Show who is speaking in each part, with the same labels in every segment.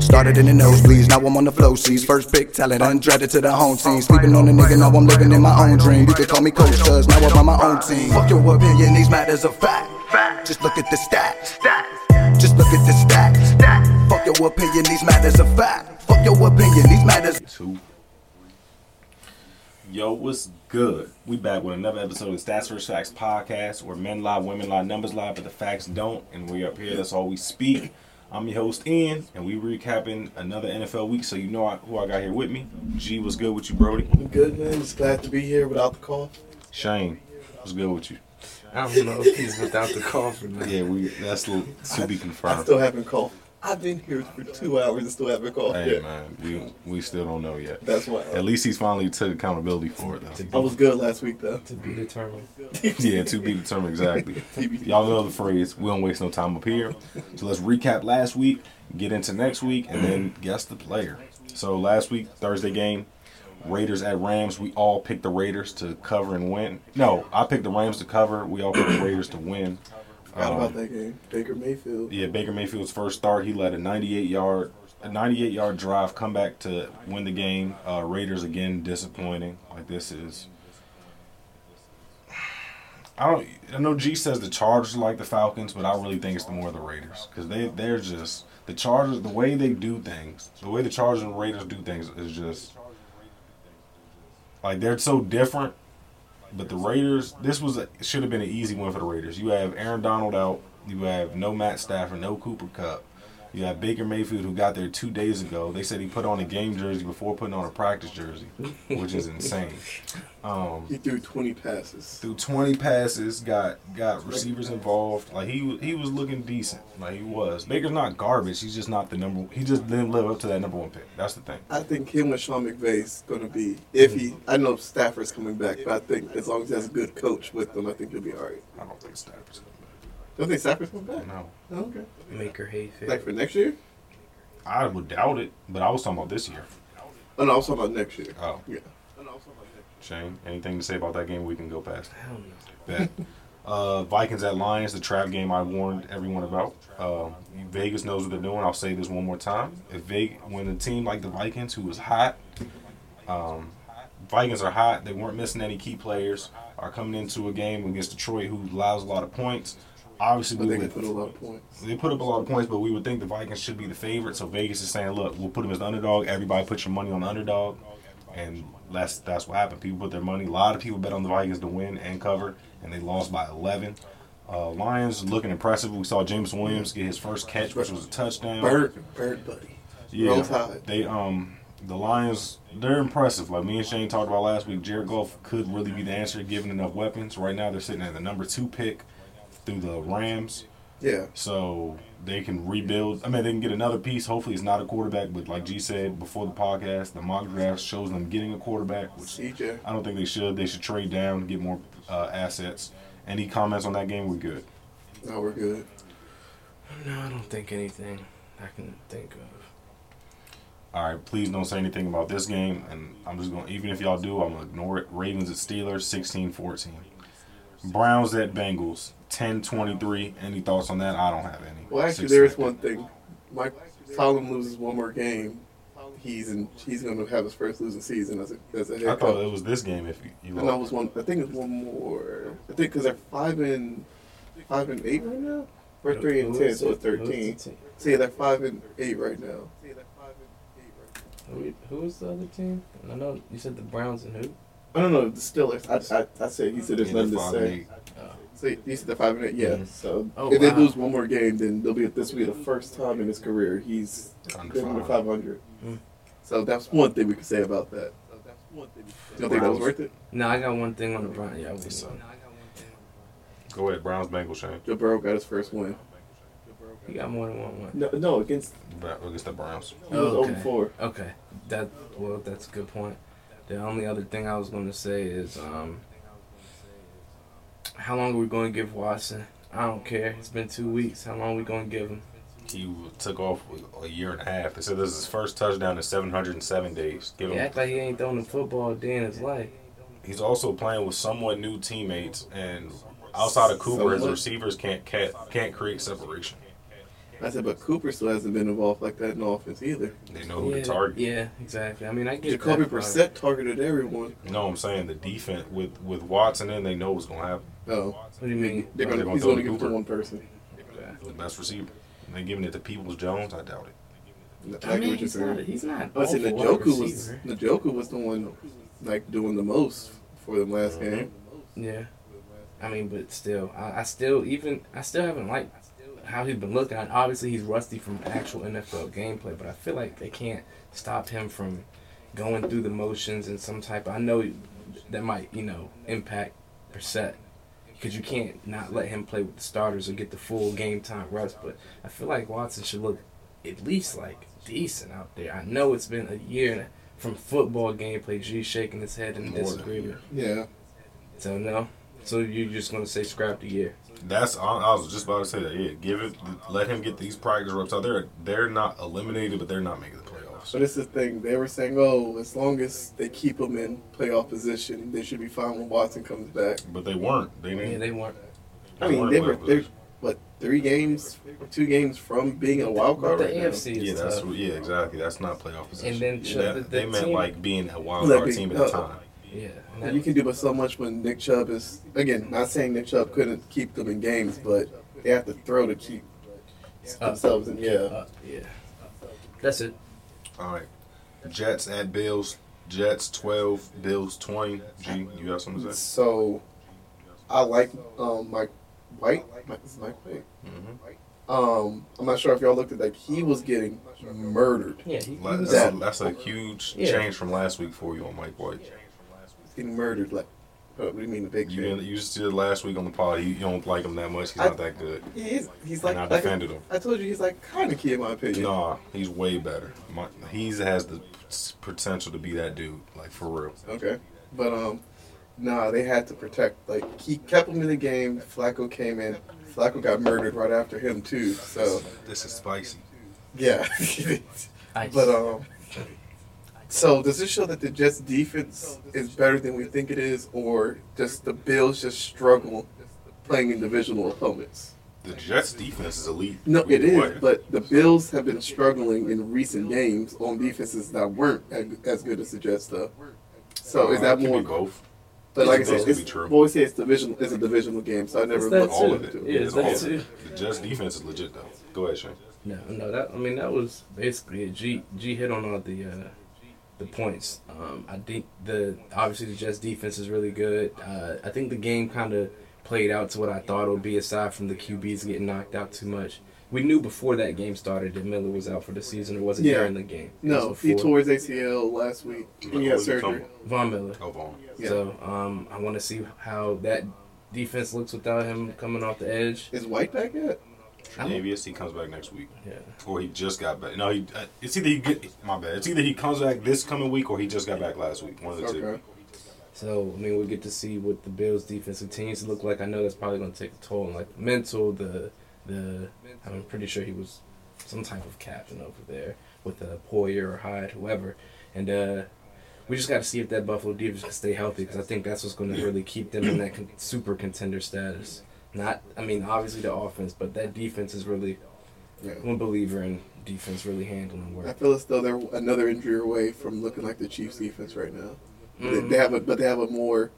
Speaker 1: Started in the nosebleeds, now I'm on the flow seas. First pick talent, undreaded to the home scene. Sleeping on a nigga, now I'm living in my own dream. You can call me coach, cuz now I'm on my own team. Fuck your opinion, these matters are fact. Just look at the stats. Just look at the stats. Fuck your opinion, these matters are fact. Fuck your opinion, these matters.
Speaker 2: Two. Yo, what's good? We back with another episode of the Stats vs. Facts podcast, where men lie, women lie, numbers lie, but the facts don't. And we up here, that's all we speak. I'm your host, Ian, and we recapping another NFL week, so you know I, who I got here with me. G, what's good with you, Brody?
Speaker 3: I'm good, man. Just glad to be here without the cough.
Speaker 2: Shane, what's good with you?
Speaker 4: I don't know if he's without the cough or not.
Speaker 2: Yeah, we that's l- to be
Speaker 3: I
Speaker 2: confirmed.
Speaker 3: still haven't coughed. I've been here for two hours and still haven't coughed
Speaker 2: Hey
Speaker 3: yet.
Speaker 2: man, we we still don't know yet.
Speaker 3: That's why. uh,
Speaker 2: At least he's finally took accountability for it though.
Speaker 3: I was good last week, though.
Speaker 4: To be determined.
Speaker 2: Yeah, to be determined exactly. Y'all know the phrase, we don't waste no time up here. So let's recap last week, get into next week, and then guess the player. So last week, Thursday game, Raiders at Rams. We all picked the Raiders to cover and win. No, I picked the Rams to cover. We all picked the Raiders to win.
Speaker 3: Forgot
Speaker 2: Um,
Speaker 3: about that game. Baker Mayfield.
Speaker 2: Yeah, Baker Mayfield's first start, he led a 98 yard, a 98 yard drive, come back to win the game. Uh, Raiders again disappointing. Like this is, I don't. I know G says the Chargers like the Falcons, but I really think it's the more the Raiders because they they're just the Chargers. The way they do things, the way the Chargers and Raiders do things is just like they're so different. But the Raiders, this was a, should have been an easy one for the Raiders. You have Aaron Donald out. You have no Matt Stafford, no Cooper Cup. You have Baker Mayfield, who got there two days ago. They said he put on a game jersey before putting on a practice jersey, which is insane. Um,
Speaker 3: He threw 20 passes.
Speaker 2: through 20 passes, got got receivers involved. Like he wa- he was looking decent. Like he was. Baker's not garbage. He's just not the number. He just didn't live up to that number one pick. That's the thing.
Speaker 3: I think him and Sean McVay's going to be, if he, I know Stafford's coming back, but I think as long as he has a good coach with him, I think he'll be all right.
Speaker 2: I don't think Stafford's. gonna
Speaker 3: Don't think Stafford's coming back?
Speaker 2: be- No,
Speaker 3: No, okay.
Speaker 4: Maker Hayfield.
Speaker 3: Like for next year?
Speaker 2: I would doubt it. But I was talking about this year.
Speaker 3: Oh, no, I was talking about next year.
Speaker 2: Oh,
Speaker 3: Yeah.
Speaker 2: Shane, anything to say about that game? We can go past.
Speaker 4: I don't know.
Speaker 2: Bet. Uh, Vikings at Lions, the trap game I warned everyone about. Uh, Vegas knows what they're doing. I'll say this one more time. If Vegas, when a team like the Vikings, who is hot, um, Vikings are hot. They weren't missing any key players. Are coming into a game against Detroit, who allows a lot of points. Obviously,
Speaker 3: But
Speaker 2: we
Speaker 3: they can
Speaker 2: would,
Speaker 3: put a lot of points.
Speaker 2: they put up a lot of points, but we would think the Vikings should be the favorite. So Vegas is saying, look, we'll put them as the underdog. Everybody put your money on the underdog, and that's that's what happened. People put their money. A lot of people bet on the Vikings to win and cover, and they lost by 11. Uh, Lions looking impressive. We saw James Williams get his first catch, which was a touchdown.
Speaker 3: Bird, Bird, buddy. Roll Tide.
Speaker 2: They um the Lions they're impressive. Like me and Shane talked about last week, Jared Goff could really be the answer given enough weapons. Right now they're sitting at the number two pick through the Rams.
Speaker 3: Yeah.
Speaker 2: So they can rebuild. I mean, they can get another piece. Hopefully, it's not a quarterback. But like G said before the podcast, the mock draft shows them getting a quarterback, which
Speaker 3: CJ.
Speaker 2: I don't think they should. They should trade down, get more uh, assets. Any comments on that game? We're good.
Speaker 3: Now we're good.
Speaker 4: No, I don't think anything I can think of.
Speaker 2: All right, please don't say anything about this game. And I'm just going to, even if y'all do, I'm going to ignore it. Ravens at Steelers, 16 14. Browns at Bengals, 10 23. Any thoughts on that? I don't have any.
Speaker 3: Well, actually,
Speaker 2: Six
Speaker 3: there is
Speaker 2: seconds.
Speaker 3: one thing. Mike Solomon loses one more game. He's in. He's going to have his first losing season as a as a
Speaker 2: I
Speaker 3: head
Speaker 2: thought
Speaker 3: coach.
Speaker 2: it was this game if you, you
Speaker 3: And that was one. I think it's one more. I think because they're five and five and eight right now. Or three and
Speaker 4: Who
Speaker 3: ten,
Speaker 4: is
Speaker 3: so
Speaker 4: it?
Speaker 3: it's thirteen.
Speaker 4: Who's the team?
Speaker 3: So yeah, they're five and eight right now.
Speaker 4: Who- Who is the other team? I know you said the Browns and who?
Speaker 3: I don't know the Steelers. I I, I said he said there's
Speaker 2: Yeah,
Speaker 3: nothing to
Speaker 2: five and
Speaker 3: say.
Speaker 2: eight.
Speaker 4: Oh.
Speaker 3: So he said the five and eight. Yeah.
Speaker 4: Mhm.
Speaker 3: So
Speaker 4: Oh,
Speaker 3: if they
Speaker 4: wow.
Speaker 3: lose one more game, then they'll be this will be the first time in his career he's
Speaker 2: Under
Speaker 3: been under
Speaker 2: 500.
Speaker 3: five hundred.
Speaker 4: Mm.
Speaker 3: So that's one thing we could say about that. You don't think that was worth it?
Speaker 4: No, I got one thing on the Browns. Yeah, I
Speaker 2: They
Speaker 4: was
Speaker 2: suck. Go ahead, Browns, Bengals, Shane.
Speaker 3: Joe Burrow got his first win.
Speaker 4: You got more than one one.
Speaker 3: No, no, against
Speaker 2: Back against the Browns.
Speaker 3: he was
Speaker 4: Okay.
Speaker 3: over four.
Speaker 4: Okay, that well, that's a good point. The only other thing I was going to say is, um, how long are we going to give Watson? I don't care. It's been two weeks. How long are we going to give him?
Speaker 2: He took off a year and a half. They said this is his first touchdown in 707 days. Give
Speaker 4: He
Speaker 2: him.
Speaker 4: act like he ain't thrown the football a day in his life.
Speaker 2: He's also playing with somewhat new teammates, and outside of Cooper, his
Speaker 3: Somewhat.
Speaker 2: receivers can't can't, can't create separation.
Speaker 3: I said, but Cooper still hasn't been involved like that in offense either.
Speaker 2: They know who
Speaker 4: yeah,
Speaker 2: to Oh, target.
Speaker 4: Yeah, exactly. I mean, I get
Speaker 3: Jacoby
Speaker 4: that part.
Speaker 3: Brissett targeted everyone.
Speaker 2: No, I'm saying the defense with with Watson in, they know what's gonna happen.
Speaker 3: Oh,
Speaker 4: What do you mean?
Speaker 2: They're
Speaker 3: they're gonna,
Speaker 2: gonna
Speaker 3: he's
Speaker 2: throw
Speaker 3: only
Speaker 2: to
Speaker 3: give it to
Speaker 2: Cooper.
Speaker 3: one person.
Speaker 2: The best receiver. And they giving it to Peoples Jones. I doubt it.
Speaker 4: I mean, he's not. He's not.
Speaker 3: But see,
Speaker 4: awful wide
Speaker 3: Oh, Njoku was
Speaker 4: receiver.
Speaker 3: Njoku was the one like doing the most for them last game.
Speaker 4: Yeah. I mean, but still, I, I still even I still haven't liked how he's been looking. And obviously, he's rusty from actual NFL gameplay, but I feel like they can't stop him from going through the motions and some type. I know that might you know impact Brissett because you can't not let him play with the starters or get the full game time rest. But I feel like Watson should look at least like decent out there. I know it's been a year from football gameplay. G shaking his head in
Speaker 2: More than a
Speaker 4: disagreement.
Speaker 3: Yeah,
Speaker 4: So no. So you're just gonna say scrap the year?
Speaker 2: That's I, I was just about to say that. Yeah, give it. Let him get these practice reps out. They're they're not eliminated, but they're not making the playoffs.
Speaker 3: but it's the thing they were saying. Oh, as long as they keep him in playoff position, they should be fine when Watson comes back.
Speaker 2: But they weren't. They didn't.
Speaker 4: Yeah, they weren't.
Speaker 3: I mean, they were
Speaker 2: playoff
Speaker 3: they're
Speaker 2: position.
Speaker 3: what three games, or two games from being a wild
Speaker 4: But
Speaker 3: card
Speaker 4: the
Speaker 3: right now.
Speaker 4: AFC
Speaker 2: Yeah,
Speaker 4: is
Speaker 2: that's
Speaker 4: tough.
Speaker 2: yeah, exactly. That's not playoff position.
Speaker 4: And then
Speaker 2: Yeah,
Speaker 4: ch-
Speaker 2: that-
Speaker 4: the- the
Speaker 2: they meant
Speaker 4: team-
Speaker 2: like being a wild
Speaker 3: Let
Speaker 2: card
Speaker 3: me-
Speaker 2: team at the
Speaker 3: uh,
Speaker 2: time.
Speaker 4: Yeah, and
Speaker 3: And
Speaker 4: that-
Speaker 3: you can do but so much when Nick Chubb is again not saying Nick Chubb couldn't keep them in games, but they have to throw to keep themselves in. Yeah,
Speaker 4: uh, yeah. That's it.
Speaker 2: All right, Jets at Bills. Jets twelve, Bills twenty. G, you have something to say?
Speaker 3: so I like um, Mike White. Mike, is it Mike White.
Speaker 2: Mm-hmm.
Speaker 3: Um, I'm not sure if y'all looked at that. He was getting murdered.
Speaker 4: Yeah, he, he
Speaker 2: That's,
Speaker 4: was
Speaker 3: That-
Speaker 2: a, that's a huge
Speaker 4: Yeah.
Speaker 2: change from last week for you on Mike White.
Speaker 3: He was getting murdered. Like, uh, what do you mean the big
Speaker 2: You
Speaker 3: thing?
Speaker 2: didn't- you said last week on the pod you, you don't like him that much. He's not that good.
Speaker 3: He's he's like,
Speaker 2: And I
Speaker 3: like
Speaker 2: defended him.
Speaker 3: I told you, he's like kind of key in my opinion.
Speaker 2: Nah, he's way better. My, he's has the p- potential to be that dude, like for real.
Speaker 3: Okay. But um nah, they had to protect like he kept him in the game, Flacco came in. Flacco got murdered right after him too. So
Speaker 2: This is spicy.
Speaker 3: yeah.
Speaker 4: ice.
Speaker 3: but um so does this show that the Jets defense is better than we think it is or just the Bills just struggle playing in divisional opponents?
Speaker 2: The Jets defense is elite.
Speaker 3: No, it
Speaker 2: Either way.
Speaker 3: is, but the Bills have been struggling in recent games on defenses that weren't a- as good as the Jets though. So
Speaker 2: Uh,
Speaker 3: is
Speaker 2: it
Speaker 3: that
Speaker 2: could be
Speaker 3: more
Speaker 2: both?
Speaker 3: But like I
Speaker 2: Those
Speaker 3: said,
Speaker 2: could
Speaker 3: it's,
Speaker 2: be true.
Speaker 3: well, we say it's divisional. It's a divisional game, so I never
Speaker 4: that
Speaker 3: looked
Speaker 4: too.
Speaker 2: All
Speaker 3: all
Speaker 2: of it.
Speaker 3: into
Speaker 4: Yeah,
Speaker 3: it.
Speaker 2: It's
Speaker 4: that
Speaker 2: all of
Speaker 4: too.
Speaker 2: it. The Jets defense is legit though. Go ahead, Shane.
Speaker 4: no, no. That I mean, that was basically it. G G hit on all the uh, the points. Um, I think the obviously the Jets defense is really good. Uh, I think the game kind of played out to what I thought it would be, aside from the QBs getting knocked out too much. We knew before that game started that Miller was out for the season. It wasn't
Speaker 3: Yeah.
Speaker 4: during the game. It
Speaker 3: No,
Speaker 4: was
Speaker 3: he
Speaker 4: before.
Speaker 3: tore his ACL last week. He had
Speaker 2: Who's he
Speaker 3: surgery.
Speaker 2: coming?
Speaker 4: Von Miller.
Speaker 2: Go on.
Speaker 3: Yeah.
Speaker 4: So um, I want to see how that defense looks without him coming off the edge.
Speaker 3: Is White back yet?
Speaker 2: Tredavious, he comes back next week,
Speaker 4: Yeah,
Speaker 2: or he just got back. No, he. Uh, it's either he get. My bad. It's either he comes back this coming week, or he just got back last week. One of the
Speaker 3: Okay.
Speaker 2: two.
Speaker 4: so I mean we'll get to see what the Bills defense continues to look like. I know that's probably going to take a toll on like mental. The the I'm pretty sure he was some type of captain over there with uh, Poyer or Hyde, whoever, and uh, we just got to see if that Buffalo defense can stay healthy because I think that's what's going to really keep them in that con- super contender status. Not, I mean, obviously the offense, but that defense is really.
Speaker 3: Yeah.
Speaker 4: I'm a believer in defense really handling work.
Speaker 3: I feel as though they're another injury away from looking like the Chiefs' defense right now. They,
Speaker 4: Mhm.
Speaker 3: they have a, but they have a more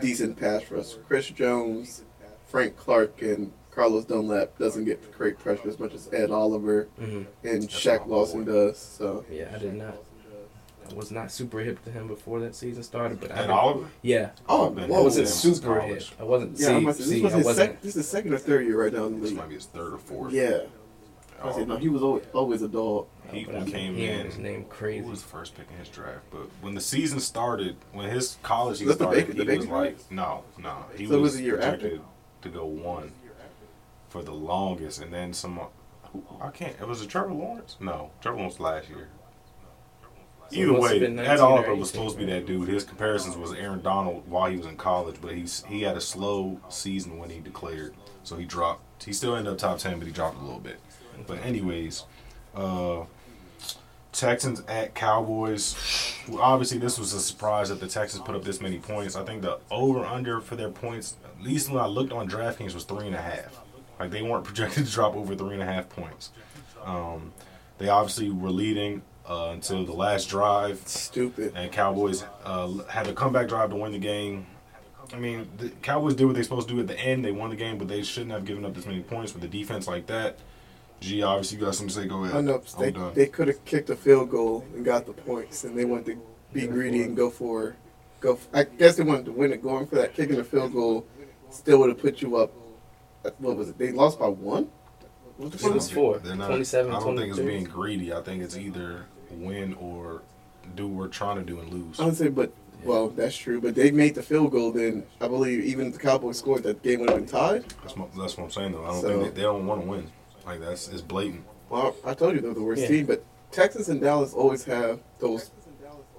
Speaker 3: decent pass rush. Chris Jones, Frank Clark, and Carlos Dunlap doesn't get great pressure as much as Ed Oliver
Speaker 4: Mhm.
Speaker 3: and Shaq Lawson does. So
Speaker 4: Yeah, I did not. I was not super hip to him before that season started, but I
Speaker 2: And
Speaker 4: did-
Speaker 2: Oliver.
Speaker 4: yeah,
Speaker 3: oh,
Speaker 2: Man,
Speaker 3: what was
Speaker 2: that
Speaker 3: it?
Speaker 4: wasn't
Speaker 2: was
Speaker 3: Super.
Speaker 4: super hip.
Speaker 2: college.
Speaker 4: I wasn't.
Speaker 3: Yeah,
Speaker 4: see,
Speaker 3: I must say,
Speaker 4: see,
Speaker 3: this was
Speaker 4: I
Speaker 3: his
Speaker 4: wasn't.
Speaker 3: sec- this is his second or third year right now in the
Speaker 2: This
Speaker 3: league.
Speaker 2: might be his third or fourth.
Speaker 3: Yeah. I
Speaker 2: Oh,
Speaker 3: said, no, he was always, always a dog.
Speaker 2: he
Speaker 4: Oh, but I've been
Speaker 2: came
Speaker 4: hearing
Speaker 2: in.
Speaker 4: his name
Speaker 2: Who
Speaker 4: crazy.
Speaker 2: was the first pick in his draft? But when the season started, when his college season
Speaker 3: Was that the
Speaker 2: started,
Speaker 3: Baker- the
Speaker 2: he was
Speaker 3: Baker
Speaker 2: like, no, no. He
Speaker 3: So it
Speaker 2: was
Speaker 3: was a year after?
Speaker 2: projected to go one for the longest, and then some. who- I can't. It was a Trevor Lawrence. No, Trevor Lawrence last year.
Speaker 4: So it
Speaker 2: Either
Speaker 4: must've
Speaker 2: way,
Speaker 4: been
Speaker 2: Ed
Speaker 4: 19 or
Speaker 2: Oliver was
Speaker 4: 18,
Speaker 2: supposed to be that dude. His comparisons was Aaron Donald while he was in college, but he's he had a slow season when he declared, so he dropped. He still ended up top ten, but he dropped a little bit. But anyways, uh, Texans at Cowboys. Well, obviously, this was a surprise that the Texans put up this many points. I think the over under for their points, at least when I looked on DraftKings, was three and a half. Like they weren't projected to drop over three and a half points. Um, they obviously were leading uh, until the last drive,
Speaker 3: Stupid.
Speaker 2: and Cowboys uh, had a comeback drive to win the game. I mean, the Cowboys did what they supposed to do at the end. They won the game, but they shouldn't have given up this many points with a defense like that. G, obviously, you got something to say. Go ahead.
Speaker 3: I know
Speaker 2: I'm
Speaker 3: Oh, they,
Speaker 2: done.
Speaker 3: they could have kicked a field goal and got the points, and they wanted to be greedy and go for, go. For, I guess they wanted to win it. Going for that kicking a field goal still would have put you up. uh, What was it? They lost by one. What the
Speaker 4: It
Speaker 3: fuck
Speaker 4: was
Speaker 3: was-
Speaker 4: four.
Speaker 2: They're not-
Speaker 4: 27,
Speaker 2: I don't think it's
Speaker 4: 23.
Speaker 2: being greedy. I think it's either win or do what we're trying to do and lose.
Speaker 3: I would say, but well, that's true. But they made the field goal. Then I believe even if the Cowboys scored, that game would have been tied.
Speaker 2: That's, my, that's what I'm saying though. I don't
Speaker 3: So-
Speaker 2: think they, they don't want to win. Like that's it's blatant.
Speaker 3: Well, I told you they're the worst
Speaker 4: Yeah.
Speaker 3: team, but Texas and Dallas always have those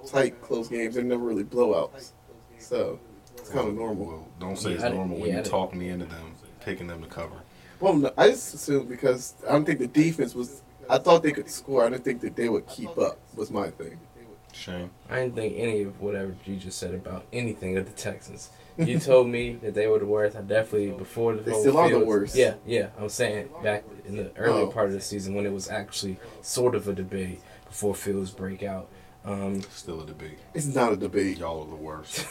Speaker 3: tight, close games. They're never really blowouts, so it's kind of normal.
Speaker 2: Well, don't say
Speaker 4: Yeah,
Speaker 2: it's
Speaker 4: I didn't-
Speaker 2: normal when
Speaker 4: yeah, I
Speaker 2: you
Speaker 4: didn't-
Speaker 2: talk me into them taking them to cover.
Speaker 3: Well, no, I just assumed because I don't think the defense was. I thought they could score. I didn't think that they would keep up. Was my thing.
Speaker 2: Shame.
Speaker 4: I didn't think any of whatever you just said about anything of the Texans. You told me that they were the worst. I definitely before the
Speaker 3: They
Speaker 4: whole
Speaker 3: still are the
Speaker 4: Fields-
Speaker 3: worst.
Speaker 4: Yeah, yeah. I'm saying back in the earlier
Speaker 3: Oh.
Speaker 4: part of the season when it was actually sort of a debate before Fields break out. Um,
Speaker 2: Still a debate.
Speaker 3: It's not a debate.
Speaker 2: Y'all are the worst.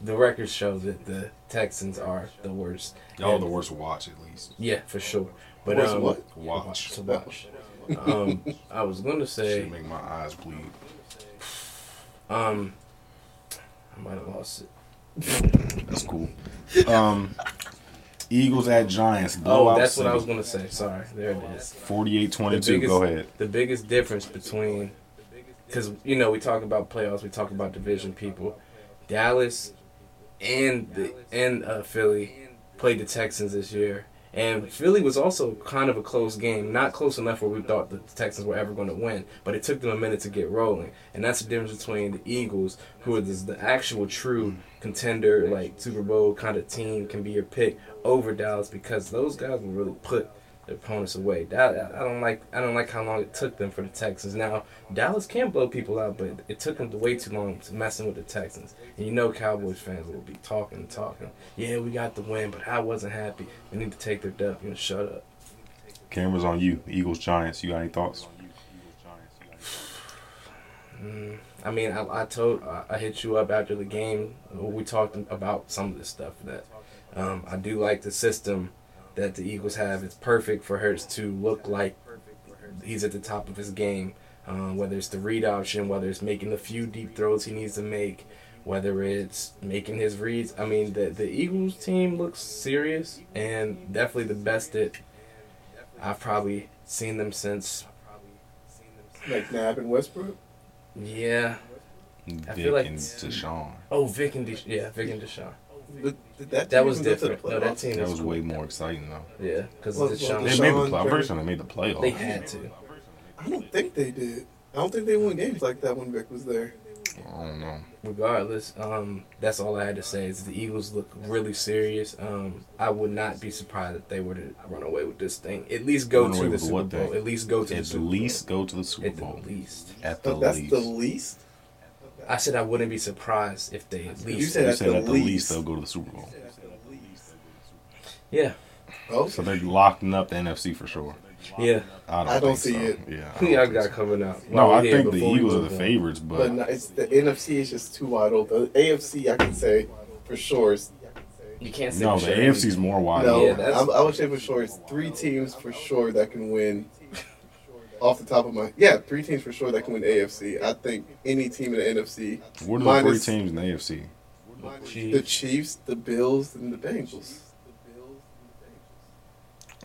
Speaker 4: the records show that the Texans are the worst.
Speaker 2: Y'all are
Speaker 4: And-
Speaker 2: the worst. to Watch at least.
Speaker 4: Yeah, for sure. But
Speaker 3: Worst
Speaker 4: um,
Speaker 3: what?
Speaker 2: Watch.
Speaker 4: To watch. um, I was gonna say.
Speaker 2: Should make my eyes bleed.
Speaker 4: Um, I might have lost it.
Speaker 2: That's cool. Um, Eagles at Giants.
Speaker 4: Oh,
Speaker 2: Blowout
Speaker 4: that's what I was
Speaker 2: city.
Speaker 4: gonna say. Sorry, there it is.
Speaker 2: 48-22. Go ahead.
Speaker 4: The biggest difference between, because you know we talk about playoffs, we talk about division people. Dallas and the and uh, Philly played the Texans this year, and Philly was also kind of a close game, not close enough where we thought the Texans were ever going to win, but it took them a minute to get rolling, and that's the difference between the Eagles, who are this, the actual true contender, like Super Bowl kind of team, can be your pick over Dallas because those guys will really put their opponents away. That I don't like. I don't like how long it took them for the Texans. Now Dallas can blow people out, but it took them way too long to messing with the Texans. And you know, Cowboys fans will be talking and talking. Yeah, we got the win, but I wasn't happy. We need to take their W and shut up.
Speaker 2: Cameras on you. Eagles Giants. You got any thoughts?
Speaker 4: Mm, I mean, I, I told I, I hit you up after the game. We talked about some of this stuff that um, I do like the system that the Eagles have. It's perfect for Hurts to look like he's at the top of his game. Um, whether it's the read option, whether it's making the few deep throws he needs to make, whether it's making his reads. I mean, the the Eagles team looks serious and definitely the best that I've probably seen them since.
Speaker 3: Like Nab and Westbrook.
Speaker 4: Yeah. I
Speaker 2: Vic
Speaker 4: feel like-
Speaker 2: and Deshaun.
Speaker 4: Oh, Vic and Desha- yeah, Vic and Deshaun.
Speaker 3: But did that,
Speaker 4: That
Speaker 3: team
Speaker 4: was
Speaker 3: even go to the
Speaker 4: different. No, that
Speaker 3: playoffs?
Speaker 4: team
Speaker 2: That was
Speaker 4: cool.
Speaker 2: way more exciting though.
Speaker 4: Yeah, because
Speaker 3: Well,
Speaker 4: Deshaun.
Speaker 3: well,
Speaker 2: They
Speaker 4: Deshaun-
Speaker 2: made the
Speaker 3: Deshaun,
Speaker 2: playoffs. I'm
Speaker 3: Trevor-
Speaker 2: pretty sure they made the playoffs.
Speaker 4: They had to.
Speaker 3: I don't think they did. I don't think they won games like that when Vic was there.
Speaker 2: I don't know.
Speaker 4: Regardless, um, that's all I had to say is the Eagles look really serious. Um, I would not be surprised if they were to run away with this thing. At least go
Speaker 2: Run away
Speaker 4: to the
Speaker 2: with
Speaker 4: Super
Speaker 2: what
Speaker 4: Bowl.
Speaker 2: thing?
Speaker 4: At least go to the
Speaker 2: At
Speaker 4: Super
Speaker 2: least go to the
Speaker 4: Bowl.
Speaker 2: Super
Speaker 4: At the
Speaker 2: Bowl.
Speaker 4: least.
Speaker 2: At the
Speaker 3: But that's
Speaker 2: least.
Speaker 3: the least.
Speaker 4: I said I wouldn't be surprised if they at
Speaker 3: You
Speaker 4: least.
Speaker 3: said-
Speaker 2: You
Speaker 3: at
Speaker 2: said
Speaker 3: the
Speaker 2: at the least
Speaker 3: least.
Speaker 2: they'll go to the Super Bowl.
Speaker 4: Yeah,
Speaker 3: Oh,
Speaker 2: So they're locking up the NFC for sure.
Speaker 4: yeah.
Speaker 2: I don't,
Speaker 3: I don't
Speaker 2: think
Speaker 3: see
Speaker 2: so.
Speaker 3: it.
Speaker 2: Yeah. I
Speaker 4: Who
Speaker 2: don't
Speaker 4: y'all
Speaker 2: think
Speaker 4: got
Speaker 2: so.
Speaker 4: coming up?
Speaker 2: No,
Speaker 4: While
Speaker 2: I
Speaker 4: we're here,
Speaker 2: think the
Speaker 4: before we
Speaker 2: Eagles are
Speaker 4: move
Speaker 2: the
Speaker 4: on.
Speaker 2: favorites,
Speaker 3: But
Speaker 2: but
Speaker 3: no, it's the NFC is just too wide open. The AFC, I can say for sure. Is,
Speaker 4: You can't say
Speaker 2: no,
Speaker 4: for
Speaker 2: the
Speaker 4: sure.
Speaker 2: AFC's more wide.
Speaker 3: no,
Speaker 4: Oh, Yeah,
Speaker 2: open.
Speaker 4: that's-
Speaker 3: I, I would say for sure it's three teams for sure that can win. Off the top of my yeah, three teams for sure that can win the AFC. I think any team in the NFC,
Speaker 2: What are the
Speaker 3: minus-
Speaker 2: three teams in the AFC?
Speaker 4: Chiefs.
Speaker 3: the Chiefs, the Bills, and the Bengals.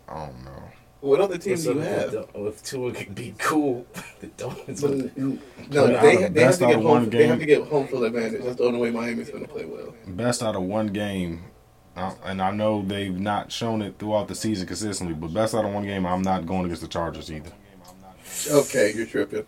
Speaker 2: I don't know.
Speaker 3: What other teams
Speaker 4: What's
Speaker 3: do
Speaker 4: up
Speaker 3: you
Speaker 4: with
Speaker 3: have?
Speaker 4: the- oh, If Tua could be cool, the Dolphins
Speaker 3: But,
Speaker 4: would
Speaker 3: no,
Speaker 2: But
Speaker 3: they,
Speaker 2: out of-
Speaker 3: they have
Speaker 2: that's
Speaker 3: to
Speaker 2: not
Speaker 3: get
Speaker 2: a one
Speaker 3: home. They
Speaker 2: game.
Speaker 3: have to get home field advantage. That's the only way Miami's going to play well.
Speaker 2: best out of one game, I- and I know they've not shown it throughout the season consistently, but best out of one game, I'm not going against the Chargers either.
Speaker 3: Okay, you're tripping.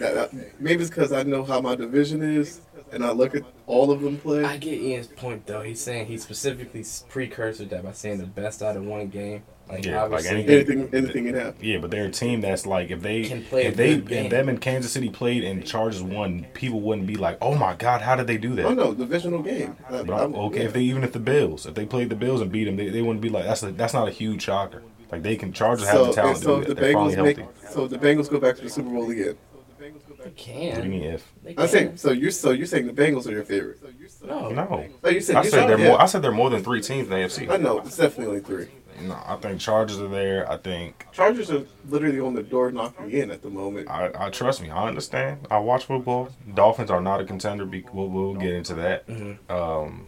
Speaker 3: That, that- maybe it's because I know how my division is, and I look at all of them play.
Speaker 4: I get Ian's point though. He's saying he specifically precursored that by saying the best out of one game. Like
Speaker 2: Yeah, like
Speaker 4: obviously,
Speaker 2: anything-
Speaker 3: anything, anything can happen.
Speaker 2: Yeah, but they're a team that's like if they
Speaker 4: Can play
Speaker 2: if
Speaker 4: a
Speaker 2: they
Speaker 4: good game.
Speaker 2: if them and Kansas City played and Chargers won, people wouldn't be like, oh my god, how did they do that?
Speaker 3: Oh no, divisional game. I-
Speaker 2: But I'm
Speaker 3: I'm-
Speaker 2: okay,
Speaker 3: yeah.
Speaker 2: if they even if the Bills, if they played the Bills and beat them, they, they wouldn't be like that's a, that's not a huge shocker. Like they can Chargers have the
Speaker 3: so,
Speaker 2: talent.
Speaker 3: and
Speaker 2: to
Speaker 3: so
Speaker 2: do
Speaker 3: if
Speaker 2: that.
Speaker 3: the
Speaker 2: They're finally
Speaker 3: Bengals make,
Speaker 2: healthy.
Speaker 3: so if the Bengals go back to the Super Bowl again.
Speaker 4: they
Speaker 2: What do you
Speaker 4: can.
Speaker 2: mean if?
Speaker 4: They
Speaker 3: I
Speaker 4: can.
Speaker 3: say so. You're so you're saying the Bengals are your favorite.
Speaker 4: no,
Speaker 2: No,
Speaker 3: Oh, you said
Speaker 2: I
Speaker 3: you
Speaker 2: said they're
Speaker 3: yeah.
Speaker 2: more. I said they're more than three teams in the AFC.
Speaker 3: I know it's definitely three.
Speaker 2: No, I think Chargers are there. I think
Speaker 3: Chargers are literally on the door knocking in at the moment.
Speaker 2: I, I trust me. I understand. I watch football. Dolphins are not a contender. Be, we'll, we'll get into that.
Speaker 3: Mm-hmm.
Speaker 2: Um,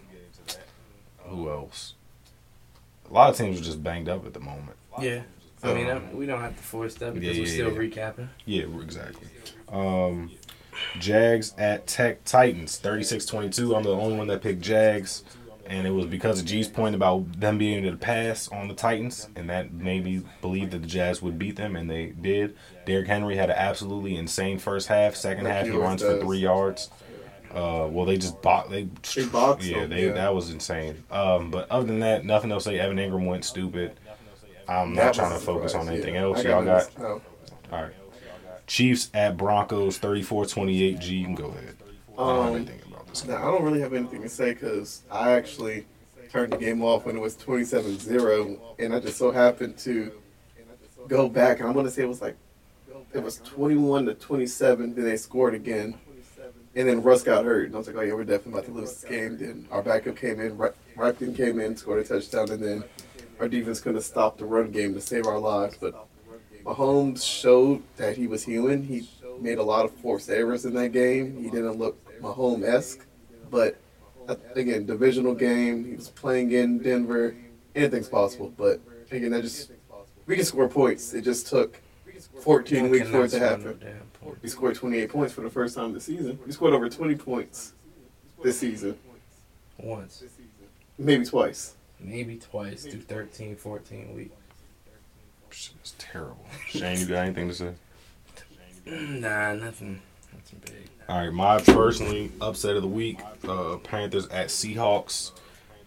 Speaker 2: who else? A lot of teams are just banged up at the moment.
Speaker 4: Yeah. I mean, I, we don't have to force that because
Speaker 2: Yeah,
Speaker 4: we're
Speaker 2: yeah,
Speaker 4: still
Speaker 2: yeah.
Speaker 4: recapping.
Speaker 2: Yeah, exactly. Um, Jags at Tech Titans, 36-22. I'm the only one that picked Jags, and it was because of G's point about them being able to pass on the Titans, and that made me believe that the Jags would beat them, and they did. Derrick Henry had an absolutely insane first half. Second
Speaker 3: Like
Speaker 2: half,
Speaker 3: he
Speaker 2: he
Speaker 3: always
Speaker 2: runs
Speaker 3: does.
Speaker 2: for three yards. Uh, well, they just bought they,
Speaker 3: They boxed
Speaker 2: yeah
Speaker 3: him,
Speaker 2: they
Speaker 3: yeah.
Speaker 2: that was insane. Um, but other than that, nothing else. Say Evan Ingram went stupid. I'm
Speaker 3: That
Speaker 2: not
Speaker 3: was
Speaker 2: trying
Speaker 3: a
Speaker 2: to focus
Speaker 3: surprise,
Speaker 2: on anything
Speaker 3: yeah.
Speaker 2: else.
Speaker 3: I
Speaker 2: Y'all got
Speaker 3: this- no.
Speaker 2: all right. Chiefs at Broncos, 34-28. G, you can go ahead. I don't have
Speaker 3: Um,
Speaker 2: anything about this.
Speaker 3: Now, I don't really have anything to say because I actually turned the game off when it was 27 0, and I just so happened to go back. And I'm going to say it was like, it was 21 to 27, then they scored again. And then Russ got hurt, and I was like, oh, yeah, we're definitely about to lose this game. Then our backup came in, Ri- Ripken came in, scored a touchdown, and then our defense couldn't stop the run game to save our lives. But Mahomes showed that he was human. He made a lot of forced errors in that game. He didn't look Mahomes esque, but uh, again, divisional game. He was playing in Denver. Anything's possible, but again, that just we can score points. It just took 14 weeks for it to happen. We scored 28 points for the first time this season. We scored over 20 points this season,
Speaker 4: Once,
Speaker 3: maybe twice.
Speaker 4: maybe twice through 13, 14 weeks.
Speaker 2: It's terrible. Shane, you got anything to say?
Speaker 4: Nah, nothing. Nothing big.
Speaker 2: All right, my personally upset of the week: uh, Panthers at Seahawks.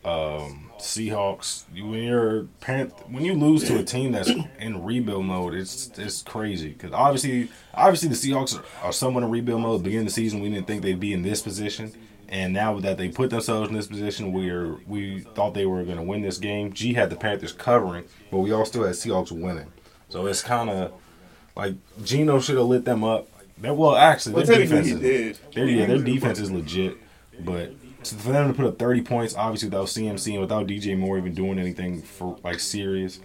Speaker 2: Um, Seahawks. You, when you're Panth- when you lose to a team that's in rebuild mode, it's it's crazy because obviously, obviously the Seahawks are, are somewhat in rebuild mode. At the beginning of the season, we didn't think they'd be in this position, and now that they put themselves in this position, we're we thought they were going to win this game. G had the Panthers covering, but we all still had Seahawks winning. So it's kind of like Geno should have lit them up. That, well, actually,
Speaker 3: Well,
Speaker 2: their
Speaker 3: technically,
Speaker 2: defense
Speaker 3: he
Speaker 2: is-
Speaker 3: did.
Speaker 2: their yeah, their defense is legit, but to- for them to put up 30 points, obviously without CMC and without DJ Moore even doing anything for like serious.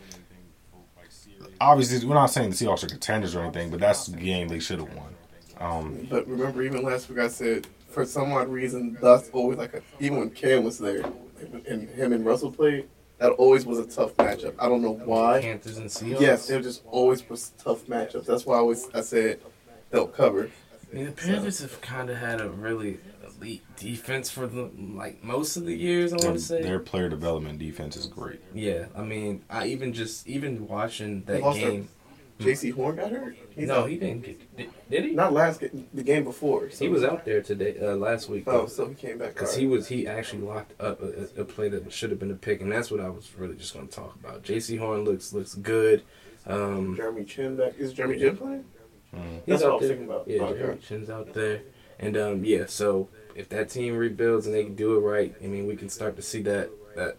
Speaker 2: Obviously, we're not saying the Seahawks are contenders or anything, but that's the game they should have won. Um,
Speaker 3: But remember, even last week I said, for some odd reason, that's always like a, even when Cam was there and him and Russell played, that always was a tough matchup. I don't know why.
Speaker 4: Panthers and Seahawks.
Speaker 3: Yes, it just always was tough matchups. That's why I always I said they'll cover.
Speaker 4: I mean, the Panthers have kind of had a really elite defense for the, like most of the years. I
Speaker 2: their,
Speaker 4: want to say.
Speaker 2: their player development defense is great.
Speaker 4: yeah, I mean, I even just even watching
Speaker 3: They
Speaker 4: that
Speaker 3: lost their-
Speaker 4: game.
Speaker 3: J.C. Horn got hurt. He's
Speaker 4: Hmm. no,
Speaker 3: out.
Speaker 4: he didn't get. Did, did he?
Speaker 3: not last game, the game before. So.
Speaker 4: He was out there today, uh, last week.
Speaker 3: Oh,
Speaker 4: though.
Speaker 3: so he came back.
Speaker 4: Because he was he actually locked up a, a play that should have been a pick, and that's what I was really just going to talk about. J.C. Horn looks looks good. Um,
Speaker 3: Jeremy Chin back. Is Jeremy Chin playing?
Speaker 4: he's
Speaker 3: That's what I
Speaker 4: out
Speaker 3: was
Speaker 4: there.
Speaker 3: thinking about.
Speaker 4: Hmm.
Speaker 3: Oh,
Speaker 4: Yeah,
Speaker 3: Okay.
Speaker 4: Jeremy Chin's out there, and um, yeah. So if that team rebuilds and they can do it right, I mean, we can start to see that that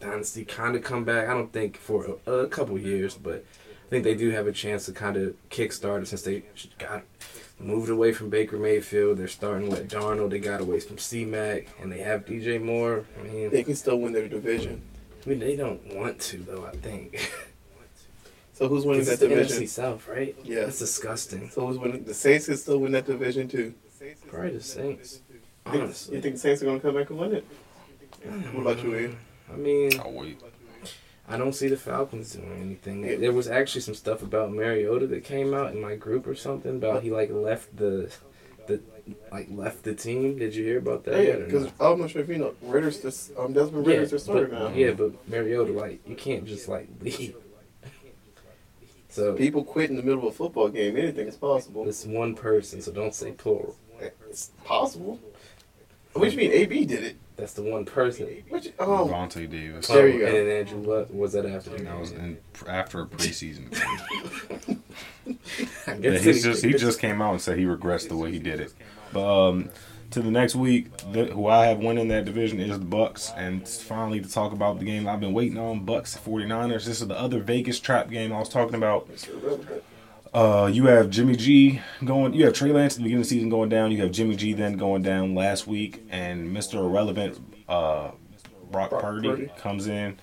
Speaker 4: dynasty kind of come back. I don't think for a, a couple years, but I think they do have a chance to kind of kickstart it since they got moved away from Baker Mayfield. They're starting with Darnold. They got away from C Mac, and they have DJ Moore. I mean,
Speaker 3: They can still win their division.
Speaker 4: I mean, they don't want to, though. I think
Speaker 3: So who's winning
Speaker 4: it's
Speaker 3: that
Speaker 4: the NFC
Speaker 3: division?
Speaker 4: South, right?
Speaker 3: Yeah.
Speaker 4: it's disgusting.
Speaker 3: So who's winning? The Saints can still win that division too.
Speaker 4: Probably the Saints.
Speaker 3: Think-
Speaker 4: Honestly,
Speaker 3: You think the Saints are going to come back and win it? What about you, Ian?
Speaker 4: I mean,
Speaker 2: I'll wait.
Speaker 4: I don't see the Falcons doing anything. There was actually some stuff about Mariota that came out in my group or something about he like left the, the like left the team. Did you hear about that?
Speaker 3: Yeah,
Speaker 4: yet or
Speaker 3: because
Speaker 4: not?
Speaker 3: I'm not sure if you know, Ritter's just, um, Desmond
Speaker 4: yeah,
Speaker 3: Ritter's their starter now.
Speaker 4: but, yeah, but Mariota like you can't just like leave. So
Speaker 3: People quit in the middle of a football game. Anything is possible.
Speaker 4: it's one person, so don't say plural.
Speaker 3: It's possible. What do you mean AB did it?
Speaker 4: That's the one person.
Speaker 3: What you, oh,
Speaker 2: Vontae Davis.
Speaker 3: There you go.
Speaker 4: And then Andrew Luck was that after the
Speaker 2: That was
Speaker 4: game.
Speaker 2: in, after a preseason. game.
Speaker 4: I guess
Speaker 2: Yeah,
Speaker 4: it
Speaker 2: he's
Speaker 4: is.
Speaker 2: just he just came out and said he regrets the way he did it. But um, to the next week, the, who I have winning that division is the Bucks, and finally to talk about the game I've been waiting on, Bucks 49ers. This is the other Vegas trap game I was talking about. Uh, you have Jimmy G going. You have Trey Lance at the beginning of the season going down. You have Jimmy G then going down last week, and Mr. Irrelevant, uh, Brock, Purdy,
Speaker 3: Purdy.
Speaker 2: comes in.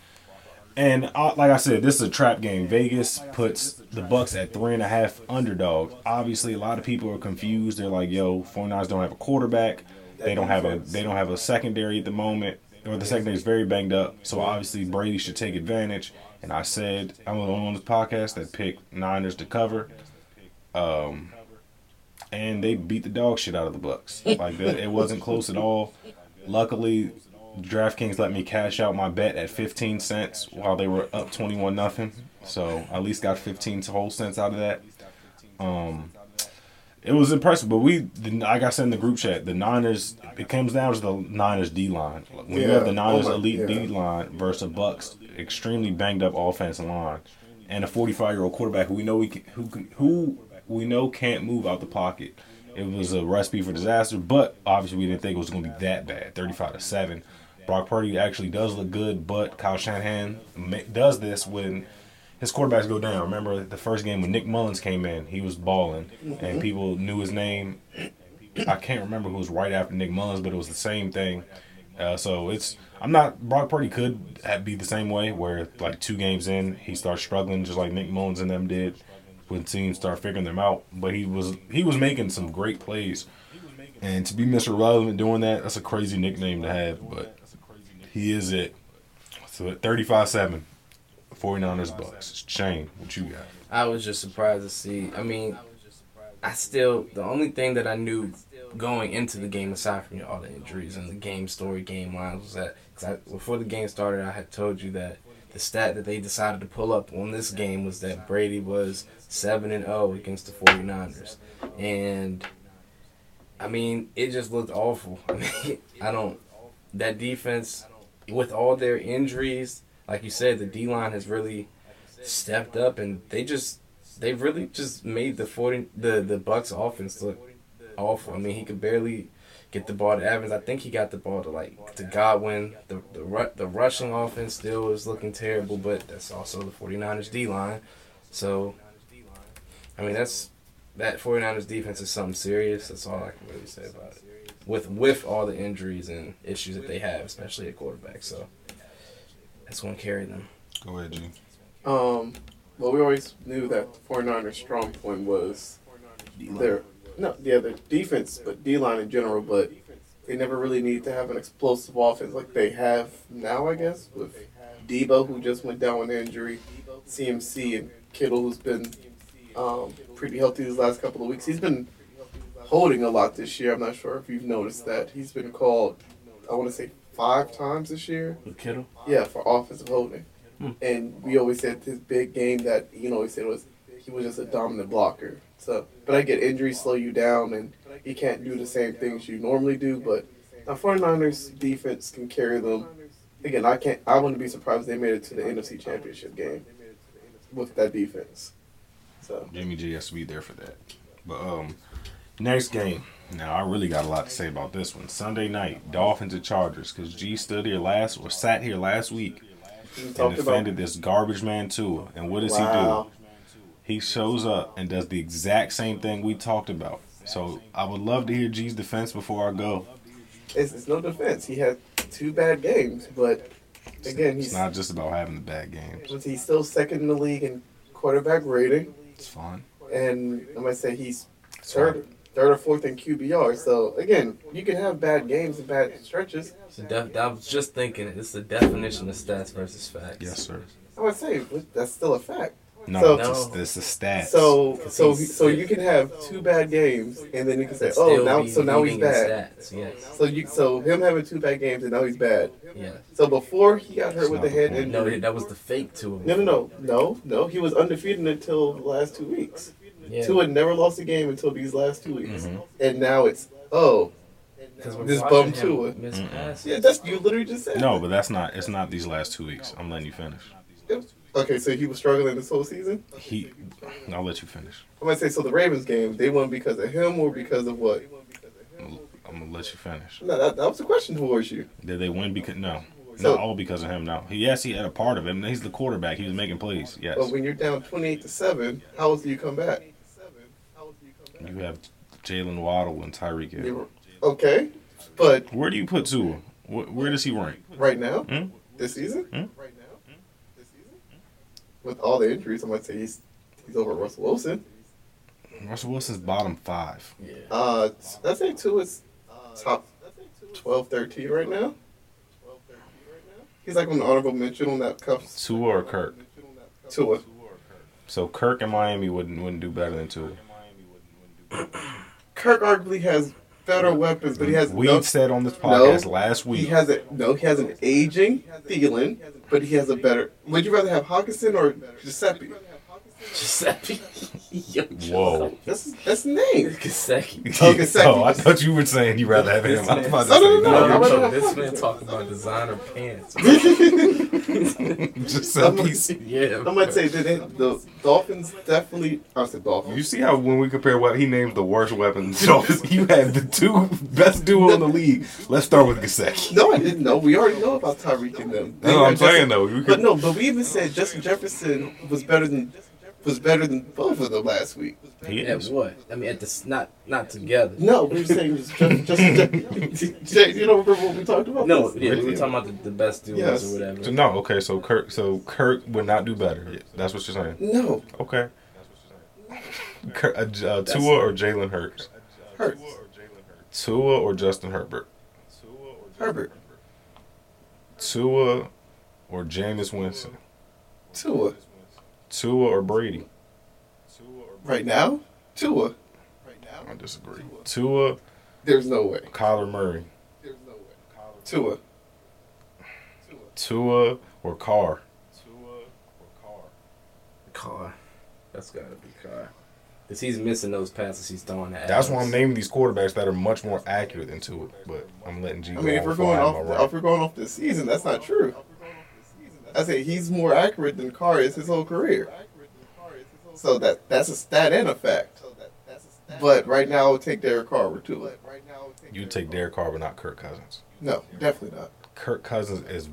Speaker 2: And uh, like I said, this is a trap game. Vegas puts the Bucks at three and a half underdog. Obviously, a lot of people are confused. They're like, "Yo, 49ers don't have a quarterback. They don't have a they don't have a secondary at the moment, or the secondary is very banged up. So obviously, Brady should take advantage." And I said, I'm the only one on this podcast that picked Niners to cover and they beat the dog shit out of the Bucks. Like that, it wasn't close at all. Luckily, DraftKings let me cash out my bet at 15 cents while they were up 21 nothing. So I at least got 15 whole cents out of that. Um, it was impressive, but we, like I said in the group chat, the Niners. It comes down to the Niners D line. When you have
Speaker 3: Yeah.
Speaker 2: the Niners
Speaker 3: Oh my-
Speaker 2: elite
Speaker 3: yeah.
Speaker 2: D line versus a Bucks extremely banged up offensive line, and a 45 year old quarterback who we know we can, who can, who we know can't move out the pocket. It was a recipe for disaster, but obviously we didn't think it was going to be that bad. 35 to seven. Brock Purdy actually does look good, but Kyle Shanahan ma- does this when his quarterbacks go down. Remember the first game when Nick Mullins came in, he was balling, and people knew his name. I can't remember who was right after Nick Mullins, but it was the same thing. Uh, so it's I'm not Brock Purdy could ha- be the same way where like two games in he starts struggling just like Nick Mullins and them did when teams start figuring them out. But he was he was making some great plays, and to be Mr. Relevant doing that that's a crazy nickname to have, but he is it. So at 35-7, 49ers Bucks. Shane, what you got?
Speaker 4: I was just surprised to see. I mean, I still the only thing that I knew going into the game, aside from you know, all the injuries and the game story, game lines, was that cause I, before the game started, I had told you that the stat that they decided to pull up on this game was that Brady was seven and zero against the 49ers, and I mean, it just looked awful. I mean, I don't that defense with all their injuries, like you said, the D line has really stepped up and they just they really just made the forty the the Bucks offense look awful. I mean, he could barely get the ball to Evans. I think he got the ball to like to Godwin. The the ru- the rushing offense still is looking terrible, but that's also the 49ers D line. So I mean, that's that 49ers defense is something serious. That's all I can really say about it. With with all the injuries and issues that they have, especially at quarterback, so that's going to carry them.
Speaker 2: Go ahead, G.
Speaker 3: um, well, we always knew that the 49ers' strong point was their no, yeah, their defense, but D line in general. But they never really needed to have an explosive offense like they have now, I guess, with Debo who just went down with an injury, CMC and Kittle who's been um, pretty healthy these last couple of weeks. He's been holding a lot this year. I'm not sure if you've noticed that he's been called, I want to say five times this year.
Speaker 4: Kittle.
Speaker 3: Yeah, for offensive holding.
Speaker 4: Hmm.
Speaker 3: And we always said his big game that you know he said was he was just a dominant blocker. So, but I get injuries slow you down, and you can't do the same things you normally do. But the 49ers defense can carry them. Again, I can't. I wouldn't be surprised if they made it to the NFC Championship game with that defense. So,
Speaker 2: Jimmy G has to be there for that. But um, next game. Now I really got a lot to say about this one. Sunday night, Dolphins and Chargers, because G stood here last or sat here last week
Speaker 3: we
Speaker 2: and
Speaker 3: talked about
Speaker 2: defended this garbage man Tua. And what does
Speaker 3: Wow.
Speaker 2: he do? He shows up and does the exact same thing we talked about. So I would love to hear G's defense before I go.
Speaker 3: it's, it's no defense. He had two bad games, but again,
Speaker 2: It's
Speaker 3: he's
Speaker 2: not just about having the bad games.
Speaker 3: was he still second in the league in quarterback rating?
Speaker 2: It's fun.
Speaker 3: and I might say he's third, third or fourth in QBR. So again, you can have bad games and bad stretches.
Speaker 4: So def- I was just thinking, it's the definition of stats versus facts.
Speaker 2: Yes, sir.
Speaker 3: I would say but that's still a fact.
Speaker 5: No,
Speaker 3: So-
Speaker 5: it's, a, it's a stat.
Speaker 3: So so
Speaker 4: he's-
Speaker 3: so you can have two bad games and then you can say,
Speaker 4: That's
Speaker 3: oh
Speaker 4: still
Speaker 3: now
Speaker 4: be
Speaker 3: so now he's
Speaker 4: leading in
Speaker 3: bad.
Speaker 4: Stats. Yes.
Speaker 3: So you so him having two bad games and now he's bad.
Speaker 4: Yeah.
Speaker 3: So before he got hurt
Speaker 5: That's
Speaker 3: with the
Speaker 5: not the
Speaker 3: head
Speaker 5: point.
Speaker 4: No,
Speaker 3: injury.
Speaker 4: that was the fake to him.
Speaker 3: No, no, no, no, no. He was undefeated until the last two weeks.
Speaker 4: Yeah. Mm-hmm.
Speaker 3: Tua never lost a game until these last two weeks, and now it's oh, this bum
Speaker 4: bummed
Speaker 3: Tua.
Speaker 4: Miss passes.
Speaker 3: yeah, that's you literally just said.
Speaker 5: no, but that's not. It's not these last two weeks. I'm letting you finish.
Speaker 3: Okay, so he was struggling this whole season.
Speaker 5: He, I'll let you finish.
Speaker 3: I might say so. The Ravens game, they won because of him or because of what?
Speaker 5: I'm gonna let you finish.
Speaker 3: No, that, that was a question towards you.
Speaker 5: Did they win because no,
Speaker 3: So-
Speaker 5: not all because of him. No, he, yes, he had a part of it. and He's the quarterback. He was making plays. Yes,
Speaker 3: But when you're down twenty-eight to seven, how else do you come back?
Speaker 5: you have Jalen Waddle and Tyreek
Speaker 3: You
Speaker 5: Hill.
Speaker 3: were- Okay, but
Speaker 5: Where do you put Tua? Where, where does he rank?
Speaker 3: right now,
Speaker 5: Hmm?
Speaker 3: this season,
Speaker 5: Hmm?
Speaker 3: right now, this season, with all the injuries, I might say he's he's over Russell Wilson.
Speaker 5: Russell Wilson's bottom five.
Speaker 4: Yeah.
Speaker 3: Uh, I say two is top 12, 13 right now. He's like on the honorable mention on that cuffs
Speaker 5: Tua or Kirk?
Speaker 3: Tua.
Speaker 5: So Kirk and Miami wouldn't wouldn't do better than Tua.
Speaker 3: Kirk arguably has better weapons, but he has
Speaker 5: We
Speaker 3: no,
Speaker 5: said on this podcast last week.
Speaker 3: he has a no. He has an aging Thielen, but he has a better. Would you rather have Hawkinson or Giuseppe?
Speaker 4: Giuseppe. Yo,
Speaker 5: Whoa.
Speaker 3: That's that's the name.
Speaker 4: Giuseppe.
Speaker 3: Oh, Gasecki.
Speaker 5: oh, I thought you were saying you'd rather have him. I was about to
Speaker 3: No, no, no, no,
Speaker 5: say no.
Speaker 3: no.
Speaker 4: this man talking about designer pants.
Speaker 5: Just
Speaker 3: I'm
Speaker 5: said
Speaker 3: gonna-
Speaker 5: he's-
Speaker 4: Yeah.
Speaker 3: I'm gonna say that they- the Dolphins definitely. I said Dolphins.
Speaker 5: You see how when we compare what he named the worst weapons, so you had the two best duo in the league. Let's start with Gasecki.
Speaker 3: No, I didn't know. We already know about Tyreek and them.
Speaker 5: That's what I'm saying though. You
Speaker 3: But
Speaker 5: could,
Speaker 3: no, but we even said Justin Jefferson was better than was better than both of them last week.
Speaker 5: he
Speaker 4: At
Speaker 5: is.
Speaker 4: what? I mean, at this not not together.
Speaker 3: No, we were saying just, just, just Jay, you don't remember what we talked about?
Speaker 4: No, yeah, we were talking about the, the best duos
Speaker 3: Yes.
Speaker 4: or whatever.
Speaker 5: So, no, okay. So Kirk, so Kirk would not do better. That's what you're saying.
Speaker 3: no,
Speaker 5: Okay. Kirk, uh, uh, Tua or Jalen Hurts.
Speaker 3: Hurts,
Speaker 5: Tua or Justin Herbert.
Speaker 3: Herbert,
Speaker 5: Tua or Jameis Winston.
Speaker 3: Tua.
Speaker 5: Tua or Brady.
Speaker 3: Right now, Tua.
Speaker 5: I disagree. Tua,
Speaker 3: There's no way.
Speaker 5: Kyler Murray.
Speaker 3: There's no way. Tua.
Speaker 5: Tua or Carr.
Speaker 4: Car. That's gotta be car. Cause he's missing those passes he's throwing at.
Speaker 5: That's
Speaker 4: us.
Speaker 5: why I'm naming these quarterbacks that are much more accurate than Tua. But I'm letting G.
Speaker 3: I mean, if we're going off, if we're going off this season, that's not true. I say he's more accurate than Carr is his whole career. So that that's a stat and a fact. But right now, I would take Derek Carr over Tua.
Speaker 5: you take Derek Carr, but not Kirk Cousins.
Speaker 3: No, definitely not.
Speaker 5: Kirk Cousins is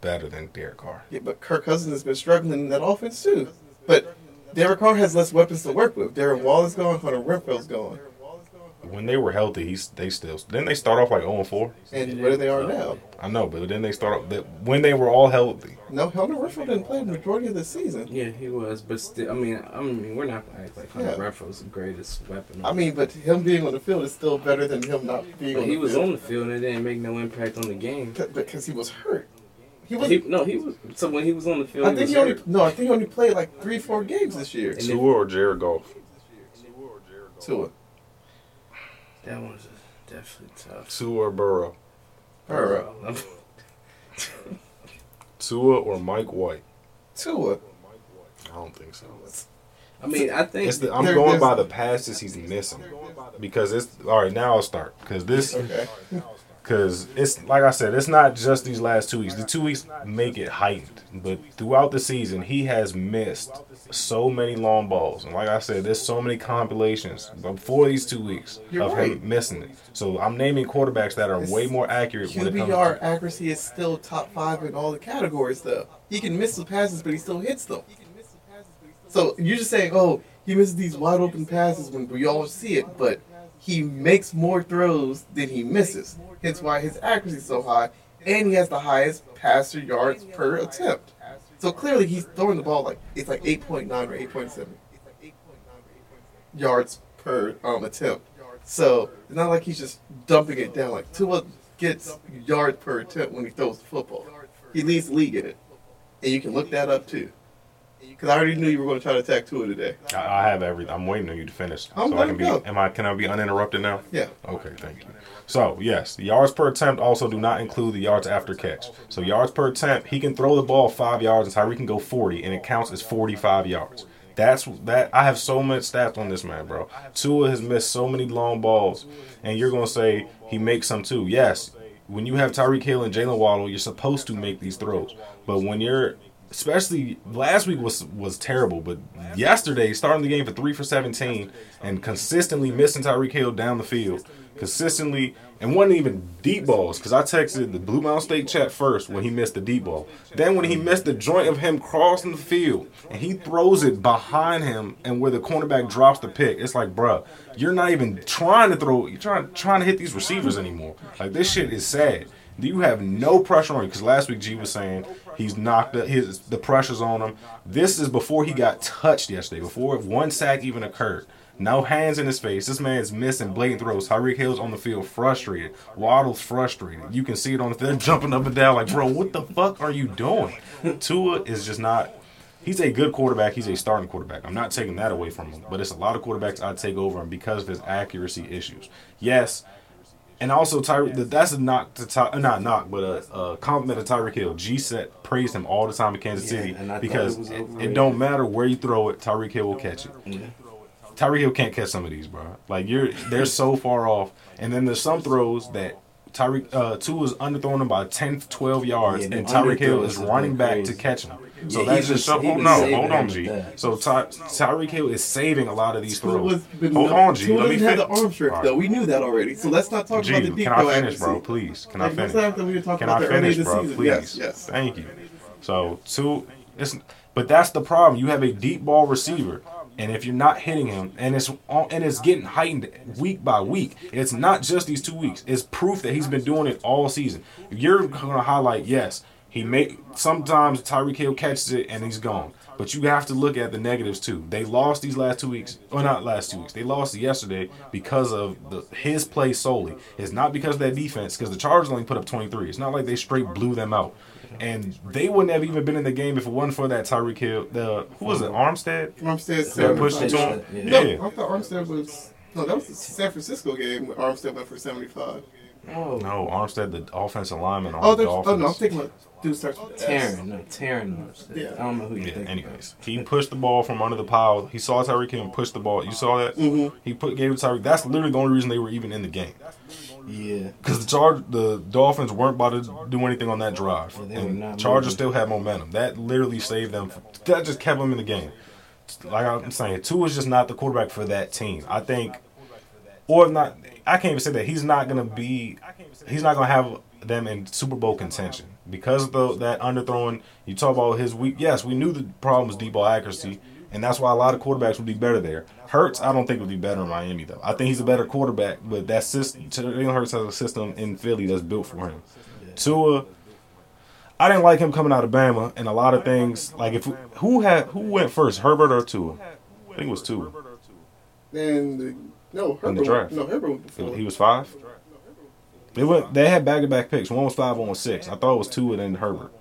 Speaker 5: better than Derek Carr.
Speaker 3: Yeah, but Kirk Cousins has been struggling in that offense too. But Derek Carr has less weapons to work with. Darren Wall is gone, Hunter Renfro's gone,
Speaker 5: When they were healthy, he's they still. Then they start off like 0 4.
Speaker 3: and where they are now.
Speaker 5: I know, but then they start off that when they were all healthy.
Speaker 3: No, Hunter Renfro didn't play the majority of the season.
Speaker 4: Yeah, he was, but still, I mean, I mean, we're not gonna act like Hunter
Speaker 3: Yeah.
Speaker 4: Renfro's the greatest weapon.
Speaker 3: I mean, but him being on the field is still better than him not being
Speaker 4: but
Speaker 3: on
Speaker 4: he
Speaker 3: the
Speaker 4: was
Speaker 3: field
Speaker 4: on the field and it didn't make no impact on the game.
Speaker 3: because he was hurt. He was.
Speaker 4: He, no, he was. So when he was on the field,
Speaker 3: I think he
Speaker 4: he was
Speaker 3: only
Speaker 4: hurt.
Speaker 3: no. I think he only played like three, four games this year.
Speaker 4: And then-
Speaker 5: or Jared Goff?
Speaker 3: Tua,
Speaker 4: That one's definitely tough.
Speaker 5: Tua or Burrow?
Speaker 3: Burrow,
Speaker 5: Tua or Mike White?
Speaker 3: Tua.
Speaker 5: I don't think so.
Speaker 4: I mean, I think
Speaker 5: It's the, I'm
Speaker 3: There-
Speaker 5: going
Speaker 3: there's-
Speaker 5: by the passes he's missing because it's all right. Now I'll start because this
Speaker 3: Okay.
Speaker 5: because it's like I said, it's not just these last two weeks. The two weeks make it heightened, but throughout the season he has missed so many long balls. And like I said, there's so many compilations before these two weeks
Speaker 3: You're
Speaker 5: of
Speaker 3: right.
Speaker 5: him missing it. So I'm naming quarterbacks that are way more accurate when it comes.
Speaker 3: QBR
Speaker 5: to
Speaker 3: accuracy is still top five in all the categories, though. He can miss the passes, but he still hits them. So you're just saying, oh, he misses these wide open passes when we all see it, but he makes more throws than he misses. Hence why his accuracy is so high, and he has the highest passer yards per attempt. So clearly he's throwing the ball like it's like 8.9 or 8.7 yards per um, attempt. So it's not like he's just dumping it down. Like Tua gets yards per attempt when he throws the football. He leads the league in it, and you can look that up too. Because I already knew you were going to try to attack Tua today.
Speaker 5: I, I have everything. I'm waiting on you to finish.
Speaker 3: I'm
Speaker 5: so I can
Speaker 3: good,
Speaker 5: be.
Speaker 3: go.
Speaker 5: Am I? Can I be uninterrupted now?
Speaker 3: Yeah.
Speaker 5: Okay, thank you. So yes, the yards per attempt also do not include the yards after catch. So yards per attempt, he can throw the ball five yards, and Tyreek can go forty, and it counts as forty-five yards. That's that. I have so much stats on this man, bro. Tua has missed so many long balls, and you're gonna say he makes some too. Yes, when you have Tyreek Hill and Jalen Waddle, you're supposed to make these throws. But when you're especially last week was was terrible, but yesterday starting the game for three for seventeen and consistently missing Tyreek Hill down the field, consistently and wasn't even deep balls because I texted the Blue Mountain State chat first when he missed the deep ball. Then when he missed the joint of him crossing the field and he throws it behind him and where the cornerback drops the pick, it's like, bruh, you're not even trying to throw, you're trying trying to hit these receivers anymore. Like this shit is sad. You have no pressure on you because last week G was saying he's knocked the, his the pressures on him. This is before he got touched yesterday, before one sack even occurred. No hands in his face. This man's missing blatant throws. Tyreek Hill's on the field frustrated. Waddle's frustrated. You can see it on the they're jumping up and down like, bro, what the fuck are you doing? Tua is just not. He's a good quarterback. He's a starting quarterback. I'm not taking that away from him, but it's a lot of quarterbacks I'd take over him because of his accuracy issues. Yes, and also, Tyreek, that's a knock to Ty, uh, not a knock, but a, a compliment to Tyreek Hill. G set praised him all the time in Kansas
Speaker 4: Yeah,
Speaker 5: City
Speaker 4: and I thought
Speaker 5: because
Speaker 4: it was
Speaker 5: it, it
Speaker 4: overrated.
Speaker 5: don't matter where you throw it, Tyreek Hill will catch it.
Speaker 4: Mm-hmm.
Speaker 5: Tyreek Hill can't catch some of these, bro. Like you're, they're so far off. And then there's some throws that Tyreek uh, two is underthrowing them by 10, 12 yards,
Speaker 4: Yeah,
Speaker 5: and
Speaker 4: them
Speaker 5: Tyreek Hill
Speaker 4: underthrows
Speaker 5: is
Speaker 4: has been
Speaker 5: running back to
Speaker 4: crazy.
Speaker 5: catch them. So
Speaker 4: Yeah,
Speaker 5: that's
Speaker 4: he
Speaker 5: just
Speaker 4: was-
Speaker 5: so,
Speaker 4: he
Speaker 5: hold,
Speaker 4: was
Speaker 5: no,
Speaker 4: saving
Speaker 5: hold
Speaker 4: them
Speaker 5: on,
Speaker 4: with
Speaker 5: G.
Speaker 4: that.
Speaker 5: So Ty, Tyreek Hill is saving a lot of these throws.
Speaker 3: was- but
Speaker 5: Hold
Speaker 3: no,
Speaker 5: on, G.
Speaker 3: Tua
Speaker 5: Let me
Speaker 3: didn't have the
Speaker 5: finish.
Speaker 3: arm strength,
Speaker 5: All right.
Speaker 3: though. We knew that already. So let's not talk about the
Speaker 5: G,
Speaker 3: deep
Speaker 5: can
Speaker 3: throw
Speaker 5: I finish,
Speaker 3: accuracy.
Speaker 5: bro? Please, can I
Speaker 3: Like,
Speaker 5: finish?
Speaker 3: that's after we were talking
Speaker 5: Can
Speaker 3: about that
Speaker 5: I
Speaker 3: earlier
Speaker 5: finish,
Speaker 3: this
Speaker 5: bro?
Speaker 3: season.
Speaker 5: Please,
Speaker 3: Yes, yes.
Speaker 5: thank you. So two, it's but that's the problem. You have a deep ball receiver, and if you're not hitting him, and it's on, and it's getting heightened week by week. It's not just these two weeks. It's proof that he's been doing it all season. You're gonna highlight, yes, he may sometimes Tyreek Hill catches it and he's gone. But you have to look at the negatives too. They lost these last two weeks, or not last two weeks. They lost yesterday because of the, his play solely. It's not because of that defense, because the Chargers only put up 23. It's not like they straight blew them out, and they wouldn't have even been in the game if it wasn't for that Tyreek Hill. The who was it, Armstead?
Speaker 3: Armstead
Speaker 5: That
Speaker 3: said-
Speaker 5: pushed it to him.
Speaker 3: No,
Speaker 5: Yeah.
Speaker 3: I thought Armstead was. No, that was the San Francisco game where Armstead went for 75.
Speaker 4: Oh, no.
Speaker 5: No, Armstead, the offensive lineman on
Speaker 3: Oh,
Speaker 5: the
Speaker 3: there's, oh
Speaker 5: Dolphins.
Speaker 3: no, I'm thinking about dude starts with S.
Speaker 4: Taryn. No, Taryn. Armstead.
Speaker 3: Yeah.
Speaker 4: I don't know who you
Speaker 5: Yeah,
Speaker 4: think.
Speaker 5: anyways, he pushed the ball from under the pile. He saw Tyreek Hill and pushed the ball. You saw that? Mm-hmm. He put gave it to Tyreek. That's literally the only reason they were even in the game
Speaker 4: Yeah.
Speaker 5: because the charge the Dolphins weren't about to do anything on that drive,
Speaker 4: Yeah, they were
Speaker 5: and
Speaker 4: not
Speaker 5: Chargers
Speaker 4: moving.
Speaker 5: still had momentum. That literally saved them. That just kept them in the game. Like I'm saying, two is just not the quarterback for that team. I think, or not. I can't even say that he's not gonna be. He's not gonna have them in Super Bowl contention because of the, that underthrowing. You talk about his weak. Yes, we knew the problem was deep ball accuracy. And that's why a lot of quarterbacks would be better there. Hurts, I don't think would be better in Miami though. I think he's a better quarterback, but that system, Jalen Hurts has a system in Philly that's built for him. Tua, I didn't like him coming out of Bama, and a lot of things like if who had who went first, Herbert or Tua? I think it was Tua.
Speaker 3: Then the, no Herbert.
Speaker 5: draft.
Speaker 3: No Herbert went before.
Speaker 5: He was five. They went. They had back to back picks. One was five, one was six. I thought it was Tua then Herbert.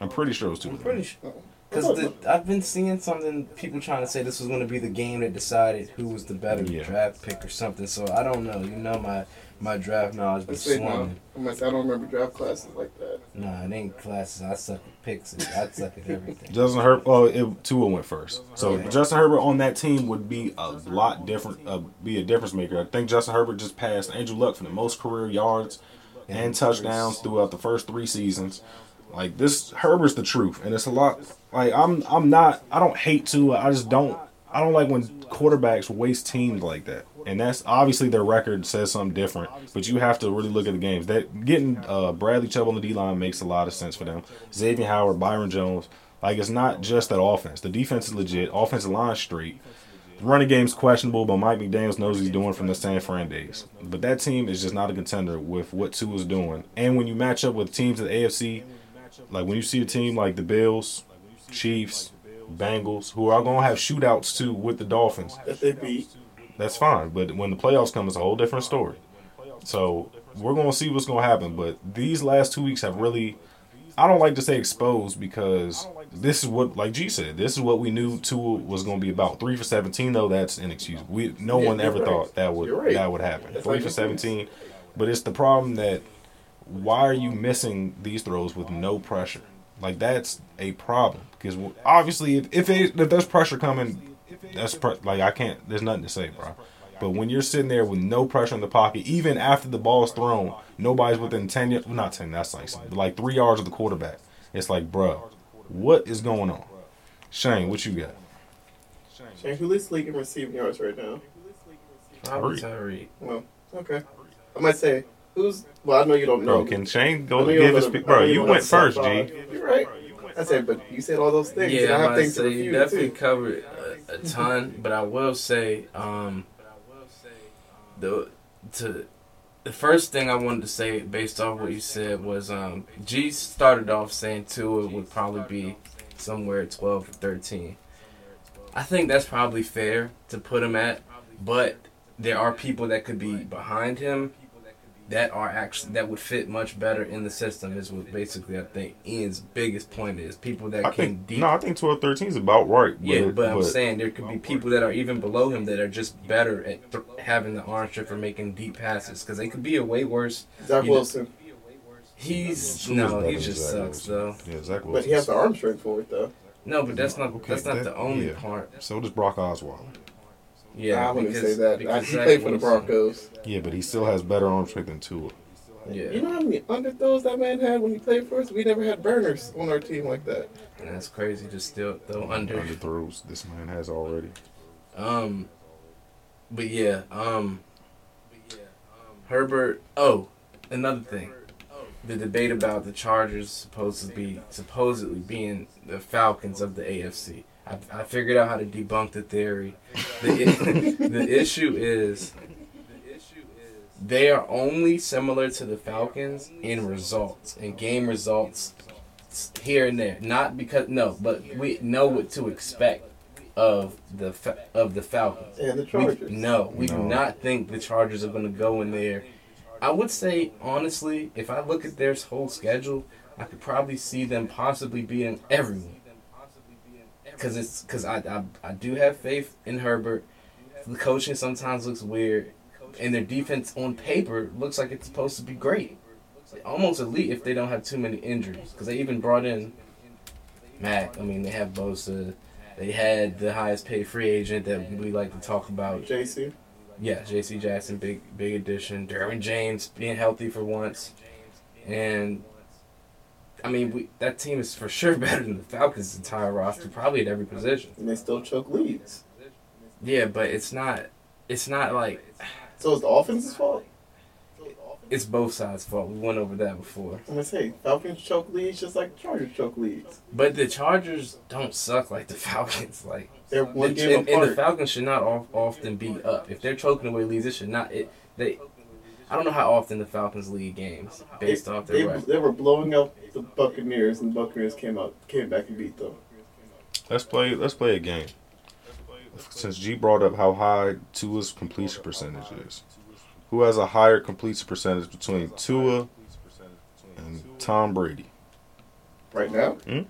Speaker 5: I'm pretty sure it was Tua.
Speaker 4: I'm pretty sure. Because I've been seeing something, people trying to say this was going to be the game that decided who was the better
Speaker 5: Yeah.
Speaker 4: draft pick or something. So I don't know. You know my my draft knowledge
Speaker 3: I
Speaker 4: be
Speaker 3: say no.
Speaker 4: swimming.
Speaker 3: I must- I don't remember draft classes like that.
Speaker 4: Nah, it ain't classes. I suck at picks. and I suck at everything.
Speaker 5: Justin Herbert. Oh, it, Tua went first. So Justin Herbert on that team would be a lot different. Uh, be a difference maker. I think Justin Herbert just passed Andrew Luck for the most career yards and touchdowns throughout the first three seasons. Like this, Herbert's the truth, and it's a lot. Like I'm, I'm not. I don't hate Tua. I just don't. I don't like when quarterbacks waste teams like that. And that's obviously their record says something different, but you have to really look at the games. That getting uh, Bradley Chubb on the D line makes a lot of sense for them. Xavier Howard, Byron Jones, like it's not just that offense. The defense is legit. Offensive line straight. The running game's questionable, but Mike McDaniels knows he's doing from the San Fran days. But that team is just not a contender with what Tua is doing. And when you match up with teams in the AFC, like when you see a team like the Bills, Chiefs, Bengals, who are gonna have shootouts too with the Dolphins,
Speaker 3: That they beat.
Speaker 5: that's fine. But when the playoffs come, it's a whole different story. So we're gonna see what's gonna happen. But these last two weeks have really I don't like to say exposed because this is what, like G said, this is what we knew Tua was going to be about. Three for seventeen, though, that's inexcusable. We no
Speaker 3: Yeah,
Speaker 5: one
Speaker 3: you're
Speaker 5: ever
Speaker 3: right.
Speaker 5: thought that would
Speaker 3: You're right.
Speaker 5: that would happen.
Speaker 3: That's
Speaker 5: Three
Speaker 3: like
Speaker 5: for
Speaker 3: the Saints.
Speaker 5: seventeen, but it's the problem that why are you missing these throws with no pressure? Like that's a problem because obviously if if, it, if there's pressure coming, that's pre- like I can't. There's nothing to say, bro. But when you're sitting there with no pressure in the pocket, even after the ball's thrown, nobody's within ten. y- well, Not ten. That's like like three yards of the quarterback. It's like, bro, what is going on? Shane, what you got?
Speaker 3: Shane, who leads the league in receiving yards right now?
Speaker 4: Probably Tyreek.
Speaker 3: Well, okay. I might say who's. Well, I know you don't know.
Speaker 5: Bro, can Shane
Speaker 3: I
Speaker 5: go
Speaker 3: know
Speaker 5: to
Speaker 3: you don't
Speaker 5: give his?
Speaker 3: know the-
Speaker 5: spe- Bro,
Speaker 3: I know
Speaker 5: you
Speaker 3: don't know
Speaker 5: went
Speaker 3: the top
Speaker 5: first, G.
Speaker 3: five. You're right. I said, but you said all those things, and
Speaker 4: Yeah,
Speaker 3: I have
Speaker 4: I'm about to
Speaker 3: things to
Speaker 4: say you
Speaker 3: refute
Speaker 4: definitely
Speaker 3: too.
Speaker 4: covered a, a ton, but I will say, um, the to the first thing I wanted to say based off what you said was, um, G started off saying Tua would probably be somewhere at 12 or 13. I think that's probably fair to put him at, but there are people that could be behind him that are actually that would fit much better in the system is what basically I think Ian's biggest point is people that
Speaker 5: I
Speaker 4: can
Speaker 5: think
Speaker 4: deep
Speaker 5: no, I think twelve thirteen is about right.
Speaker 4: yeah, but, I'm saying there could be people that are even below him that are just better at th- having the arm strength or making deep passes because they could be a way worse.
Speaker 3: Zach
Speaker 4: You
Speaker 3: Wilson,
Speaker 4: He's
Speaker 5: Tua is
Speaker 4: no,
Speaker 5: better
Speaker 4: he
Speaker 5: than
Speaker 4: just
Speaker 5: Zach
Speaker 4: sucks
Speaker 5: Wilson.
Speaker 4: though.
Speaker 5: Yeah, Zach
Speaker 3: but he has the
Speaker 5: Wilson.
Speaker 3: arm strength for it though.
Speaker 4: No, but that's not
Speaker 5: Okay,
Speaker 4: that's not
Speaker 5: that-
Speaker 4: the only
Speaker 5: yeah.
Speaker 4: part.
Speaker 5: So does Brock Osweiler.
Speaker 4: Yeah,
Speaker 3: I wouldn't
Speaker 4: because-
Speaker 3: say that. I,
Speaker 4: because
Speaker 3: he
Speaker 4: Zach
Speaker 3: played for the
Speaker 4: Wilson-
Speaker 3: Broncos.
Speaker 5: Yeah, but he still has better arm strength than Tua.
Speaker 3: You
Speaker 4: Yeah,
Speaker 3: know how many underthrows that man had when he played for us? We never had burners on our team like that.
Speaker 4: and that's crazy. Just still though under.
Speaker 5: Under throws, this man has already.
Speaker 4: Um, but yeah, um, Herbert. Oh, another thing. The debate about the Chargers supposed to be supposedly being the Falcons of the AFC. I, I figured out how to debunk the theory. The, i- the issue is they are only similar to the Falcons in results in game results here and there. Not because no, but we know what to expect of the Fa- of the Falcons.
Speaker 3: And the
Speaker 4: We-
Speaker 3: Chargers.
Speaker 4: no, we do
Speaker 5: No.
Speaker 4: not think the Chargers are going to go in there. I would say, honestly, if I look at their whole schedule, I could probably see them possibly beating everyone. Because it's because I, I I do have faith in Herbert. The coaching sometimes looks weird, and their defense on paper looks like it's supposed to be great, almost elite if they don't have too many injuries. Because they even brought in Mac. I mean, they have Bosa. They had the highest paid free agent that we like to talk about.
Speaker 3: JC.
Speaker 4: Yeah, J.C. Jackson, big big addition. Derwin James being healthy for once, and I mean we, that team is for sure better than the Falcons' entire roster, probably at every position.
Speaker 3: And they still choke leads.
Speaker 4: Yeah, but it's not it's not like
Speaker 3: So it's the offense's fault?
Speaker 4: it's both sides' fault. We went over that before.
Speaker 3: I'm gonna say Falcons choke leads just like Chargers choke leads.
Speaker 4: But the Chargers don't suck like the Falcons. Like
Speaker 3: They're one
Speaker 4: and,
Speaker 3: game
Speaker 4: and- and the
Speaker 3: apart.
Speaker 4: Falcons should not off, often be up if they're choking away leads. It should not. It, they I don't know how often the Falcons lead games based off
Speaker 3: They,
Speaker 4: their record.
Speaker 3: they were blowing up the Buccaneers, and the Buccaneers came out, came back and beat them.
Speaker 5: Let's play. Let's play a game. Since G brought up how high Tua's completion percentage is, who has a higher completion percentage between Tua and Tom Brady?
Speaker 3: Right now?
Speaker 5: Hmm?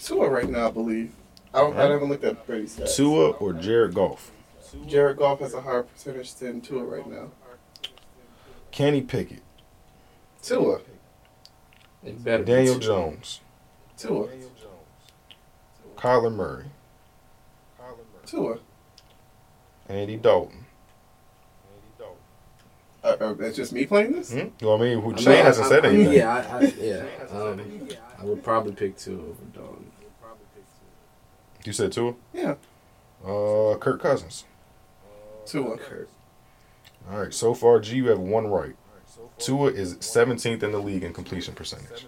Speaker 3: Tua right now, I believe. I don't. I
Speaker 5: Huh?
Speaker 3: haven't looked at Brady's stats.
Speaker 5: Tua or Jared Goff?
Speaker 3: Jared Goff has a higher percentage than Tua right now.
Speaker 5: Kenny Pickett,
Speaker 3: Tua.
Speaker 4: They better be
Speaker 5: Daniel
Speaker 4: two.
Speaker 5: Jones,
Speaker 3: Tua.
Speaker 5: Kyler Murray,
Speaker 3: Tua.
Speaker 5: Andy Dalton.
Speaker 3: Uh, uh, that's just me playing this.
Speaker 5: Hmm? Well, I mean, who-
Speaker 4: I
Speaker 5: Shane
Speaker 4: mean,
Speaker 5: hasn't
Speaker 4: I-
Speaker 5: said
Speaker 4: I mean,
Speaker 5: anything.
Speaker 4: Yeah, I, I, yeah. Um, I would probably pick two over Dog.
Speaker 5: You said Tua.
Speaker 3: Yeah.
Speaker 5: Uh, Kirk Cousins.
Speaker 3: Tua.
Speaker 5: All right, so far, G, you have one right. Tua is 17th in the league in completion percentage.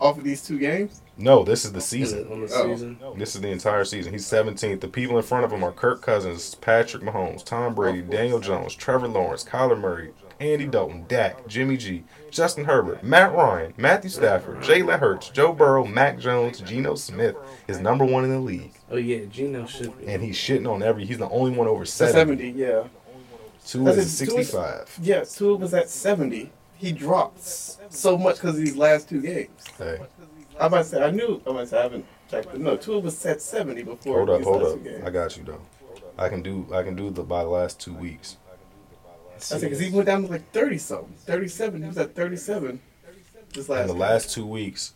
Speaker 3: Off of these two games,
Speaker 5: No, this is the
Speaker 4: Season.
Speaker 5: season.
Speaker 4: On the
Speaker 3: Oh.
Speaker 4: season.
Speaker 5: This is the entire season. He's 17th. The people in front of him are Kirk Cousins, Patrick Mahomes, Tom Brady, Daniel Jones, Trevor Lawrence, Kyler Murray, Andy Dalton, Dak, Jimmy G, Justin Herbert, Matt Ryan, Matthew Stafford, Jalen Hurts, Joe Burrow, Mac Jones, Geno Smith is number one in the league.
Speaker 4: Oh yeah, Gino should be.
Speaker 5: And he's shitting on every. He's the only one over
Speaker 3: The
Speaker 5: 70.
Speaker 3: seventy. Yeah.
Speaker 5: Tua
Speaker 3: That's
Speaker 5: is
Speaker 3: it. Tua-
Speaker 5: 65.
Speaker 3: Yeah. Tua was at seventy. he dropped s- so much because of these last two games.
Speaker 5: Hey,
Speaker 3: I might say I knew. I might say I haven't checked. But no, two of us said seventy before.
Speaker 5: hold up,
Speaker 3: these
Speaker 5: hold
Speaker 3: last
Speaker 5: up.
Speaker 3: two games.
Speaker 5: I got you though. I can do I can do the by the last two weeks.
Speaker 3: I think because he went down to like thirty something, thirty seven. He was at thirty seven. This last.
Speaker 5: In the last two weeks,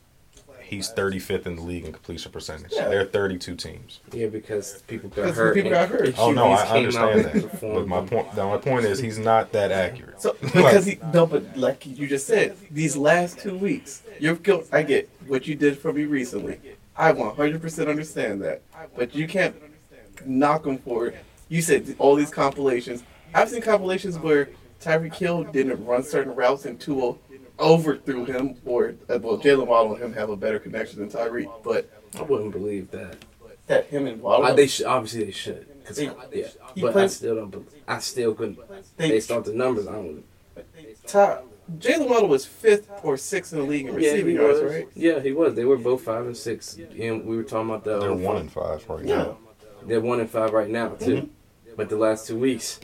Speaker 5: he's 35th in the league in completion percentage.
Speaker 3: Yeah.
Speaker 5: There are 32 teams.
Speaker 4: Yeah, because people got
Speaker 3: Because
Speaker 4: hurt.
Speaker 3: people
Speaker 4: and-
Speaker 3: got hurt.
Speaker 4: and
Speaker 5: Oh no,
Speaker 4: QBs
Speaker 5: I
Speaker 4: came out
Speaker 5: understand
Speaker 4: and
Speaker 5: that.
Speaker 4: performed
Speaker 5: But my
Speaker 4: them.
Speaker 5: point, now my point is, he's not that accurate.
Speaker 3: So because he no, but like you just said, these last two weeks, you're guilt. I get what you did for me recently. I 100% understand that, but you can't knock him for it. You said all these compilations. I've seen compilations where Tyreek Hill didn't run certain routes and Tua overthrew him, or uh, well, Jalen Waddle and him have a better connection than Tyreek, but
Speaker 4: I wouldn't believe that.
Speaker 3: that him and
Speaker 4: Uh,
Speaker 3: Waddle,
Speaker 4: they should obviously they should. 'cause-
Speaker 3: They-
Speaker 4: yeah,
Speaker 3: he
Speaker 4: but I
Speaker 3: plays-
Speaker 4: still don't. bel- I still couldn't.
Speaker 3: They-
Speaker 4: based off the numbers, I don't.
Speaker 3: top. Jalen Waddle was fifth or sixth in the league in receiving yards, right?
Speaker 4: Yeah, he was. They were both five and six, and we were talking about the.
Speaker 5: They're one and five right
Speaker 3: Yeah.
Speaker 5: now.
Speaker 4: They're one and five right now too.
Speaker 5: Mm-hmm.
Speaker 4: But the last two weeks,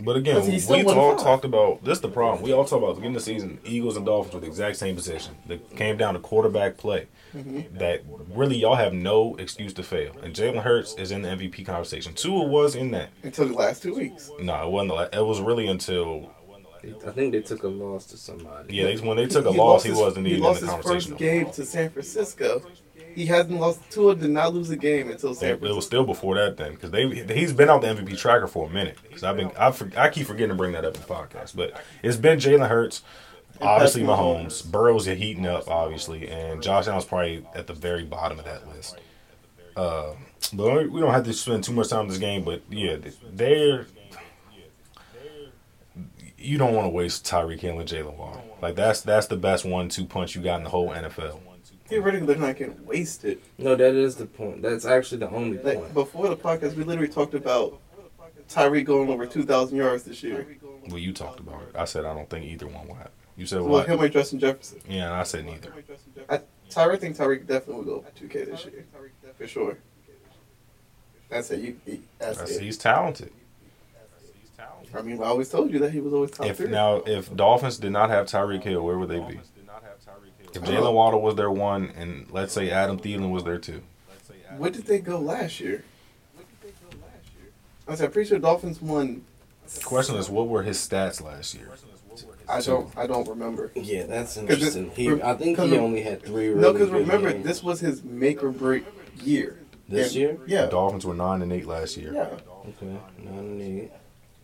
Speaker 5: But
Speaker 3: Because
Speaker 5: again,
Speaker 3: he's still
Speaker 5: we
Speaker 3: one
Speaker 5: all
Speaker 3: five.
Speaker 5: talked about this. Is the problem we all talk about beginning of the season, Eagles and Dolphins were the exact same position. It came down to quarterback play.
Speaker 3: Mm-hmm.
Speaker 5: That really y'all have no excuse to fail. And Jalen Hurts is in the MVP conversation. Tua was in that.
Speaker 3: Until the last two weeks.
Speaker 5: No, it wasn't. like- It was really until
Speaker 4: I think they took a loss to somebody.
Speaker 5: yeah, they, when they took a
Speaker 3: He
Speaker 5: loss,
Speaker 3: lost
Speaker 5: he
Speaker 3: his-
Speaker 5: wasn't even
Speaker 3: He
Speaker 5: in
Speaker 3: lost
Speaker 5: the
Speaker 3: his
Speaker 5: conversation.
Speaker 3: first game to San Francisco. He hasn't lost. Tua did not lose a game until
Speaker 5: They,
Speaker 3: San
Speaker 5: it was
Speaker 3: Francisco.
Speaker 5: still before that then, because they he's been out the MVP tracker for a minute. Because I've been I, for, I keep forgetting to bring that up in the podcast, but it's been Jalen Hurts, obviously
Speaker 3: Patrick
Speaker 5: Mahomes, Burrow's are heating up obviously, and Josh Allen's probably at the very bottom of that list. Uh, but we- we don't have to spend too much time on this game. But yeah, they're you don't want to waste Tyreek Hill and Jalen Waddle. Like that's that's the best one-two punch you got in the whole NFL.
Speaker 3: Theoretically, they're not getting wasted.
Speaker 4: No, that is the point. That's actually the only
Speaker 3: Like,
Speaker 4: point.
Speaker 3: before the podcast, we literally talked about Tyree going over 2,000 yards this year.
Speaker 5: Well, you talked about it. I said I don't think either one will happen. You said
Speaker 3: Well,
Speaker 5: what?
Speaker 3: him or Justin Jefferson.
Speaker 5: Yeah, and I said neither.
Speaker 3: I, Tyree think Tyreek definitely will go over 2K this year. For sure. That's it. You, you- that's
Speaker 5: I said
Speaker 3: it.
Speaker 5: he's talented.
Speaker 3: I mean, I always told you that he was always top
Speaker 5: If
Speaker 3: three.
Speaker 5: now if Dolphins did not have Tyreek Hill, where would they be? If Jalen Waddle was their one, and let's say Adam Thielen was their two,
Speaker 3: What did they go last year? I said, I'm pretty sure Dolphins won.
Speaker 5: the question is what were his stats last year?
Speaker 3: I don't. I don't remember.
Speaker 4: Yeah, that's
Speaker 3: it-
Speaker 4: interesting. He,
Speaker 3: rem-
Speaker 4: I think
Speaker 3: 'cause
Speaker 4: he
Speaker 3: rem-
Speaker 4: only had three. Really
Speaker 3: No, because
Speaker 4: good
Speaker 3: remember,
Speaker 4: games.
Speaker 3: this was his make or break year.
Speaker 4: This
Speaker 3: And-
Speaker 4: year?
Speaker 5: The
Speaker 3: Yeah.
Speaker 5: Dolphins were nine and eight last year.
Speaker 3: Yeah.
Speaker 4: Okay, nine and eight.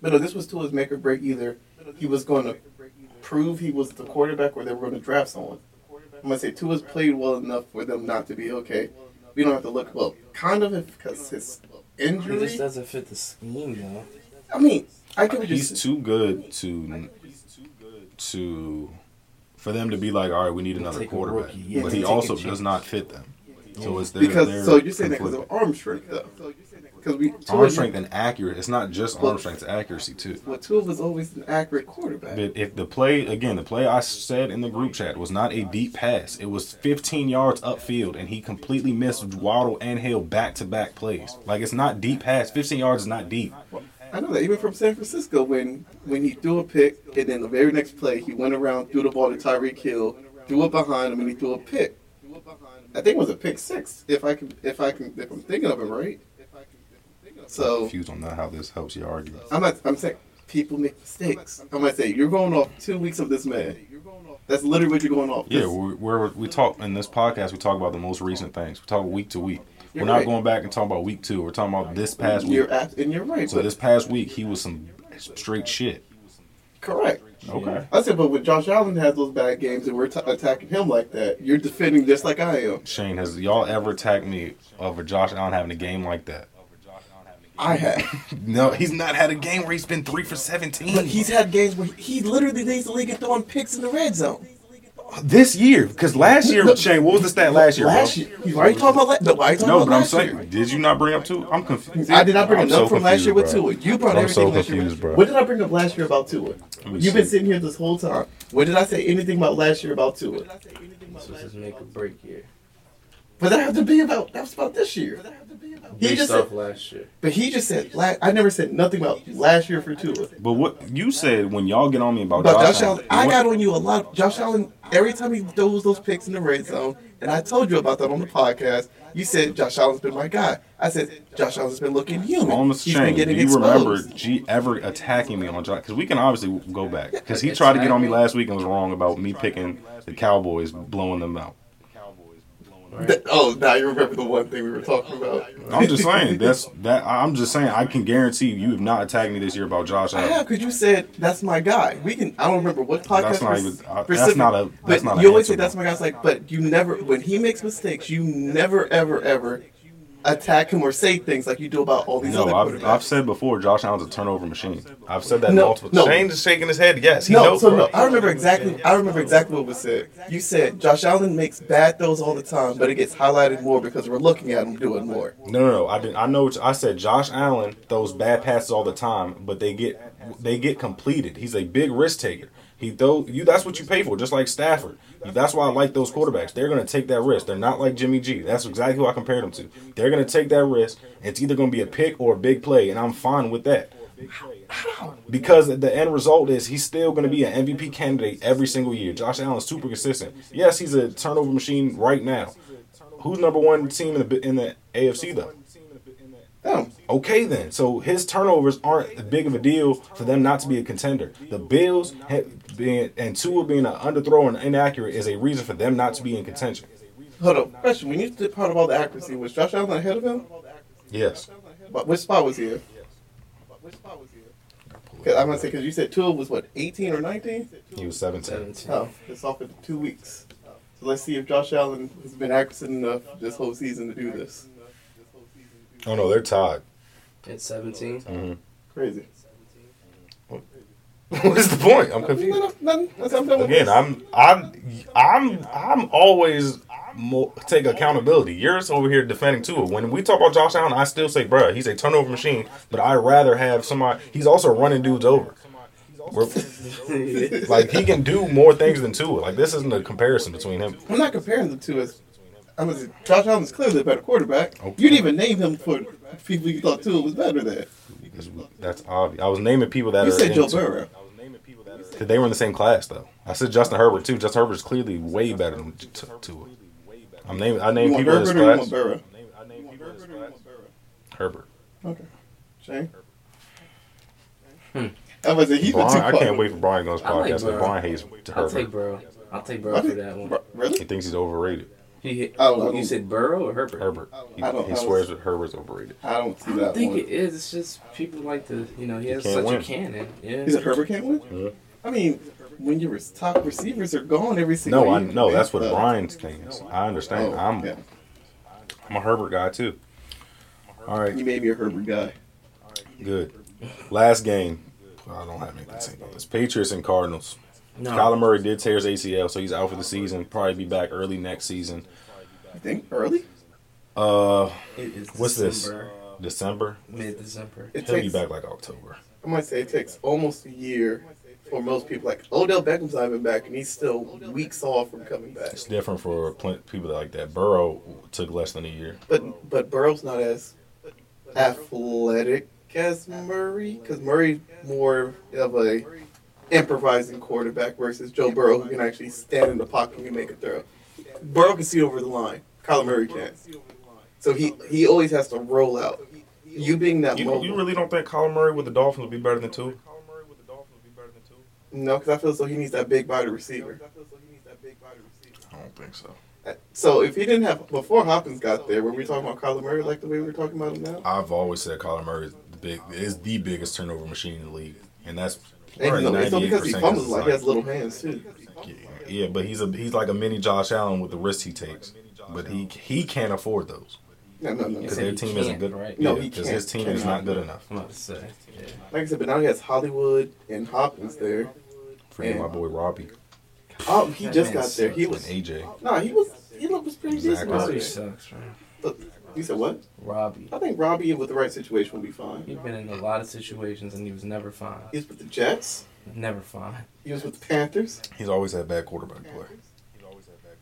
Speaker 3: But no, this was to his make or break either. He was going to prove he was the quarterback or they were going to draft someone. I'm going to say Tua's played well enough for them not to be okay. We don't have to look, well, kind of because his
Speaker 4: He just
Speaker 3: injury.
Speaker 4: doesn't fit the scheme though.
Speaker 3: I mean, I could
Speaker 5: He's
Speaker 3: just.
Speaker 5: too good to to for them to be like, all right, we need another
Speaker 4: Take a
Speaker 5: quarterback.
Speaker 4: rookie, yeah,
Speaker 5: but
Speaker 4: take
Speaker 5: he
Speaker 4: a
Speaker 5: also
Speaker 4: chance.
Speaker 5: does not fit them. So it's their,
Speaker 3: Because,
Speaker 5: their
Speaker 3: so you're saying that because
Speaker 5: conflicting.
Speaker 3: of arm strength, though. Because we.
Speaker 5: arm
Speaker 3: Tua,
Speaker 5: strength and accurate. It's not just arm
Speaker 3: Well-
Speaker 5: strength; it's accuracy too.
Speaker 3: well, Tua was always an accurate quarterback.
Speaker 5: But if the play again, the play I said in the group chat was not a deep pass. It was 15 yards upfield, and he completely missed Waddle and Hill back to back plays. Like it's not deep pass. 15 yards is not deep.
Speaker 3: I know that even from San Francisco when when he threw a pick and then the very next play he went around threw the ball to Tyreek Hill, threw it behind him and he threw a pick. I think it was a pick six if I can if I can if I'm thinking of it right.
Speaker 5: I'm
Speaker 3: So
Speaker 5: confused on that how this helps your argument.
Speaker 3: I'm not I'm saying people make mistakes. I'm gonna say you're going off two weeks of this man. That's literally what you're going off.
Speaker 5: Yeah,
Speaker 3: This-
Speaker 5: we're, we're we talk in this podcast. We talk about the most recent things. We talk week to week. We're
Speaker 3: You're
Speaker 5: not
Speaker 3: right.
Speaker 5: going back and talking about week two. We're talking about this past week.
Speaker 3: you're at, and you're right.
Speaker 5: So
Speaker 3: but
Speaker 5: this past week, he was some straight shit.
Speaker 3: correct.
Speaker 5: Okay.
Speaker 3: I said, but when Josh Allen has those bad games and we're t- attacking him like that, you're defending just like I am.
Speaker 5: Shane, has y'all ever attacked me over Josh Allen having a game like that?
Speaker 3: I have.
Speaker 5: No, he's not had a game where he's been three for seventeen.
Speaker 3: But he's had games where he literally leads the league in throwing picks in the red zone.
Speaker 5: this year, because last year,
Speaker 3: No.
Speaker 5: Shane, what was the stat last year?
Speaker 3: Last
Speaker 5: bro?
Speaker 3: year, why are you talking about that? No, why are you talking
Speaker 5: No,
Speaker 3: about
Speaker 5: but I'm
Speaker 3: last
Speaker 5: saying,
Speaker 3: year?
Speaker 5: did you not bring up two? I'm confused.
Speaker 3: I did not bring
Speaker 5: I'm
Speaker 3: it up
Speaker 5: so
Speaker 3: from last year with
Speaker 5: confused, bro.
Speaker 3: Tua. You brought
Speaker 5: I'm
Speaker 3: everything
Speaker 5: so
Speaker 3: last year.
Speaker 5: confused, bro.
Speaker 3: What did I bring up last year about Tua?
Speaker 5: me
Speaker 3: You've been
Speaker 5: see.
Speaker 3: sitting here this whole time. When did I say anything about last year about Tua?
Speaker 4: This was his make or break year.
Speaker 3: But that had to be about that was about this year. He
Speaker 4: based
Speaker 3: just
Speaker 4: off
Speaker 3: said,
Speaker 4: last year.
Speaker 3: but he just said la- I never said nothing about last year for Tua.
Speaker 5: But what you said when y'all get on me about
Speaker 3: But
Speaker 5: Oh, Josh,
Speaker 3: Josh Allen, I got on you a lot. Josh Allen, every time he throws those picks in the red zone, and I told you about that on the podcast. You said Josh Allen's been my guy. I said Josh Allen's been looking human.
Speaker 5: on the
Speaker 3: He's been
Speaker 5: chain. Do
Speaker 3: getting
Speaker 5: you remember
Speaker 3: exposed.
Speaker 5: G ever attacking me on Josh? Because we can obviously go back. Because he tried to get on me last week and was wrong about me picking the Cowboys blowing them out.
Speaker 3: Th- oh, now you remember the one thing we were talking about.
Speaker 5: I'm just saying that's that. I'm just saying I can guarantee you have not attacked me this year about Josh
Speaker 3: Yeah,
Speaker 5: Allen.
Speaker 3: because you said that's my guy. We can. I don't remember what podcast.
Speaker 5: That's not
Speaker 3: was
Speaker 5: even- uh, that's
Speaker 3: specific,
Speaker 5: not a-
Speaker 3: but
Speaker 5: that's not an
Speaker 3: you always
Speaker 5: answer,
Speaker 3: say that's
Speaker 5: bro.
Speaker 3: my guy. It's like, but you never. When he makes mistakes, you never, ever, ever attack him or say things like you do about all these
Speaker 5: No,
Speaker 3: other
Speaker 5: I've,
Speaker 3: quarterbacks.
Speaker 5: I've said before Josh Allen's a turnover machine. I've said that
Speaker 3: No,
Speaker 5: multiple
Speaker 3: no.
Speaker 5: times. Shane is shaking his head. Yes, he
Speaker 3: no,
Speaker 5: knows.
Speaker 3: so no, I remember exactly. I remember exactly what was said. You said Josh Allen makes bad throws all the time, but it gets highlighted more because we're looking at him doing more.
Speaker 5: No, no, no. I didn't. I know. What you- I said Josh Allen throws bad passes all the time, but they get they get completed. He's a big risk taker. He throw you. That's what you pay for. Just like Stafford. That's why I like those quarterbacks. They're gonna take that risk. They're not like Jimmy G. That's exactly who I compared them to. They're gonna take that risk. It's either gonna be a pick or a big play, and I'm fine with that. Because the end result is he's still going to be an MVP candidate every single year. Josh Allen's super consistent. Yes, he's a turnover machine right now. Who's number one team in the in the AFC though? Oh,
Speaker 3: Them.
Speaker 5: Okay then. So his turnovers aren't as big of a deal for them not to be a contender. The Bills ha- being and Tua being an underthrow and inaccurate is a reason for them not to be in contention.
Speaker 3: Hold up, question. When you did part about the accuracy, was Josh Allen ahead of him?
Speaker 5: Yes.
Speaker 3: What, which spot was he in? Cause I'm gonna say because you said Tua was what 18 or 19.
Speaker 5: He was 17.
Speaker 4: Seventeen.
Speaker 3: Oh, it's off in two weeks. So let's see if Josh Allen has been accurate enough this whole season to do this.
Speaker 5: Oh no, they're tied.
Speaker 4: At seventeen.
Speaker 3: Crazy.
Speaker 5: What's the point? I'm
Speaker 3: No,
Speaker 5: confused.
Speaker 3: no, nothing. That's- I'm done with
Speaker 5: Again,
Speaker 3: this.
Speaker 5: I'm I'm I'm I'm always mo- take accountability. You're just over here defending Tua. When we talk about Josh Allen, I still say, bruh, he's a turnover machine. But I rather have somebody. He's also running dudes over. We're- like he can do more things than Tua. Like this isn't a comparison between him.
Speaker 3: I'm not comparing the two as. I mean, Josh Allen's clearly a better quarterback. You didn't even name him for people you thought Tua was better than.
Speaker 5: 'Cause That's obvious. I was naming people that
Speaker 3: You
Speaker 5: are
Speaker 3: said
Speaker 5: in
Speaker 3: Joe
Speaker 5: Tua.
Speaker 3: Burrow.
Speaker 5: They were in the same class though. I said Justin Herbert too. Justin Herbert's clearly way better than T- Tua. I'm naming. I
Speaker 3: You
Speaker 5: named
Speaker 3: want
Speaker 5: people in his
Speaker 3: Herbert or you want
Speaker 5: class.
Speaker 3: Burrow?
Speaker 5: Herbert.
Speaker 3: Okay. Shane? I was like, he's been too
Speaker 5: Brian, Hmm. I
Speaker 3: far.
Speaker 5: can't wait for Brian to go on this
Speaker 4: I like
Speaker 5: podcast because
Speaker 4: Brian.
Speaker 5: Brian hates
Speaker 4: I'll take
Speaker 5: Herbert.
Speaker 4: Burrow. I'll take Burrow
Speaker 3: I
Speaker 4: for
Speaker 3: think-
Speaker 4: that one.
Speaker 3: Bur- Oh,
Speaker 5: He
Speaker 3: Really?
Speaker 5: thinks he's overrated.
Speaker 4: He hit,
Speaker 3: I don't-
Speaker 4: you said Burrow or Herbert?
Speaker 5: Herbert. He,
Speaker 3: I don't-
Speaker 5: he
Speaker 3: I
Speaker 5: swears that Herbert's overrated.
Speaker 3: I don't see
Speaker 4: I don't
Speaker 3: that
Speaker 4: think
Speaker 3: one.
Speaker 4: it is. It's just people like to, you know, he has
Speaker 5: can't
Speaker 4: such
Speaker 5: win.
Speaker 4: a cannon. Yeah.
Speaker 3: Is it Herbert can't win? I mean, when your top receivers are gone every single
Speaker 5: No, I
Speaker 3: year,
Speaker 5: no. That's what
Speaker 3: uh,
Speaker 5: Brian's thing is. I understand.
Speaker 3: oh,
Speaker 5: I'm
Speaker 3: yeah.
Speaker 5: I'm a Herbert guy too. All
Speaker 3: You
Speaker 5: right,
Speaker 3: may be a Herbert guy.
Speaker 5: good. Last game. I don't have anything to say about this. Patriots and Cardinals.
Speaker 4: No.
Speaker 5: Kyler Murray did tear his ACL, so he's out for the season. Probably be back early next season.
Speaker 3: I think early.
Speaker 5: Uh,
Speaker 4: It is
Speaker 5: what's this?
Speaker 4: December,
Speaker 5: December.
Speaker 4: Mid-December.
Speaker 3: It
Speaker 5: He'll be
Speaker 3: takes,
Speaker 5: back like October.
Speaker 3: I might say it takes almost a year for most people. Like Odell Beckham's not even back, and he's still weeks off from coming back.
Speaker 5: It's different for plen- people like that. Burrow took less than a year.
Speaker 3: But but Burrow's not as athletic as Murray because Murray's more of a improvising quarterback versus Joe Burrow who can actually stand in the pocket and make a throw. Burrow can see over the line. Kyler Murray can't. So he he always has to roll out. You being that
Speaker 5: You,
Speaker 3: mobile,
Speaker 5: you really don't think Colin Murray with the Dolphins would be better than two?
Speaker 3: no, because I feel so he needs that big body receiver.
Speaker 5: I don't think so.
Speaker 3: So if he didn't have before Hopkins got there, were we talking about Kyler Murray like the way we're talking about him now?
Speaker 5: I've always said Colin Murray is the big is the biggest turnover machine in the league, and that's
Speaker 3: And you know, it's not because he
Speaker 5: 98%
Speaker 3: fumbles
Speaker 5: is
Speaker 3: like he has little hands too.
Speaker 5: yeah, yeah, but he's a he's like a mini Josh Allen with the risks he takes, but he he can't afford those
Speaker 3: No, no, no.
Speaker 5: because
Speaker 4: said
Speaker 5: their
Speaker 4: he
Speaker 5: team
Speaker 4: can't,
Speaker 5: isn't good.
Speaker 4: right?
Speaker 5: Yeah,
Speaker 3: No, he
Speaker 5: because his
Speaker 3: can't.
Speaker 5: team is not good enough.
Speaker 4: I'm about to say. Yeah.
Speaker 3: Like I said, but now he has Hollywood and Hopkins there.
Speaker 5: Forget my boy Robbie
Speaker 3: Oh, he just got there. He
Speaker 5: and
Speaker 3: was
Speaker 5: AJ.
Speaker 3: no, he was he looked was pretty decent.
Speaker 5: Exactly.
Speaker 4: Robbie
Speaker 3: last year.
Speaker 4: sucks, bro.
Speaker 3: Look, You said what?
Speaker 4: Robbie.
Speaker 3: I think Robbie with the right situation will be fine.
Speaker 4: He's been in a lot of situations and he was never fine.
Speaker 3: He was with the Jets.
Speaker 4: Never fine.
Speaker 3: He was with the Panthers.
Speaker 5: He's always had bad quarterback play.
Speaker 3: and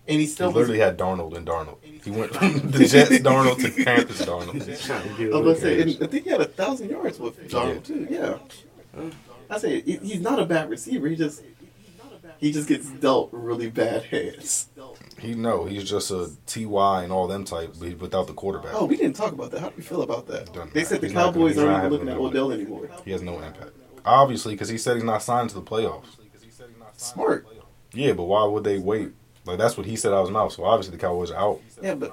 Speaker 3: he
Speaker 2: He
Speaker 3: still was
Speaker 2: literally had Darnold and Darnold. He went from the Jets Darnold to Panthers Darnold.
Speaker 3: I was about to say, and I think he had a thousand yards with Darnold too. Yeah,
Speaker 4: Huh.
Speaker 3: I say he- he's not a bad receiver. He just he just gets dealt really bad hands.
Speaker 2: He no, he's just a Ty and all them type, but without the quarterback.
Speaker 3: Oh, we didn't talk about that. How do you feel about that?
Speaker 2: Doesn't
Speaker 3: They
Speaker 2: matter.
Speaker 3: said the
Speaker 2: He's not gonna-
Speaker 3: Cowboys
Speaker 2: he's not
Speaker 3: aren't even
Speaker 2: having
Speaker 3: looking
Speaker 2: to
Speaker 3: at
Speaker 2: do it.
Speaker 3: Odell anymore.
Speaker 2: He has no impact. Obviously, because he said he's not signed to the playoffs.
Speaker 3: Smart.
Speaker 2: Yeah, but why would they wait? Like that's what he said out of his mouth. So obviously the Cowboys are out.
Speaker 3: Yeah, but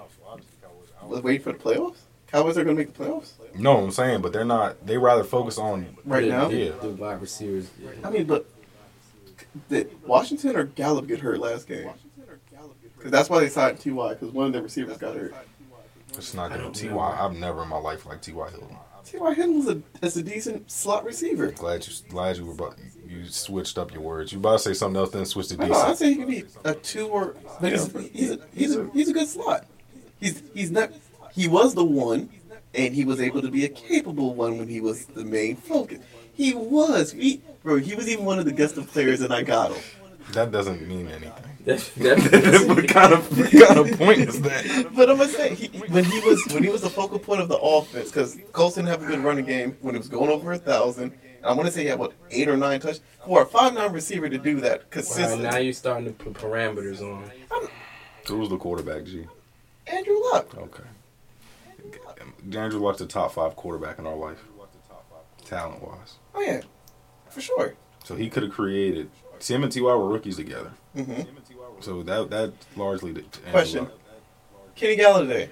Speaker 3: was waiting for the playoffs. Cowboys are going to make the playoffs
Speaker 2: No, I'm saying, but they're not. They rather focus on.
Speaker 3: right now.
Speaker 2: Yeah.
Speaker 4: the wide receivers.
Speaker 3: I mean, but did Washington or Gallup get hurt last game? Because that's why they signed Ty. Because one of their receivers got hurt.
Speaker 2: It's not
Speaker 4: I
Speaker 2: good.
Speaker 4: don't
Speaker 2: Ty,
Speaker 4: know.
Speaker 2: I've never in my life liked Ty Hilton.
Speaker 3: Ty Hilton was a, is a decent slot receiver.
Speaker 2: Glad you, glad you were about, you switched up your words. You about to say something else, then switch to
Speaker 3: I don't know, I'd
Speaker 2: DC.
Speaker 3: say he could be a two or. But he's, he's, a, he's, a, he's a good slot. He's he's not. He was the one, and he was able to be a capable one when he was the main focus. He was. He, bro, he was even one of the guest of players that I got him.
Speaker 2: That doesn't mean anything.
Speaker 4: That-
Speaker 2: what
Speaker 4: that-
Speaker 2: kind of what kind of point is that?
Speaker 3: But I'm gonna say he, when he was when he was the focal point of the offense because Colts didn't have a good running game when he was going over a thousand. And I want to say he had what eight or nine touch for a five nine receiver to do that
Speaker 4: All right,
Speaker 3: consistently.
Speaker 4: now you're starting to put parameters on.
Speaker 2: Who was the quarterback? G.
Speaker 3: Andrew Luck.
Speaker 2: Okay. Andrew Luck's the top five quarterback in our life, talent wise.
Speaker 3: Oh yeah, for sure.
Speaker 2: So he could have created. See, him and Ty were rookies together.
Speaker 3: hmm
Speaker 2: So that that largely. did- Andrew
Speaker 3: Question.
Speaker 2: Luck.
Speaker 3: Kenny Galladay,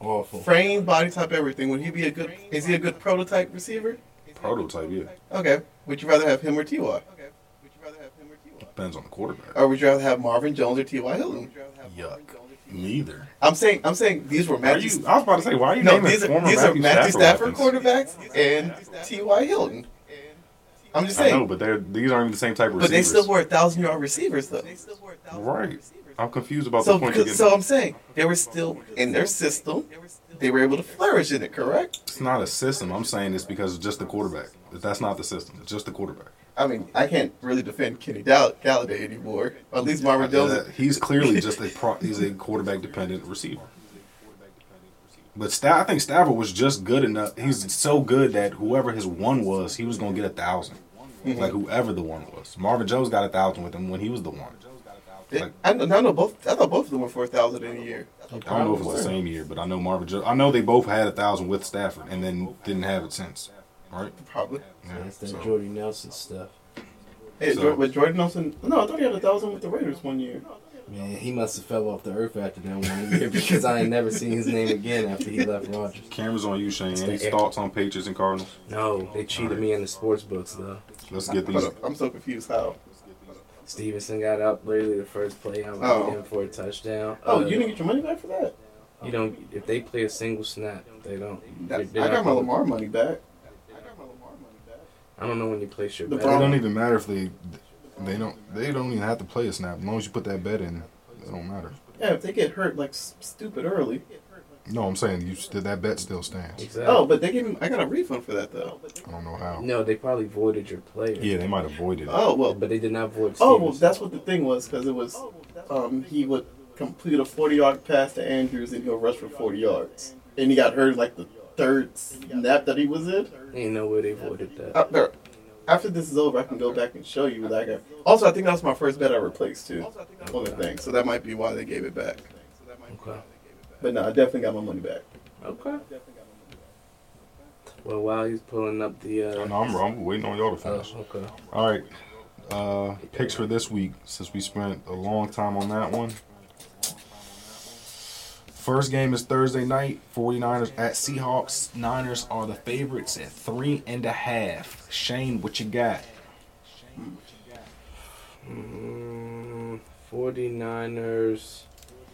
Speaker 4: Awful.
Speaker 3: frame, body type, everything. Would he be a good? Is he a good prototype receiver?
Speaker 2: Prototype, yeah.
Speaker 3: Okay. Would you rather have him or Ty?
Speaker 2: Depends on the quarterback.
Speaker 3: Or would you rather have Marvin Jones or Ty Hilton?
Speaker 2: Yuck. Neither.
Speaker 3: I'm saying I'm saying these were
Speaker 2: Are
Speaker 3: Matthew.
Speaker 2: you, I was about to say, why are you
Speaker 3: No,
Speaker 2: naming
Speaker 3: these are,
Speaker 2: former
Speaker 3: these are
Speaker 2: Matthew,
Speaker 3: Matthew Stafford,
Speaker 2: weapons?
Speaker 3: quarterbacks and T.Y. Hilton. I'm just
Speaker 2: I know,
Speaker 3: saying.
Speaker 2: but they're these aren't even the same type of
Speaker 3: But they
Speaker 2: receivers.
Speaker 3: still were 1,000 yard receivers, though.
Speaker 2: right. I'm confused about
Speaker 3: So,
Speaker 2: the point you're
Speaker 3: because,
Speaker 2: getting.
Speaker 3: so I'm saying they were still in their system. They were able to flourish in it, correct?
Speaker 2: it's not a system. I'm saying it's because it's just the quarterback. That's not the system. It's just the quarterback.
Speaker 3: I mean, I can't really defend Kenny Gall- Galladay anymore. At least Marvin
Speaker 2: Uh,
Speaker 3: Jones.
Speaker 2: he's clearly just a pro, he's a quarterback dependent receiver. But Sta- I think Stafford was just good enough. He's so good that whoever his one was, he was gonna get a 1000 Like whoever the one was, Marvin Jones got a thousand with him when he was the one.
Speaker 3: I, I know both. I thought both of them were 4,000 in a year.
Speaker 2: I don't know if it was the same year, but I know Marvin. Jo- I know they both had a thousand with Stafford, and then didn't have it since. Right?
Speaker 3: Probably.
Speaker 2: Yeah.
Speaker 4: That's that
Speaker 2: So,
Speaker 4: Jordy Nelson stuff.
Speaker 3: Hey,
Speaker 2: So-
Speaker 3: Jor- was Jordan Nelson? No, I thought he had a thousand with the Raiders one year.
Speaker 4: Man, he must have fell off the earth after that one year because I ain't never seen his name again after he left Rogers.
Speaker 2: cameras on you, Shane.
Speaker 4: It's
Speaker 2: Any
Speaker 4: the air.
Speaker 2: thoughts on Patriots and Cardinals?
Speaker 4: No, they cheated me in the sports books though.
Speaker 2: Let's get these.
Speaker 3: Hold up, I'm so confused. How?
Speaker 4: Stevenson got up literally the first play. I was
Speaker 3: Oh.
Speaker 4: in for a touchdown.
Speaker 3: Oh,
Speaker 4: Uh,
Speaker 3: you didn't get your money back for that?
Speaker 4: You don't. If they play a single snap, they don't.
Speaker 3: That-
Speaker 4: they- they're
Speaker 3: I
Speaker 4: not
Speaker 3: got my
Speaker 4: gonna-
Speaker 3: Lamar money back.
Speaker 4: I don't know when you place your
Speaker 3: The
Speaker 4: bet.
Speaker 2: uh, It
Speaker 3: problem-
Speaker 2: don't even matter if they they don't they don't even have to play a snap as long as you put that bet in. It don't matter.
Speaker 3: Yeah, if they get hurt like s- stupid early.
Speaker 2: No, I'm saying you st- that bet still stands.
Speaker 4: Exactly.
Speaker 3: Oh, but they gave me. I got a refund for that though.
Speaker 2: I don't know how.
Speaker 4: No, they probably voided your player.
Speaker 2: Yeah, they might avoid it.
Speaker 3: Oh well.
Speaker 4: But they did not void.
Speaker 3: Oh well,
Speaker 4: Stevenson.
Speaker 3: that's what the thing was because it was. Um, he would complete a 40 yard pass to Andrews and he'll rush for 40 yards. And he got hurt like the third snap that he was in.
Speaker 4: Ain't no way they voided that.
Speaker 3: Uh, there- after this is over, I can go back and show you what I got. Also, I think that was my first bet I replaced too on the thing, so that might be why they gave it back.
Speaker 4: Okay.
Speaker 3: But no, I definitely got my money back.
Speaker 4: Okay. Well, while he's pulling up the. Uh,
Speaker 2: No, I'm wrong. I'm waiting on y'all to
Speaker 4: Oh,
Speaker 2: finish.
Speaker 4: okay.
Speaker 2: All right. Uh, picks for this week since we spent a long time on that one. First game is Thursday night. 49ers at Seahawks. Niners are the favorites at three and a half. Shane, what you got?
Speaker 4: Mm, 49ers.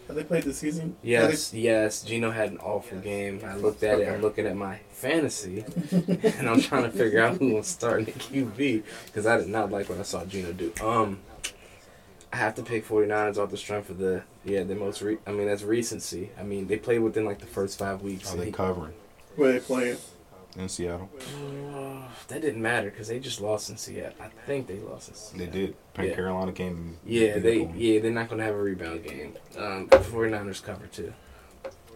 Speaker 3: Have they played this season?
Speaker 4: Yes, yes. Gino had an awful game. I looked at it. I'm looking at my fantasy, and I'm trying to figure out who will start in the QB because I did not like what I saw Gino do. Um, I have to pick 49ers off the strength of the yeah the most. Re- I mean that's recency. I mean they
Speaker 2: Oh,
Speaker 4: played within like the first five weeks.
Speaker 2: Are
Speaker 4: and
Speaker 2: they
Speaker 4: he-
Speaker 2: covering
Speaker 3: Where they playing?
Speaker 2: in Seattle?
Speaker 4: Uh, that didn't matter because they just lost in Seattle. I think they lost in Seattle.
Speaker 5: They did. Pink
Speaker 4: Yeah.
Speaker 5: Carolina came. and
Speaker 4: Yeah,
Speaker 5: beat
Speaker 4: they
Speaker 5: them.
Speaker 4: yeah they're not gonna have a rebound game. Um, 49ers cover too.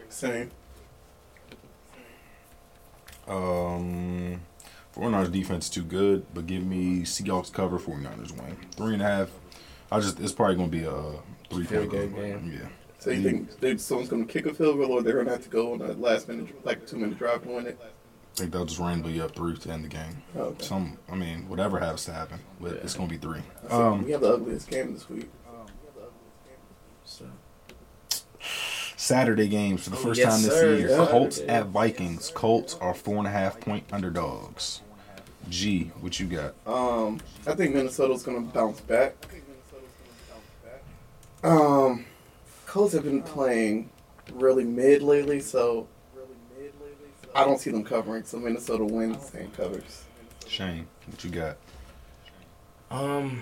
Speaker 3: Same.
Speaker 5: Um, 49ers defense is too good, but give me Seahawks cover, 49ers win. Three and a half. I just it's probably gonna be a three
Speaker 4: Field
Speaker 5: point
Speaker 4: goal
Speaker 5: game.
Speaker 4: game.
Speaker 5: Yeah.
Speaker 3: So you think they, someone's going to kick a field goal, or they're going to have to go on a last minute, like two minute drive to win it?
Speaker 5: I think they'll just randomly up three to end the game.
Speaker 3: Oh, okay.
Speaker 5: Some I mean, whatever has to happen, but
Speaker 4: Yeah.
Speaker 5: it's gonna be three.
Speaker 3: So
Speaker 5: Um
Speaker 3: we have the ugliest game this week.
Speaker 4: So
Speaker 5: Saturday games for the
Speaker 4: Oh,
Speaker 5: first
Speaker 4: yes,
Speaker 5: time this
Speaker 4: sir.
Speaker 5: year.
Speaker 3: Yeah.
Speaker 5: Colts
Speaker 4: Saturday.
Speaker 5: at Vikings. Colts are four and a half point underdogs. G, what you got?
Speaker 3: Um, I think Minnesota's going to bounce back. Um, Colts have been playing really mid lately, so I don't see them covering. So Minnesota wins and covers.
Speaker 5: Shane, what you got?
Speaker 4: um,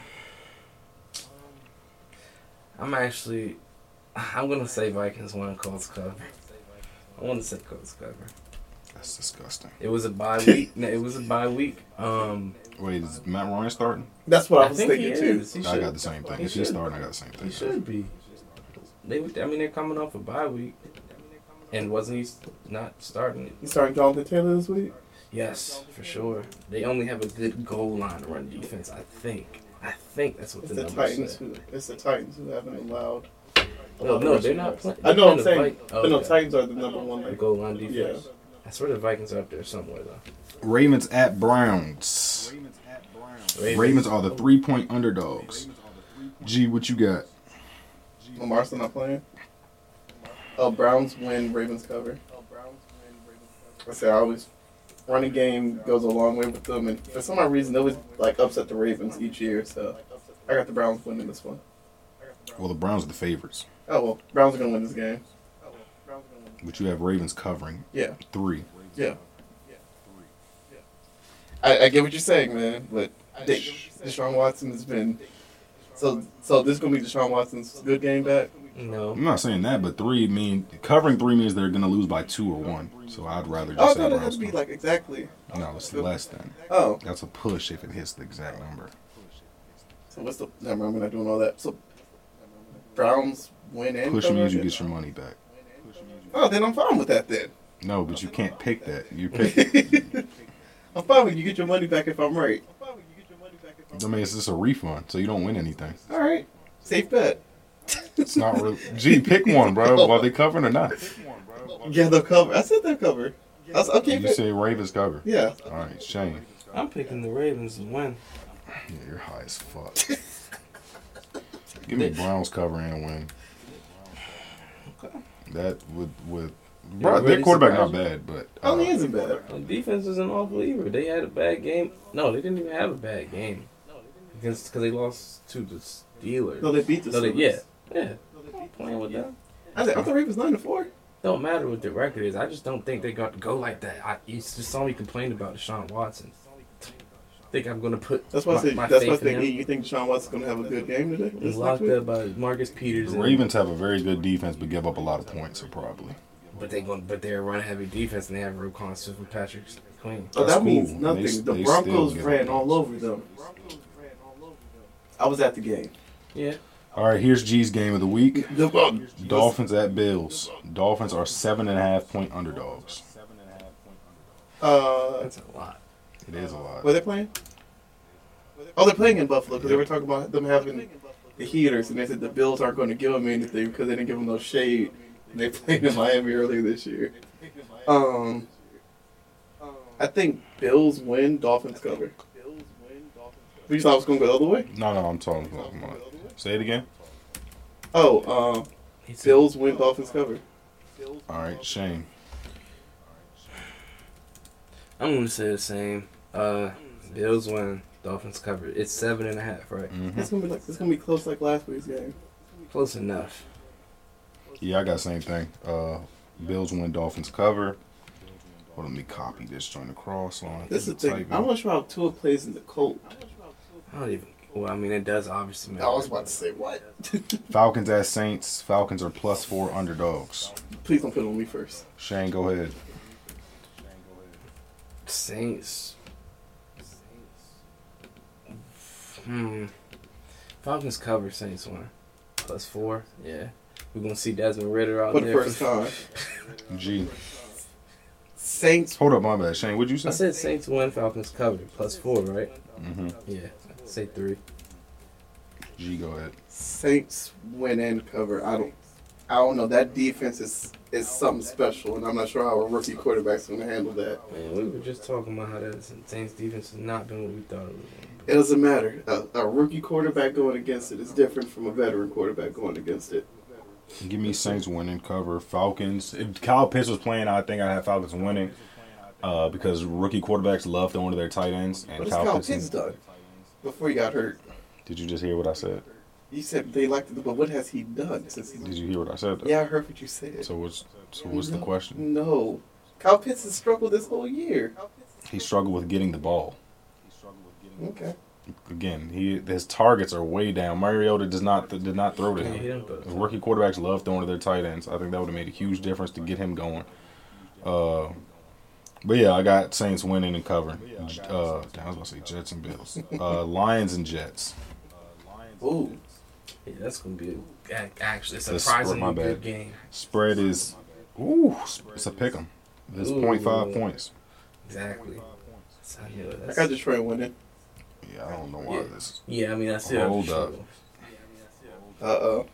Speaker 4: I'm actually I'm gonna say Vikings won Colts cover. I want to say Colts cover.
Speaker 5: That's disgusting.
Speaker 4: It was a bye week. no, it was a bye week. Um,
Speaker 5: Wait, is Matt Ryan starting?
Speaker 3: That's what I
Speaker 4: I
Speaker 3: was
Speaker 4: think he
Speaker 3: thinking too.
Speaker 4: is. He
Speaker 5: I
Speaker 4: should-
Speaker 5: got the same thing.
Speaker 4: he
Speaker 5: If he's
Speaker 4: should.
Speaker 5: starting, I got the same thing.
Speaker 4: He should be. They, I mean, they're coming off a bye week, and wasn't he not starting?
Speaker 3: You starting Jonathan Taylor this week?
Speaker 4: Yes, for sure. They only have a good goal line run defense. I think. I think that's what
Speaker 3: It's
Speaker 4: the,
Speaker 3: the
Speaker 4: numbers
Speaker 3: Titans.
Speaker 4: say.
Speaker 3: Who, it's the Titans who haven't allowed. a
Speaker 4: Oh, No,
Speaker 3: lot of
Speaker 4: no,
Speaker 3: rushing
Speaker 4: they're not
Speaker 3: yards.
Speaker 4: playing.
Speaker 3: I know. I'm
Speaker 4: they're
Speaker 3: saying.
Speaker 4: playing the Vi-
Speaker 3: but no,
Speaker 4: okay.
Speaker 3: Titans are the number one.
Speaker 4: The
Speaker 3: Like,
Speaker 4: goal line
Speaker 3: yeah.
Speaker 4: defense. I swear the Vikings are up there somewhere though.
Speaker 5: Ravens at Browns. Ravens are the three point underdogs. G, what you got?
Speaker 3: Lamar's not playing. Oh, Browns win. Ravens cover. I say I always running game goes a long way with them, and for some odd reason they always like upset the Ravens each year. So I got the Browns winning this one.
Speaker 5: Well, the Browns are the favorites.
Speaker 3: Oh well, Browns are gonna win this game.
Speaker 5: But you have Ravens covering
Speaker 3: Yeah,
Speaker 5: three.
Speaker 3: yeah. I, I get what you're saying, man, but they, Deshaun Watson has been so. So this is gonna be Deshaun Watson's good game back.
Speaker 4: No.
Speaker 5: I'm not saying that, but three mean covering three means they're gonna lose by two or one. So I'd rather
Speaker 3: Oh
Speaker 5: just
Speaker 3: no,
Speaker 5: have
Speaker 3: that has
Speaker 5: Browns.
Speaker 3: to be
Speaker 5: cover.
Speaker 3: like exactly.
Speaker 5: No, it's less than.
Speaker 3: Oh,
Speaker 5: That's a push if it hits the exact number.
Speaker 3: so what's the? Never mind, I'm not doing all that. So Browns win and
Speaker 5: Push
Speaker 3: cover
Speaker 5: means you
Speaker 3: again?
Speaker 5: get your money back.
Speaker 3: Oh, then I'm fine with that then.
Speaker 5: No, but you can't pick that. You pick.
Speaker 3: I'm fine with you get your money back if I'm right.
Speaker 5: I mean, it's just a refund, so you don't win anything.
Speaker 3: All right, safe bet.
Speaker 5: It's not real. G, pick one, bro. While they covering or not?
Speaker 3: Yeah, they'll cover. I said they'll cover. I was, okay,
Speaker 5: You say Ravens cover.
Speaker 3: yeah.
Speaker 5: All right, Shane.
Speaker 4: I'm picking the Ravens to win.
Speaker 5: Yeah, you're high as fuck. Give me Browns cover and win. That would with bro, their
Speaker 4: really
Speaker 5: quarterback
Speaker 4: surprised
Speaker 5: not bad, but uh,
Speaker 3: Oh, he isn't bad.
Speaker 4: The defense is an awful either. They had a bad game. No, they didn't even have a bad game. Against because they lost to the Steelers.
Speaker 3: No, they beat the
Speaker 4: No, they,
Speaker 3: Steelers.
Speaker 4: yeah, yeah. I'm not playing with them.
Speaker 3: I said, I thought Ravens nine to four.
Speaker 4: Don't matter what the record is. I just don't think they got to go like that. I, you just saw me complain about Deshaun Watson. Think I'm gonna put
Speaker 3: That's why I
Speaker 4: my,
Speaker 3: said.
Speaker 4: my
Speaker 3: That's why I
Speaker 4: faith
Speaker 3: think
Speaker 4: in him.
Speaker 3: you think Deshaun Watson's gonna have a good game today.
Speaker 4: He's
Speaker 3: This next
Speaker 4: locked
Speaker 3: week?
Speaker 4: up by Marcus Peters.
Speaker 5: the
Speaker 4: and-
Speaker 5: Ravens have a very good defense, but give up a lot of points, so probably.
Speaker 4: but they going but they're a run heavy defense and they have Roquan Smith and Patrick Queen.
Speaker 3: Oh,
Speaker 5: That's
Speaker 3: that
Speaker 5: cool.
Speaker 3: means
Speaker 5: They
Speaker 3: nothing.
Speaker 5: s-
Speaker 3: the
Speaker 5: they
Speaker 3: Broncos
Speaker 5: still get
Speaker 3: ran
Speaker 5: it.
Speaker 3: all over them. I was at the game.
Speaker 4: Yeah,
Speaker 5: All right, here's G's game of the week.
Speaker 3: The- well,
Speaker 5: Dolphins at Bills. Dolphins are seven and a half point underdogs.
Speaker 3: Uh,
Speaker 4: that's a lot.
Speaker 5: It is a lot.
Speaker 3: were they playing? Oh, they're playing in Buffalo because they were talking about them having the heaters, and they said the Bills aren't going to give them anything because they didn't give them no shade. And they played in Miami earlier this year. Um, I think Bills win, Dolphins cover. We thought it was going to go the other way.
Speaker 5: No, no, I'm talking about. Come on. Say it again.
Speaker 3: Oh, um,
Speaker 4: He's
Speaker 3: Bills win, Dolphins cover.
Speaker 5: All right, Shane.
Speaker 4: I'm gonna say the same. Uh, Bills win. Dolphins cover. It's seven and a half, right?
Speaker 5: hmm
Speaker 3: It's going to be like it's going to be close like last week's game.
Speaker 4: Close enough.
Speaker 5: Yeah, I got same thing. Uh, Bills win, Dolphins cover. Well, let me copy this joint across on.
Speaker 3: This is the thing. I'm not sure how Tua plays in the cold.
Speaker 4: I don't even. Well, I mean, it does obviously matter.
Speaker 3: say what?
Speaker 5: Falcons at Saints. Falcons are plus four underdogs.
Speaker 3: Please don't put it on me first.
Speaker 5: Shane, go ahead.
Speaker 4: Saints Hmm. Falcons cover Saints one. Plus four. Yeah. We're gonna see Desmond Ritter out
Speaker 3: for the
Speaker 4: there.
Speaker 3: first time.
Speaker 5: G.
Speaker 3: Saints.
Speaker 5: Hold up, my bad, Shane. What'd you
Speaker 4: I
Speaker 5: say?
Speaker 4: said Saints win, Falcons cover. Plus four, right?
Speaker 5: Mm-hmm.
Speaker 4: Yeah. Say three.
Speaker 5: G, go ahead.
Speaker 3: Saints win and cover. I don't. I don't know. That defense is is something special, and I'm not sure how a rookie quarterback's going to handle that.
Speaker 4: Man, we were just talking about how that Saints defense has not been what we thought it was. gonna
Speaker 3: It doesn't matter. A, a rookie quarterback going against it is different from a veteran quarterback going against it.
Speaker 5: Give me Saints winning, cover Falcons. If Kyle Pitts was playing, I think I'd have Falcons winning uh, because rookie quarterbacks love throwing to their tight ends. And
Speaker 3: What has
Speaker 5: Kyle,
Speaker 3: Kyle
Speaker 5: Pitts,
Speaker 3: Pitts done before he got hurt?
Speaker 5: Did you just hear what I said?
Speaker 3: You said they liked it, but what has he done since he?
Speaker 5: Did you hear what I said?
Speaker 3: Yeah, I heard what you said.
Speaker 5: So what's so what's the question?
Speaker 3: No, Kyle Pitts has struggled this whole year.
Speaker 5: He struggled with getting the ball.
Speaker 3: Okay.
Speaker 5: Again, he his targets are way down. Mariota does not did not throw to
Speaker 4: be. Yeah, he
Speaker 5: him.
Speaker 4: done throw it.
Speaker 5: Rookie quarterbacks love throwing to their tight ends. I think that would have made a huge difference to get him going. Uh, but yeah, I got Saints winning and covering. Uh, damn, I was about to say Jets and Bills. Uh, Lions and Jets.
Speaker 3: Ooh,
Speaker 4: Yeah, that's gonna be a, a- actually a
Speaker 5: That's-
Speaker 4: surprisingly
Speaker 5: my
Speaker 4: good
Speaker 5: bad.
Speaker 4: game.
Speaker 5: Spread is, ooh, it's a pick 'em. It's
Speaker 4: Ooh.
Speaker 5: 0.5 points.
Speaker 4: Exactly. So, yeah,
Speaker 3: I
Speaker 4: that's-
Speaker 3: got Detroit winning.
Speaker 5: Yeah, I don't know why
Speaker 4: Yeah.
Speaker 5: this.
Speaker 4: yeah, I mean I still
Speaker 5: Hold
Speaker 4: have to
Speaker 5: up.
Speaker 4: show.
Speaker 3: Uh oh.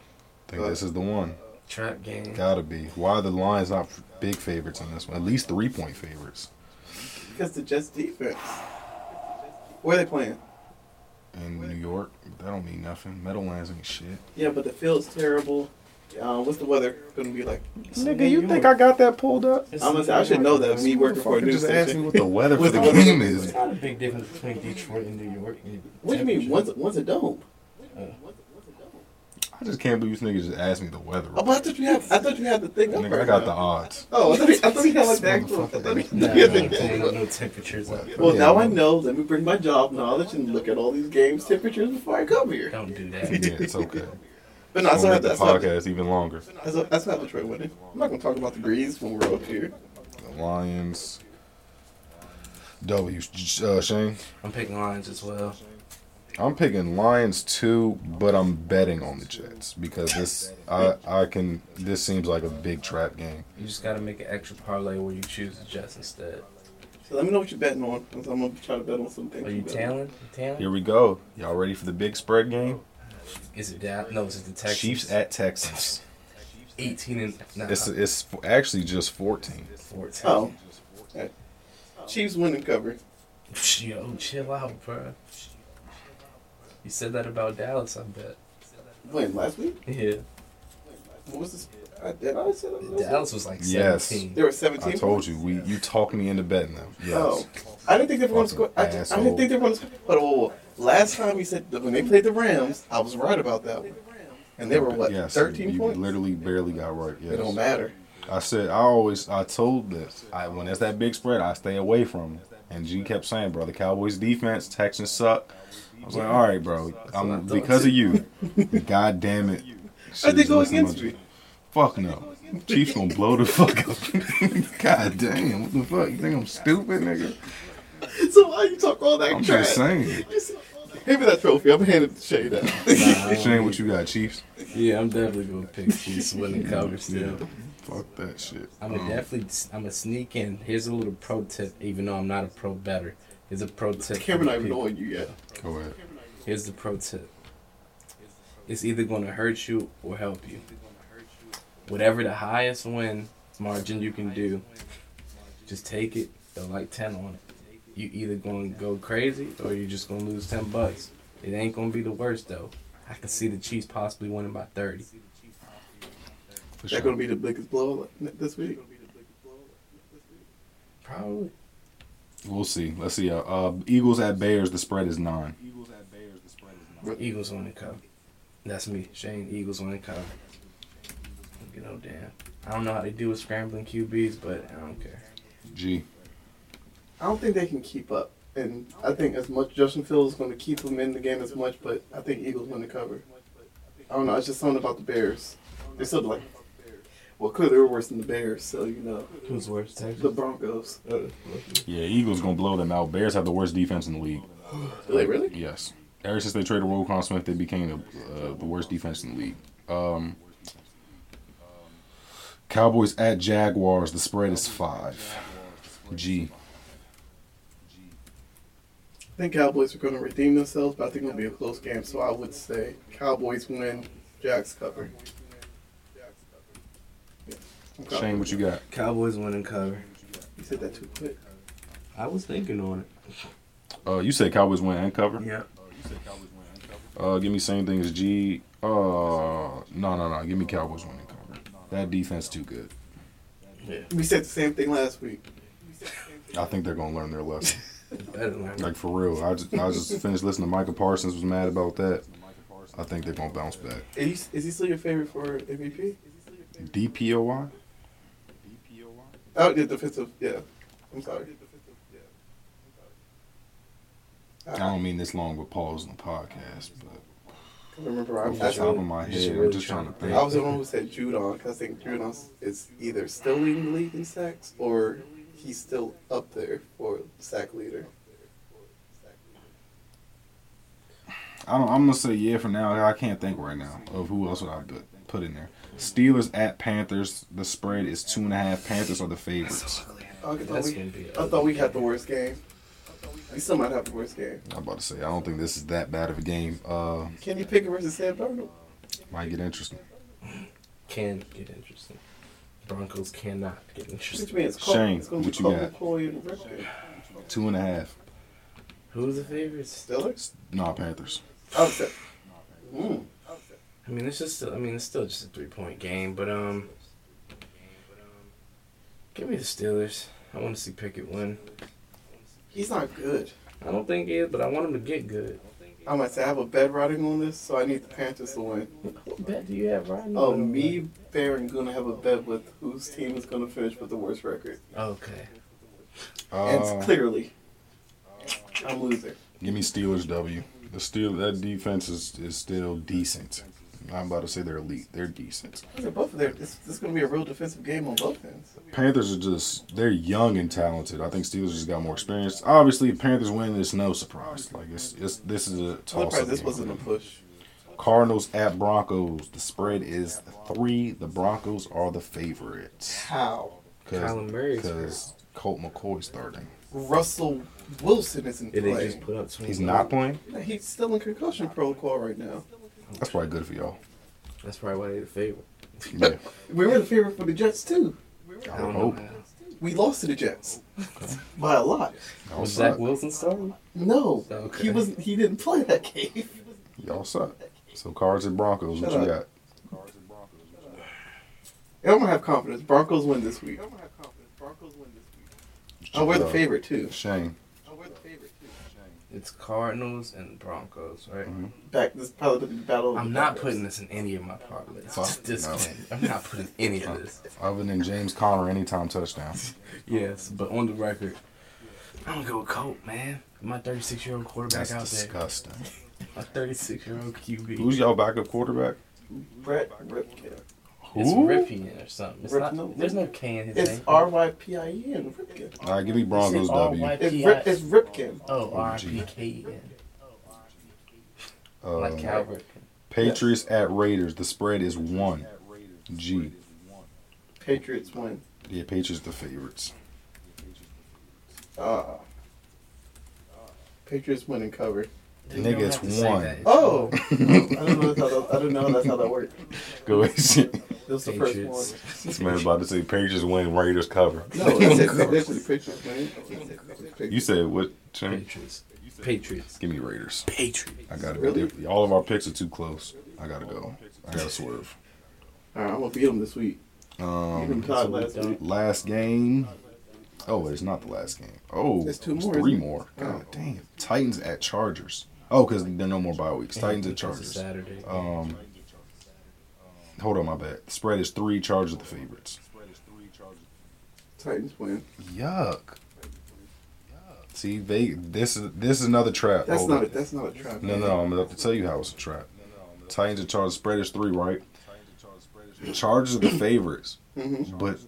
Speaker 5: I think this is the one.
Speaker 4: trap game.
Speaker 5: Gotta be. Why are the Lions not big favorites in this one? At least three point favorites.
Speaker 3: Because the Jets defense. Where they playing?
Speaker 5: in New York. but That don't mean nothing. Meadowlands ain't shit.
Speaker 3: Yeah, but the field's terrible. Uh, what's the weather gonna be like?
Speaker 5: Nigga, you think I got that pulled up?
Speaker 4: It's-
Speaker 3: I'm gonna say, I should know that. Me working for a
Speaker 5: Fucking
Speaker 3: news
Speaker 5: just ask me
Speaker 3: station.
Speaker 5: what the weather for
Speaker 3: What's
Speaker 5: the
Speaker 3: the weather?
Speaker 5: game
Speaker 4: It's
Speaker 5: is.
Speaker 4: not a big difference between Detroit and New York. in
Speaker 3: What do you mean?
Speaker 4: temperature.
Speaker 3: One's one's a dome.
Speaker 5: I just can't believe you niggas just asked me the weather.
Speaker 3: Oh, but I thought you had I thought you had the thing up
Speaker 5: Nigga, I
Speaker 3: right
Speaker 5: got the
Speaker 3: now.
Speaker 5: odds.
Speaker 3: Oh, I thought you, I thought you had like the
Speaker 5: This
Speaker 3: actual. I thought you-
Speaker 4: Nah,
Speaker 3: you had
Speaker 4: no,
Speaker 3: the-
Speaker 4: no, no temperatures up here.
Speaker 3: Well,
Speaker 5: Yeah,
Speaker 3: now I
Speaker 5: man.
Speaker 3: know. Let me bring my job knowledge and look at all these games temperatures before I come here.
Speaker 4: Don't do
Speaker 5: Yeah,
Speaker 4: that.
Speaker 5: it's okay.
Speaker 3: But no, I
Speaker 5: I'll
Speaker 3: still
Speaker 5: make
Speaker 3: have
Speaker 5: the
Speaker 3: to. I still have to-
Speaker 5: podcast even longer.
Speaker 3: I still- I still have Detroit winning. I'm not gonna talk about the greens when we're up here.
Speaker 5: The Lions. W. Uh, Shane.
Speaker 4: I'm picking Lions as well.
Speaker 5: I'm picking Lions two, but I'm betting on the Jets because this I I can this seems like a big trap game.
Speaker 4: You just gotta make an extra parlay where you choose the Jets instead.
Speaker 3: So let me know what you're betting on. 'cause I'm gonna try to bet on some things.
Speaker 4: Are you
Speaker 3: I'm betting on.
Speaker 4: tailing? You tailing?
Speaker 5: Here we go. Y'all ready for the big spread game?
Speaker 4: Is it Dallas? No, is it the Texans?
Speaker 5: Chiefs at Texans.
Speaker 4: 18 and nah,
Speaker 5: It's it's f- actually just 14.
Speaker 4: 14.
Speaker 3: Oh. Okay. Chiefs win and cover.
Speaker 4: Yo, chill out, bro. You said that about Dallas, I bet.
Speaker 3: When last week?
Speaker 4: Yeah.
Speaker 3: What was this? I, did I say that? last week?
Speaker 4: Dallas was like
Speaker 5: Yes.
Speaker 4: 17.
Speaker 3: There were
Speaker 5: I
Speaker 3: 17.
Speaker 5: told you, we you talked me into betting them. Yes.
Speaker 3: Oh, I didn't think they were going to score. I, just, I didn't think they were going to score. But oh, last time you said that when they played the Rams, I was right about that one. And they were what?
Speaker 5: Yes,
Speaker 3: 13
Speaker 5: you
Speaker 3: points.
Speaker 5: Literally barely got right.
Speaker 3: It don't
Speaker 5: Yes.
Speaker 3: matter.
Speaker 5: I said I always I told this. I when it's that big spread, I stay away from it. And G kept saying, "Bro, the Cowboys defense, Texans suck." I was like, "All right, bro. I'm because of you. God damn it."
Speaker 3: How'd they
Speaker 5: Should've
Speaker 3: go
Speaker 5: listened
Speaker 3: against
Speaker 5: to
Speaker 3: me?
Speaker 5: Fuck no. Chiefs gonna blow the fuck up. God damn, what the fuck? You think I'm stupid, nigga?
Speaker 3: So why you talk all that
Speaker 5: I'm
Speaker 3: trash?
Speaker 5: just saying.
Speaker 3: You said- Hand me that trophy. I'm handing it to Shay now.
Speaker 5: Shane, what you got, Chiefs?
Speaker 4: Yeah, I'm definitely gonna pick Chiefs winning cover still.
Speaker 5: Fuck that shit.
Speaker 4: I'm gonna
Speaker 5: Um,
Speaker 4: definitely. I'm gonna sneak in. Here's a little pro tip, even though I'm not a pro better. Here's a pro tip. for
Speaker 3: Cameron,
Speaker 4: the
Speaker 3: not even
Speaker 4: people.
Speaker 3: knowing you yet.
Speaker 5: Go ahead.
Speaker 4: Here's the pro tip. It's either gonna hurt you or help you. Whatever the highest win margin you can do, just take it. They're like ten on it. You either gonna go crazy or you're just gonna lose ten bucks. It ain't gonna be the worst though. I can see the Chiefs possibly winning by thirty.
Speaker 5: For
Speaker 3: That's going to be the biggest blow this week.
Speaker 4: Probably.
Speaker 5: We'll see. Let's see. Uh, uh, Eagles at Bears. The spread is nine.
Speaker 4: Eagles on the cover. That's me, Shane. Eagles on the cover. You know, damn. I don't know how they do with scrambling QBs, but I don't care.
Speaker 5: G.
Speaker 3: I don't think they can keep up. And I think as much Justin Fields is going to keep them in the game as much, but I think Eagles win the cover. I don't know. It's just something about the Bears. They're still like, well, clearly we're worse than the Bears, so you know
Speaker 4: Who's worse,
Speaker 3: the Broncos. Uh,
Speaker 5: Yeah, Eagles gonna blow them out. Bears have the worst defense in the league.
Speaker 3: do they really?
Speaker 5: Yes. ever since they traded Roquan Smith, they became the, uh, the worst defense in the league. Um, Cowboys at Jaguars. The spread is five. G.
Speaker 3: I think Cowboys are going to redeem themselves, but I think it'll be a close game. So I would say Cowboys win, Jacks cover. Yeah, I'm Cowboys.
Speaker 5: Shane, what you got?
Speaker 4: Cowboys win and cover.
Speaker 3: You said that too quick.
Speaker 4: I was thinking on it.
Speaker 5: Uh, you said Cowboys win and cover.
Speaker 4: Yeah.
Speaker 5: Uh, give me same thing as G. Uh, no, no, no. Give me Cowboys win and cover. That defense too good.
Speaker 3: We said the same thing last week.
Speaker 5: I think they're gonna learn their lesson.
Speaker 4: Better than that.
Speaker 5: Like for real. I just I just finished listening to Michael Parsons was mad about that. I think they're gonna bounce back.
Speaker 3: Is he, is he still your favorite for MVP?
Speaker 5: DPOY.
Speaker 3: Oh, yeah, defensive. Yeah. I'm sorry.
Speaker 5: I
Speaker 3: I
Speaker 5: don't mean this long with pause on the podcast, but
Speaker 3: can remember. I,
Speaker 5: off the
Speaker 3: I,
Speaker 5: top of my
Speaker 4: You should
Speaker 5: head, I'm
Speaker 4: really
Speaker 5: just
Speaker 4: try
Speaker 5: trying to
Speaker 4: to
Speaker 5: think.
Speaker 3: I was the one who said Judon because I think Judon is either still leading the league in sacks or he's still up there for sack leader.
Speaker 5: I don't, I'm gonna say yeah for now. I can't think right now of who else would I put put in there. Steelers at Panthers. The spread is two and a half. Panthers are the favorites.
Speaker 3: Oh, I thought,
Speaker 4: That's
Speaker 3: we,
Speaker 4: gonna be.
Speaker 3: I thought we had the worst game. We still might have the worst game.
Speaker 5: I'm about to say I don't think this is that bad of a game. Uh,
Speaker 3: Kenny Pickett versus Sam Darnold.
Speaker 5: might get interesting.
Speaker 4: can get interesting. Broncos cannot get
Speaker 3: Which
Speaker 4: interesting.
Speaker 3: means Col-
Speaker 5: Shane,
Speaker 3: it's gonna be
Speaker 5: what you
Speaker 3: Colt
Speaker 5: got?
Speaker 3: McCoy and Ripley.
Speaker 5: Two and a half.
Speaker 4: Who's the favorites?
Speaker 3: Steelers?
Speaker 5: No nah, Panthers.
Speaker 3: Upset. Mm.
Speaker 4: I mean, it's just. Still, I mean, it's still just a three-point game, but um, give me the Steelers. I want to see Pickett win.
Speaker 3: He's not good.
Speaker 4: I don't think he is, but I want him to get good.
Speaker 3: I might say I have a bed riding on this, so I need the Panthers to win.
Speaker 4: What bet do you have, Ryan?
Speaker 3: Oh, me, Baron, gonna have a bet with whose team is gonna finish with the worst record.
Speaker 4: Okay.
Speaker 3: And
Speaker 5: Uh,
Speaker 3: clearly, I'm losing.
Speaker 5: Give me Steelers W. The Steel that defense is, is still decent. I'm about to say they're elite. They're decent.
Speaker 3: These are both of their. This, this is gonna be a real defensive game on both ends.
Speaker 5: Panthers are just they're young and talented. I think Steelers just got more experience. Obviously, if Panthers win, it's no surprise. Like it's, it's this is a
Speaker 3: I'm
Speaker 5: toss
Speaker 3: surprised
Speaker 5: up.
Speaker 3: this wasn't a push.
Speaker 5: Cardinals at Broncos. The spread is three. The Broncos are the favorites
Speaker 3: How?
Speaker 4: Kyler Murray's
Speaker 5: because Colt McCoy starting.
Speaker 3: Russell Wilson isn't
Speaker 4: Did they
Speaker 3: playing.
Speaker 4: just put up? 20
Speaker 5: He's not playing.
Speaker 3: He's still in concussion protocol right now.
Speaker 5: That's probably good for y'all.
Speaker 4: That's probably why they're the favorite.
Speaker 5: Yeah,
Speaker 3: We were the favorite for the Jets too.
Speaker 5: I
Speaker 4: I don't
Speaker 5: would
Speaker 4: know.
Speaker 5: hope.
Speaker 4: man.
Speaker 3: We lost to the Jets by a lot.
Speaker 5: Y'all
Speaker 4: Was Zach
Speaker 5: suck.
Speaker 4: Wilson starting?
Speaker 3: No,
Speaker 4: Okay.
Speaker 3: he was. He didn't play that game.
Speaker 5: Y'all suck. So Cards and Broncos. What
Speaker 3: Shut
Speaker 5: you
Speaker 3: up.
Speaker 5: got?
Speaker 3: I don't have confidence. Broncos win this week. Oh, we're the
Speaker 5: Uh,
Speaker 3: favorite too.
Speaker 5: Shane.
Speaker 4: It's Cardinals and Broncos, right?
Speaker 3: Back this probably the battle. Of the
Speaker 4: I'm not
Speaker 3: Broncos.
Speaker 4: putting this in any of my parlays.
Speaker 5: Fuck,
Speaker 4: Just this
Speaker 5: no.
Speaker 4: one. I'm not putting any of this.
Speaker 5: Other than James Conner, anytime touchdown.
Speaker 4: Yes, but on the record, I'm gonna go with Colt, man. My 36 year old quarterback
Speaker 5: That's
Speaker 4: out
Speaker 5: disgusting.
Speaker 4: there. My 36 year old QB.
Speaker 5: Who's y'all backup quarterback?
Speaker 3: Brett Ripken.
Speaker 4: it's
Speaker 5: Who?
Speaker 4: Ripien or something. It's
Speaker 3: Rip-
Speaker 4: not,
Speaker 3: no,
Speaker 4: there's no K in his
Speaker 3: It's
Speaker 4: name.
Speaker 3: R Y P I E N Ripken.
Speaker 5: All right, give me Broncos W.
Speaker 4: R-Y-P-I-
Speaker 3: It's, Rip, it's Ripken.
Speaker 4: Oh,
Speaker 5: Oh,
Speaker 4: R
Speaker 5: gee.
Speaker 4: P K E N.
Speaker 5: Uh,
Speaker 4: Like Calvert.
Speaker 5: Patriots at Raiders. The spread is one. G.
Speaker 3: Patriots win.
Speaker 5: Yeah, Patriots the favorites.
Speaker 3: Uh, Patriots win and cover.
Speaker 4: You don't
Speaker 5: Nigga, it's
Speaker 4: have to say
Speaker 5: one.
Speaker 4: that. It's
Speaker 3: Oh, I don't know. That's how that, I don't know. That's how that worked.
Speaker 5: Go ahead.
Speaker 3: This was the first one.
Speaker 4: Patriots.
Speaker 5: this man's about to say Patriots win, Raiders cover.
Speaker 3: No, I said technically Patriots win.
Speaker 5: You said what, Shane?
Speaker 4: Patriots. Patriots.
Speaker 5: Give me Raiders.
Speaker 4: Patriots.
Speaker 5: I gotta
Speaker 3: Really?
Speaker 5: go. different. All of our picks are too close. I gotta go. I gotta swerve.
Speaker 3: All right, I'm gonna beat them this week. Beat them
Speaker 5: Um,
Speaker 3: tied last
Speaker 4: done.
Speaker 3: week.
Speaker 5: last game. Oh, it's not the last game. Oh,
Speaker 3: There's two
Speaker 5: it's
Speaker 3: more,
Speaker 5: Three
Speaker 3: isn't it?
Speaker 5: more. God
Speaker 3: Oh.
Speaker 5: damn. Titans at Chargers. Oh, because there are no more bye weeks. Titans at
Speaker 4: It's a
Speaker 5: Chargers.
Speaker 4: Saturday.
Speaker 5: Um, hold on, my bad. Spread is three. Chargers are the favorites.
Speaker 3: Titans win.
Speaker 5: Oh. Yuck. See, they this is this is another trap.
Speaker 3: That's
Speaker 5: Hold
Speaker 3: not
Speaker 5: on.
Speaker 3: a, that's not a trap.
Speaker 5: No, no, I'm about to tell you how it's a trap. Titans and Chargers spread is three, right? Chargers are the favorites,
Speaker 3: Mhm.
Speaker 5: but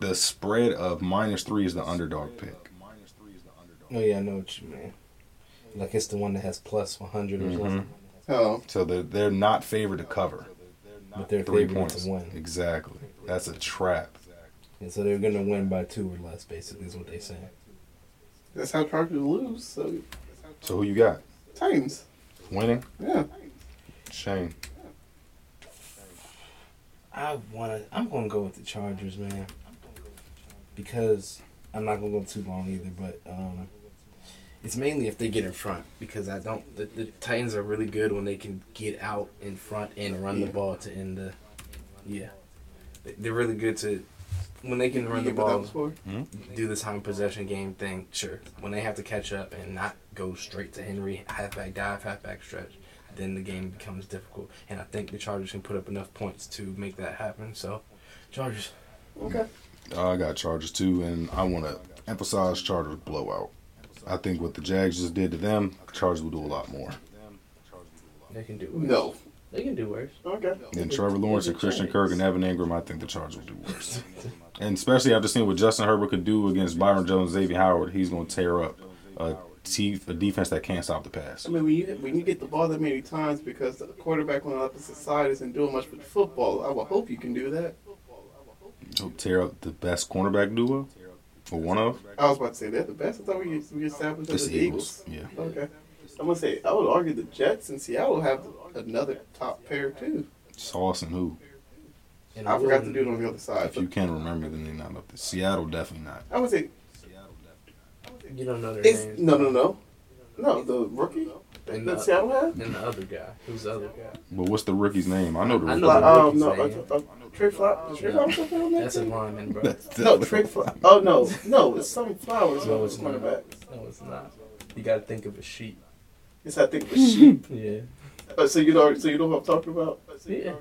Speaker 5: the spread of minus three is the underdog pick.
Speaker 4: oh, yeah, I know what you mean. Like it's the one that has plus 100
Speaker 5: Mm-hmm.
Speaker 4: or something.
Speaker 3: Oh,
Speaker 5: So they're, they're not favored to cover
Speaker 4: But they're
Speaker 5: three
Speaker 4: favored
Speaker 5: points.
Speaker 4: to win.
Speaker 5: Exactly. That's a trap.
Speaker 4: And so they're going to win by two or less, basically, is what they say.
Speaker 3: that's how Chargers lose. So
Speaker 5: So who you got?
Speaker 3: Titans.
Speaker 5: Winning?
Speaker 3: Yeah.
Speaker 5: Shane.
Speaker 4: I wanna. I'm gonna go with the Chargers, man. Because I'm not gonna go too long either, but um, it's mainly if they get in front because I don't. The, the Titans are really good when they can get out in front and run the ball to end the. Yeah, They- they're really good to when they can run the
Speaker 3: You get what that
Speaker 4: ball,
Speaker 3: was for?
Speaker 4: do this time possession game thing. Sure, when they have to catch up and not go straight to Henry halfback dive, halfback stretch. Then the game becomes difficult, and I think the Chargers can put up enough points to make that happen. So, Chargers.
Speaker 3: Okay.
Speaker 5: Uh, I got Chargers too, and I want to emphasize Chargers blowout. I think what the Jags just did to them, Chargers will do a lot more.
Speaker 4: They can do worse.
Speaker 3: No.
Speaker 4: They can do worse.
Speaker 3: Okay.
Speaker 5: And Trevor Lawrence and Christian Kirk and Evan Ingram, I think the Chargers will do worse. And especially after seeing what Justin Herbert could do against Byron Jones, and Xavier Howard, he's going to tear up a, te- a defense that can't stop the pass.
Speaker 3: I mean, when you when you get the ball that many times because the quarterback on the opposite side isn't doing much with the football, I would hope you can do that.
Speaker 5: He'll tear up the best cornerback duo, or one of.
Speaker 3: I was about to say they're the best. I thought we we established that
Speaker 5: It's
Speaker 3: the
Speaker 5: the Eagles.
Speaker 3: Eagles.
Speaker 5: Yeah.
Speaker 3: Okay. I'm gonna say I would argue the Jets and Seattle have another top pair too.
Speaker 5: Sauce and who?
Speaker 4: And
Speaker 3: I forgot to do it
Speaker 4: Will-
Speaker 3: on the other side.
Speaker 5: If
Speaker 3: But
Speaker 5: you can't remember, then they're not up there. Seattle, definitely not.
Speaker 3: I would say
Speaker 4: You don't know their
Speaker 3: it's
Speaker 4: names.
Speaker 3: no no no, no the rookie that,
Speaker 4: And
Speaker 3: that
Speaker 4: the,
Speaker 3: Seattle had.
Speaker 4: and the other guy. Who's the other guy?
Speaker 5: But what's the rookie's name? I know the
Speaker 4: I
Speaker 5: rookie.
Speaker 4: know the
Speaker 3: Uh, um,
Speaker 4: rookie's
Speaker 3: no,
Speaker 4: name.
Speaker 3: uh, uh, Trey Flop. Trey Flop something on that
Speaker 4: That's a
Speaker 3: team?
Speaker 4: lineman, bro.
Speaker 3: No, Trey Flop. Oh no, no, it's some flowers.
Speaker 4: No,
Speaker 3: No,
Speaker 4: it's
Speaker 3: it's
Speaker 4: not.
Speaker 3: running back.
Speaker 4: No, it's not. You gotta think of a sheep.
Speaker 3: It's I think it was sheep.
Speaker 4: Yeah.
Speaker 3: Uh, so you know, so you know what I'm talking about. Uh,
Speaker 4: Yeah.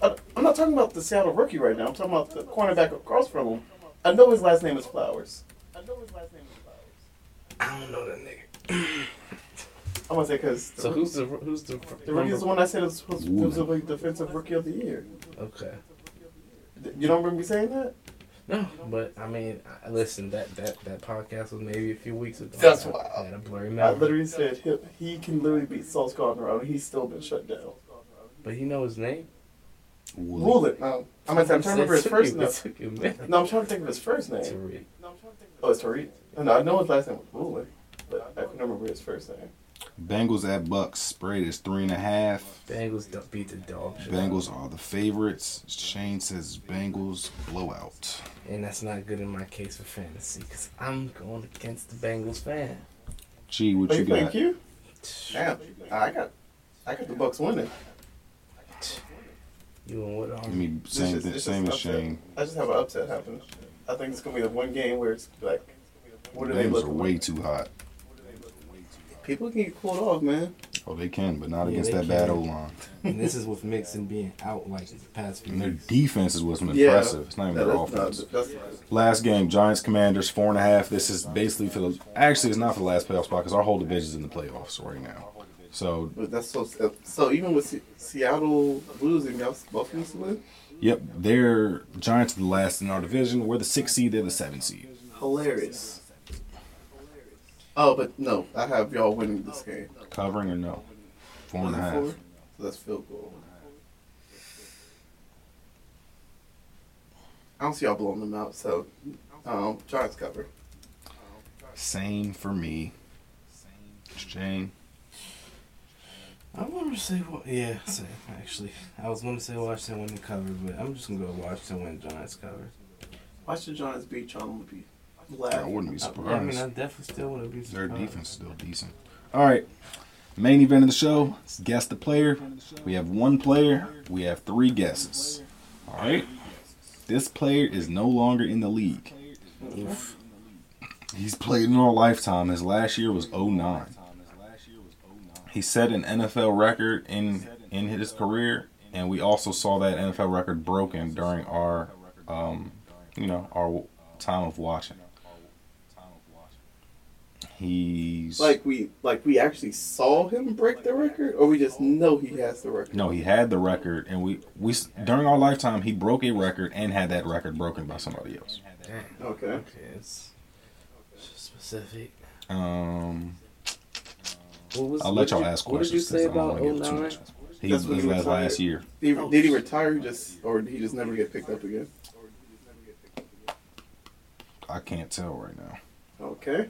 Speaker 3: I, I'm not talking about the Seattle rookie right now. I'm talking about the cornerback across from him. I know his last name is Flowers. I know his last name is Flowers.
Speaker 4: I don't know that nigga.
Speaker 3: I'm gonna say because
Speaker 4: So who's the who's the
Speaker 3: the rookie is the one I said was, was, was the defensive rookie of the year.
Speaker 4: Okay.
Speaker 3: Th- You don't remember me saying that?
Speaker 4: No, but I mean, I, listen, that, that that podcast was maybe a few weeks ago.
Speaker 3: That's
Speaker 4: I,
Speaker 3: wild.
Speaker 4: I had a blurry
Speaker 3: I
Speaker 4: memory,
Speaker 3: literally said he, he can literally beat Sauce Gardner and he's still been shut down.
Speaker 4: but you know his name.
Speaker 3: Rule it. No, I'm, gonna say, I'm trying to remember his
Speaker 4: It took
Speaker 3: first
Speaker 4: you-
Speaker 3: name.
Speaker 4: it took you a minute
Speaker 3: No, I'm trying to think of his first
Speaker 4: to
Speaker 3: name.
Speaker 4: read.
Speaker 3: Oh, it's Tariq. No, I know his last name was Rule but I can remember his first name.
Speaker 5: Bengals at Bucks. Spread is three and a half.
Speaker 4: Bengals don't beat the dog. shit.
Speaker 5: Bengals are the favorites. Shane says Bengals blowout.
Speaker 4: and that's not good in my case for fantasy because I'm going against the Bengals fan.
Speaker 5: Gee, what
Speaker 3: Are
Speaker 5: you
Speaker 3: you playing
Speaker 5: got?
Speaker 3: Q? Damn, I got, I got the Bucks winning.
Speaker 4: You and what
Speaker 5: I
Speaker 4: arm?
Speaker 5: mean, same
Speaker 3: This is-
Speaker 5: thing,
Speaker 3: this
Speaker 5: same
Speaker 3: is
Speaker 5: as
Speaker 3: upset.
Speaker 5: Shane.
Speaker 3: I just have an upset happen. I think it's gonna be the one game where it's like, what are they
Speaker 5: Bengals are
Speaker 3: looking?
Speaker 5: way too
Speaker 3: Like?
Speaker 5: hot.
Speaker 3: People can get pulled off, man.
Speaker 5: Oh, they can, but not
Speaker 4: Yeah,
Speaker 5: against
Speaker 4: they
Speaker 5: that bad
Speaker 4: can.
Speaker 5: O line.
Speaker 4: and this is with Mixon being out like the past few
Speaker 5: And their
Speaker 4: years.
Speaker 5: defense is what's been
Speaker 3: Yeah.
Speaker 5: impressive. It's not even
Speaker 3: No,
Speaker 5: their
Speaker 3: that's, no,
Speaker 5: offense.
Speaker 3: that's,
Speaker 5: Last game, Giants Commanders four and a half. This is basically for the. Actually, it's not for the last playoff spot because our whole division's in the playoffs right now. So
Speaker 3: but that's so. So even with Se- Seattle losing, y'all both needs to win.
Speaker 5: Yep, they're Giants are the last in our division. We're the sixth seed. They're the seventh seed.
Speaker 3: Hilarious. Oh, but no, I have y'all winning this game.
Speaker 5: Covering or no? Four and a half.
Speaker 3: Four? So that's field goal. I don't see y'all blowing them out, so um, Giants cover.
Speaker 5: Same for me. Shane.
Speaker 4: I want to say what? Yeah, same, actually, I was going to say Washington win the cover, but I'm just gonna go Washington win Giants cover.
Speaker 3: Why should Giants beat John would be
Speaker 5: I
Speaker 3: Laugh.
Speaker 5: wouldn't be
Speaker 4: I, I mean, I uh,
Speaker 5: surprised.
Speaker 4: definitely still want to be
Speaker 5: Their
Speaker 4: surprised.
Speaker 5: defense is still decent. All right. Main event of the show. Guess the player. We have one player. We have three guesses. All right. This player is no longer in the league.
Speaker 4: Oof.
Speaker 5: He's played in our lifetime. His last year was 09. He set an NFL record in in his career, and we also saw that NFL record broken during our, um, you know, our time of watching. He's
Speaker 3: Like we like we actually saw him break the record, or we just know he has the record.
Speaker 5: no, he had the record, and we we s- during our lifetime he broke a record and had that record broken by somebody else.
Speaker 4: Dang.
Speaker 3: Okay.
Speaker 4: Okay, it's specific.
Speaker 5: Um,
Speaker 4: What was,
Speaker 5: I'll
Speaker 4: what
Speaker 5: let
Speaker 4: did
Speaker 5: y'all
Speaker 4: you-
Speaker 5: ask
Speaker 4: What did
Speaker 5: questions.
Speaker 4: you say
Speaker 5: 'cause I don't
Speaker 4: about
Speaker 5: wanna get too
Speaker 4: 09?
Speaker 5: much. He,
Speaker 3: That's
Speaker 5: he
Speaker 3: what he
Speaker 5: left
Speaker 3: retired.
Speaker 5: last year.
Speaker 3: Did he, did he retire just, or did he just never get picked up again?
Speaker 5: I can't tell right now.
Speaker 3: Okay.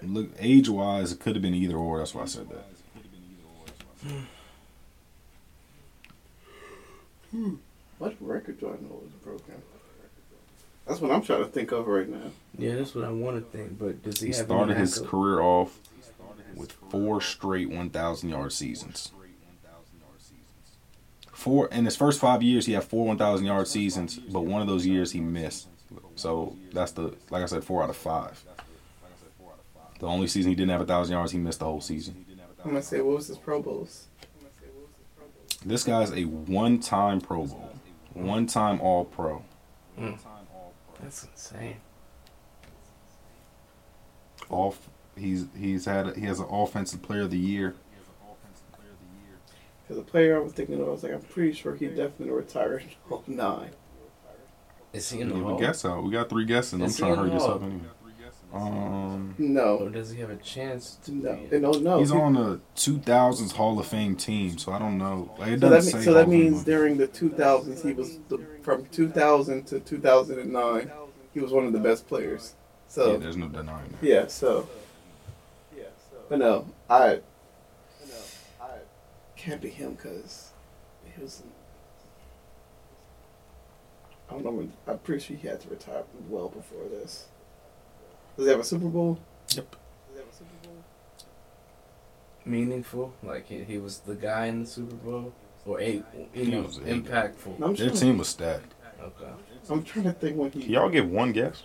Speaker 5: Look, age wise, it could have been either or. That's why I said that.
Speaker 3: What record do I know was broken? That's what I'm trying to think of right now.
Speaker 4: Yeah, that's what I want to think. But does he,
Speaker 5: He
Speaker 4: have
Speaker 5: started
Speaker 4: any
Speaker 5: his
Speaker 4: backup?
Speaker 5: career off with four straight 1,000 yard seasons. Four in his first five years, he had four 1,000 yard seasons, but one of those years he missed. So that's the like I said, four out of five. The only season he didn't have a thousand yards, he missed the whole season.
Speaker 3: I'm gonna say, what was his Pro Bowls?
Speaker 5: This guy's a one-time Pro Bowl, one-time All Pro.
Speaker 4: That's insane.
Speaker 5: Off, he's he's had he has an Offensive Player of the Year.
Speaker 3: Because the player I was thinking of, I was like, I'm pretty sure he definitely retired. Oh, nine.
Speaker 4: Is he in
Speaker 5: Yeah,
Speaker 4: the
Speaker 5: we
Speaker 4: hall?
Speaker 5: guess out. We got three guessing. I'm
Speaker 4: Is he
Speaker 5: trying to
Speaker 4: in
Speaker 5: hurry
Speaker 4: the
Speaker 5: this
Speaker 4: Hall?
Speaker 5: up anyway. Um,
Speaker 4: Or
Speaker 3: No.
Speaker 4: does he have a chance to
Speaker 3: No.
Speaker 4: be?
Speaker 3: And oh, no.
Speaker 5: he's
Speaker 3: he-
Speaker 5: on the 2000s Hall of Fame team, so I don't know. Like, it
Speaker 3: so
Speaker 5: doesn't
Speaker 3: that,
Speaker 5: say
Speaker 3: mean, so that
Speaker 5: Hall of Fame
Speaker 3: means
Speaker 5: on-
Speaker 3: during the 2000s, he was the, from 2000 to 2009, he was one of the best players.
Speaker 5: Yeah,
Speaker 3: So,
Speaker 5: there's no denying that.
Speaker 3: yeah, so. But no, I. Can't be him because he was. I don't know when. I'm pretty sure he had to retire well before this. Does he have a Super Bowl?
Speaker 5: Yep.
Speaker 3: Does he have a Super Bowl?
Speaker 4: meaningful? Like he, he was the guy in the Super Bowl, or a you
Speaker 5: He
Speaker 4: know
Speaker 5: was a-
Speaker 4: impactful.
Speaker 3: No, I'm
Speaker 5: Their
Speaker 3: trying,
Speaker 5: team was stacked.
Speaker 4: Okay.
Speaker 3: I'm trying to think when
Speaker 5: Can
Speaker 3: he.
Speaker 5: y'all give one guess?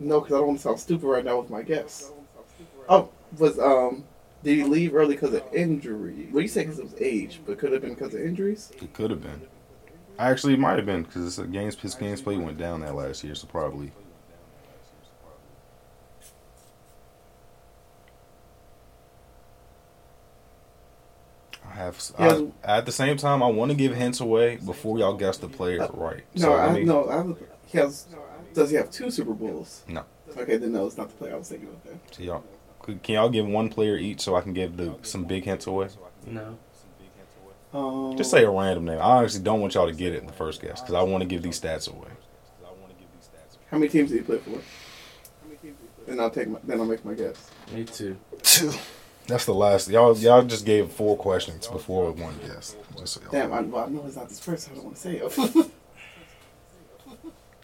Speaker 3: No, because I don't want to sound stupid right now with my guess. Oh, was um, did he leave early because of injury? Well, you said because of his age, but could have been because of injuries.
Speaker 5: It could have been. Actually, it might have been because games his games play went down that last year, so probably. I have.
Speaker 3: Yeah.
Speaker 5: I, at the same time, I want to give hints away before y'all guess the players right.
Speaker 3: Uh, No,
Speaker 5: let
Speaker 3: I
Speaker 5: me-
Speaker 3: no, I was- he has. Does he have two Super Bowls?
Speaker 5: No.
Speaker 3: Okay, then no, it's not the player I was thinking of. Then
Speaker 5: So y'all, could- can y'all give one player each so I can give the some big hints away?
Speaker 4: No.
Speaker 3: um,
Speaker 5: Just say a random name. I honestly don't want y'all to get it in the first guess because I want to give these stats away.
Speaker 3: how many teams did he play for? Then I'll take my. Then I'll make my guess.
Speaker 4: Me too.
Speaker 5: Two. That's the last. Y'all, y'all just gave four questions before one guess. Just so y'all-
Speaker 3: Damn, I, well, I know it's not this person. I don't want to say it.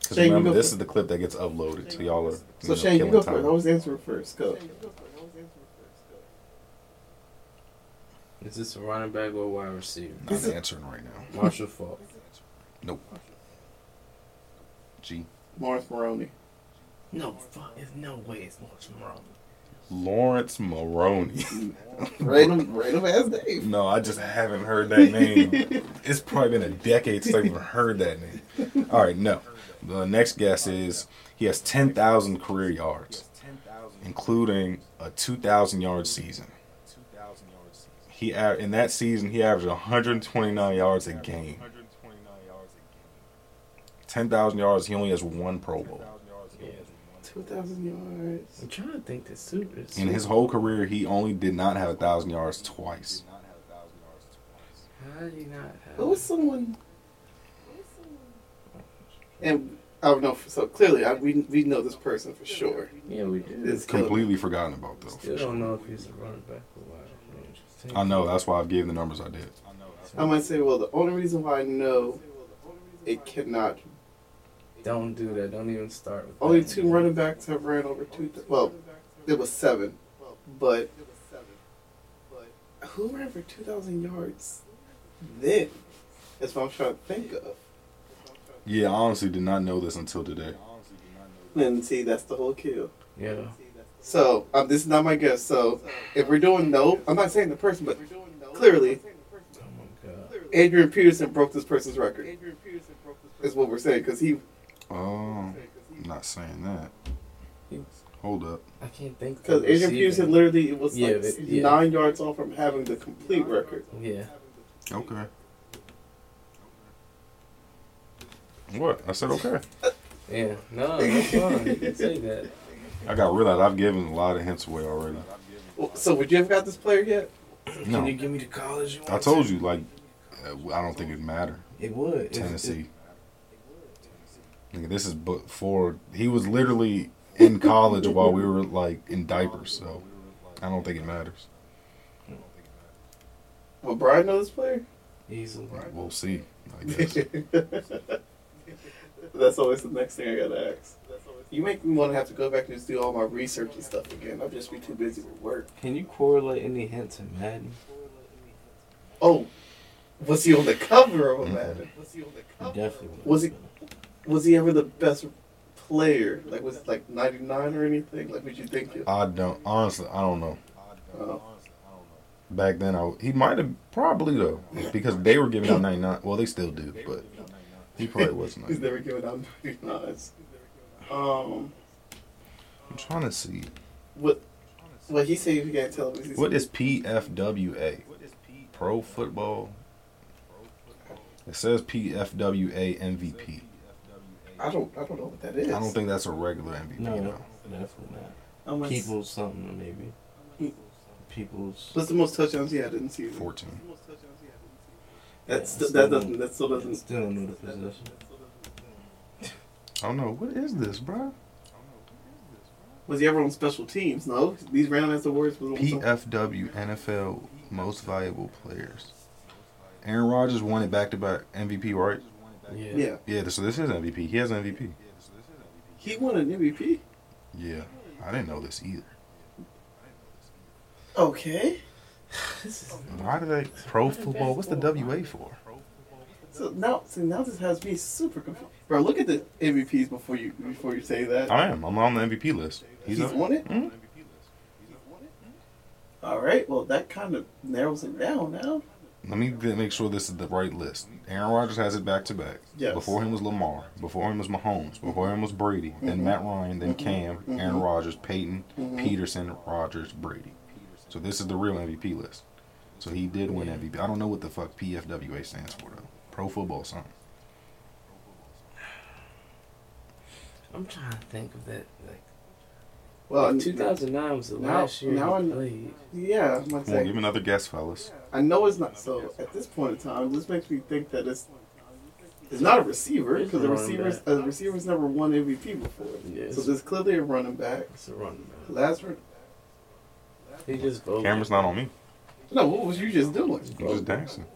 Speaker 5: 'Cause
Speaker 3: Shane, you
Speaker 5: remember,
Speaker 3: go
Speaker 5: this
Speaker 3: first.
Speaker 5: is the clip that gets uploaded, so y'all are. You
Speaker 3: so
Speaker 5: know,
Speaker 3: Shane, you
Speaker 5: killing
Speaker 3: go
Speaker 5: time.
Speaker 3: first. I was answering first. Go.
Speaker 4: Is this a running back or a wide receiver?
Speaker 5: I'm answering right now.
Speaker 4: Marshall Falk.
Speaker 5: Nope. G.
Speaker 3: Morris Maroney.
Speaker 4: No, fuck. There's no way it's Marshall Morrow.
Speaker 5: Lawrence Maroney.
Speaker 3: Random, random ass name.
Speaker 5: no, I just haven't heard that name. it's probably been a decade since I even heard that name. All right, no. The next guess is he has 10,000 career yards, including a 2,000 yard season. He a- in that season he averaged 129 yards a game. 10,000 yards. He only has one Pro Bowl.
Speaker 3: Two thousand yards.
Speaker 4: I'm trying to think this too. It's
Speaker 5: In his whole career, he only did not have a thousand yards twice.
Speaker 4: How do you not have?
Speaker 3: Who was someone? And I don't know. So clearly, I, we we know this person for sure.
Speaker 4: Yeah, we do.
Speaker 3: It's
Speaker 5: Completely forgotten about
Speaker 4: Still
Speaker 5: though.
Speaker 4: don't know if he's a running back or wide receiver.
Speaker 5: I know. That's why I gave the numbers I did.
Speaker 3: I might say, well, the only reason why I know it cannot.
Speaker 4: Don't do that. Don't even start with
Speaker 3: Only
Speaker 4: that.
Speaker 3: two running backs have ran over two. Well, it was seven, but who ran for two thousand yards? Then that's what I'm trying to think of.
Speaker 5: Yeah, I honestly did not know this until today.
Speaker 3: And see, that's the whole kill.
Speaker 4: Yeah.
Speaker 3: So um, this is not my guess. So if we're doing no, I'm not saying the person, but clearly
Speaker 4: Oh my god.
Speaker 3: Adrian Peterson broke this person's record. Adrian Peterson broke this is what we're saying because he.
Speaker 5: Oh, I'm not saying that. Hold up.
Speaker 4: I can't think. of
Speaker 3: Because
Speaker 4: a
Speaker 3: Adrian
Speaker 4: receiver.
Speaker 3: Peterson literally it was
Speaker 4: Yeah,
Speaker 3: like
Speaker 4: but- yeah.
Speaker 3: nine yards off from having the complete record.
Speaker 4: Yeah.
Speaker 5: Okay. What? I said okay.
Speaker 4: Yeah. No, that's fine. You can say that.
Speaker 5: I got realized I've given a lot of hints away already.
Speaker 3: Well, So would you have got this player yet?
Speaker 4: Can you
Speaker 5: No,
Speaker 4: give me the college? You
Speaker 5: I told you like uh, I don't think it'd matter.
Speaker 4: It would. It's-
Speaker 5: Tennessee. Nigga, this is before he was literally in college while we were like in diapers. So I don't think it matters.
Speaker 3: Would Brian know this player?
Speaker 4: It, easily.
Speaker 5: We'll see. I guess.
Speaker 3: That's always the next thing I gotta ask. You make me want to have to go back and just do all my research and stuff again. I'll just be too busy with work.
Speaker 4: Can you correlate any hint to Madden?
Speaker 3: Oh, was he on the cover of a Madden? Was he on the
Speaker 4: You definitely would.
Speaker 3: Was he- Was he ever the best player? Like was it like ninety nine or anything? Like would you think? It?
Speaker 5: I don't honestly. I don't know.
Speaker 3: Oh.
Speaker 5: Back then, I he might have probably though because they were giving out ninety nine. Well, they still do, but he probably wasn't.
Speaker 3: He's never given out ninety nines. Um,
Speaker 5: I'm trying to see
Speaker 3: what? What he said you can't tell me.
Speaker 5: what is PFWA. Pro football. It says PFWA MVP.
Speaker 3: I don't. I don't know what that is.
Speaker 5: I don't think that's a regular MVP.
Speaker 4: No,
Speaker 5: though.
Speaker 4: definitely not.
Speaker 3: How much-
Speaker 4: People's something maybe. People's.
Speaker 3: What's the most touchdowns he had in the season?
Speaker 5: 14.
Speaker 3: That's that doesn't. That still doesn't.
Speaker 4: Still know the position.
Speaker 5: I don't know. What is this, bro?
Speaker 3: Was he ever on special teams? No. These random ass awards was on some-
Speaker 5: uh, PFW NFL Most Valuable Players. Aaron Rodgers won it back to back MVP, right?
Speaker 4: Yeah.
Speaker 3: Yeah.
Speaker 5: Yeah, so this is MVP. He has MVP.
Speaker 3: He won an MVP.
Speaker 5: Yeah. I didn't know this either.
Speaker 3: Okay.
Speaker 5: Why do they. Pro football? What's the WA for?
Speaker 3: So now, see, now this has me super confused. Bro, look at the MVPs before you before you say that.
Speaker 5: I am. I'm on the MVP list.
Speaker 3: He's,
Speaker 5: He's up.
Speaker 3: on it.
Speaker 5: Mhm.
Speaker 3: All right. Well, that kind of narrows it down now.
Speaker 5: Let me get- make sure this is the right list. Aaron Rodgers has it back to back.
Speaker 3: Yes.
Speaker 5: Before him was Lamar. Before him was Mahomes. Before him was Brady. Then Matt Ryan. Then Cam. Aaron Rodgers. Peyton. Peterson. Rodgers. Brady. So this is the real MVP list. So he did win MVP. I don't know what the fuck PFWA stands for though. Pro Football something.
Speaker 4: I'm trying to think of that. Like,
Speaker 3: Well,
Speaker 4: like,
Speaker 3: n-
Speaker 4: 2009 was the
Speaker 3: now-
Speaker 4: last year
Speaker 3: now
Speaker 4: he
Speaker 3: I'm-
Speaker 4: played.
Speaker 3: Yeah, I'm gonna
Speaker 5: Come on,
Speaker 3: say.
Speaker 5: give another guess, fellas.
Speaker 3: I know it's not. So at this point in time, this makes me think that it's it's not a receiver
Speaker 4: It's
Speaker 3: because
Speaker 4: a
Speaker 3: a
Speaker 4: running
Speaker 3: receiver's
Speaker 4: back.
Speaker 3: a receiver's never won MVP before.
Speaker 4: Yes.
Speaker 3: So there's clearly a running back.
Speaker 4: It's a running back.
Speaker 3: Last run.
Speaker 4: He just voted.
Speaker 5: Camera's not on me.
Speaker 3: No, what was you just doing?
Speaker 5: I'm just dancing.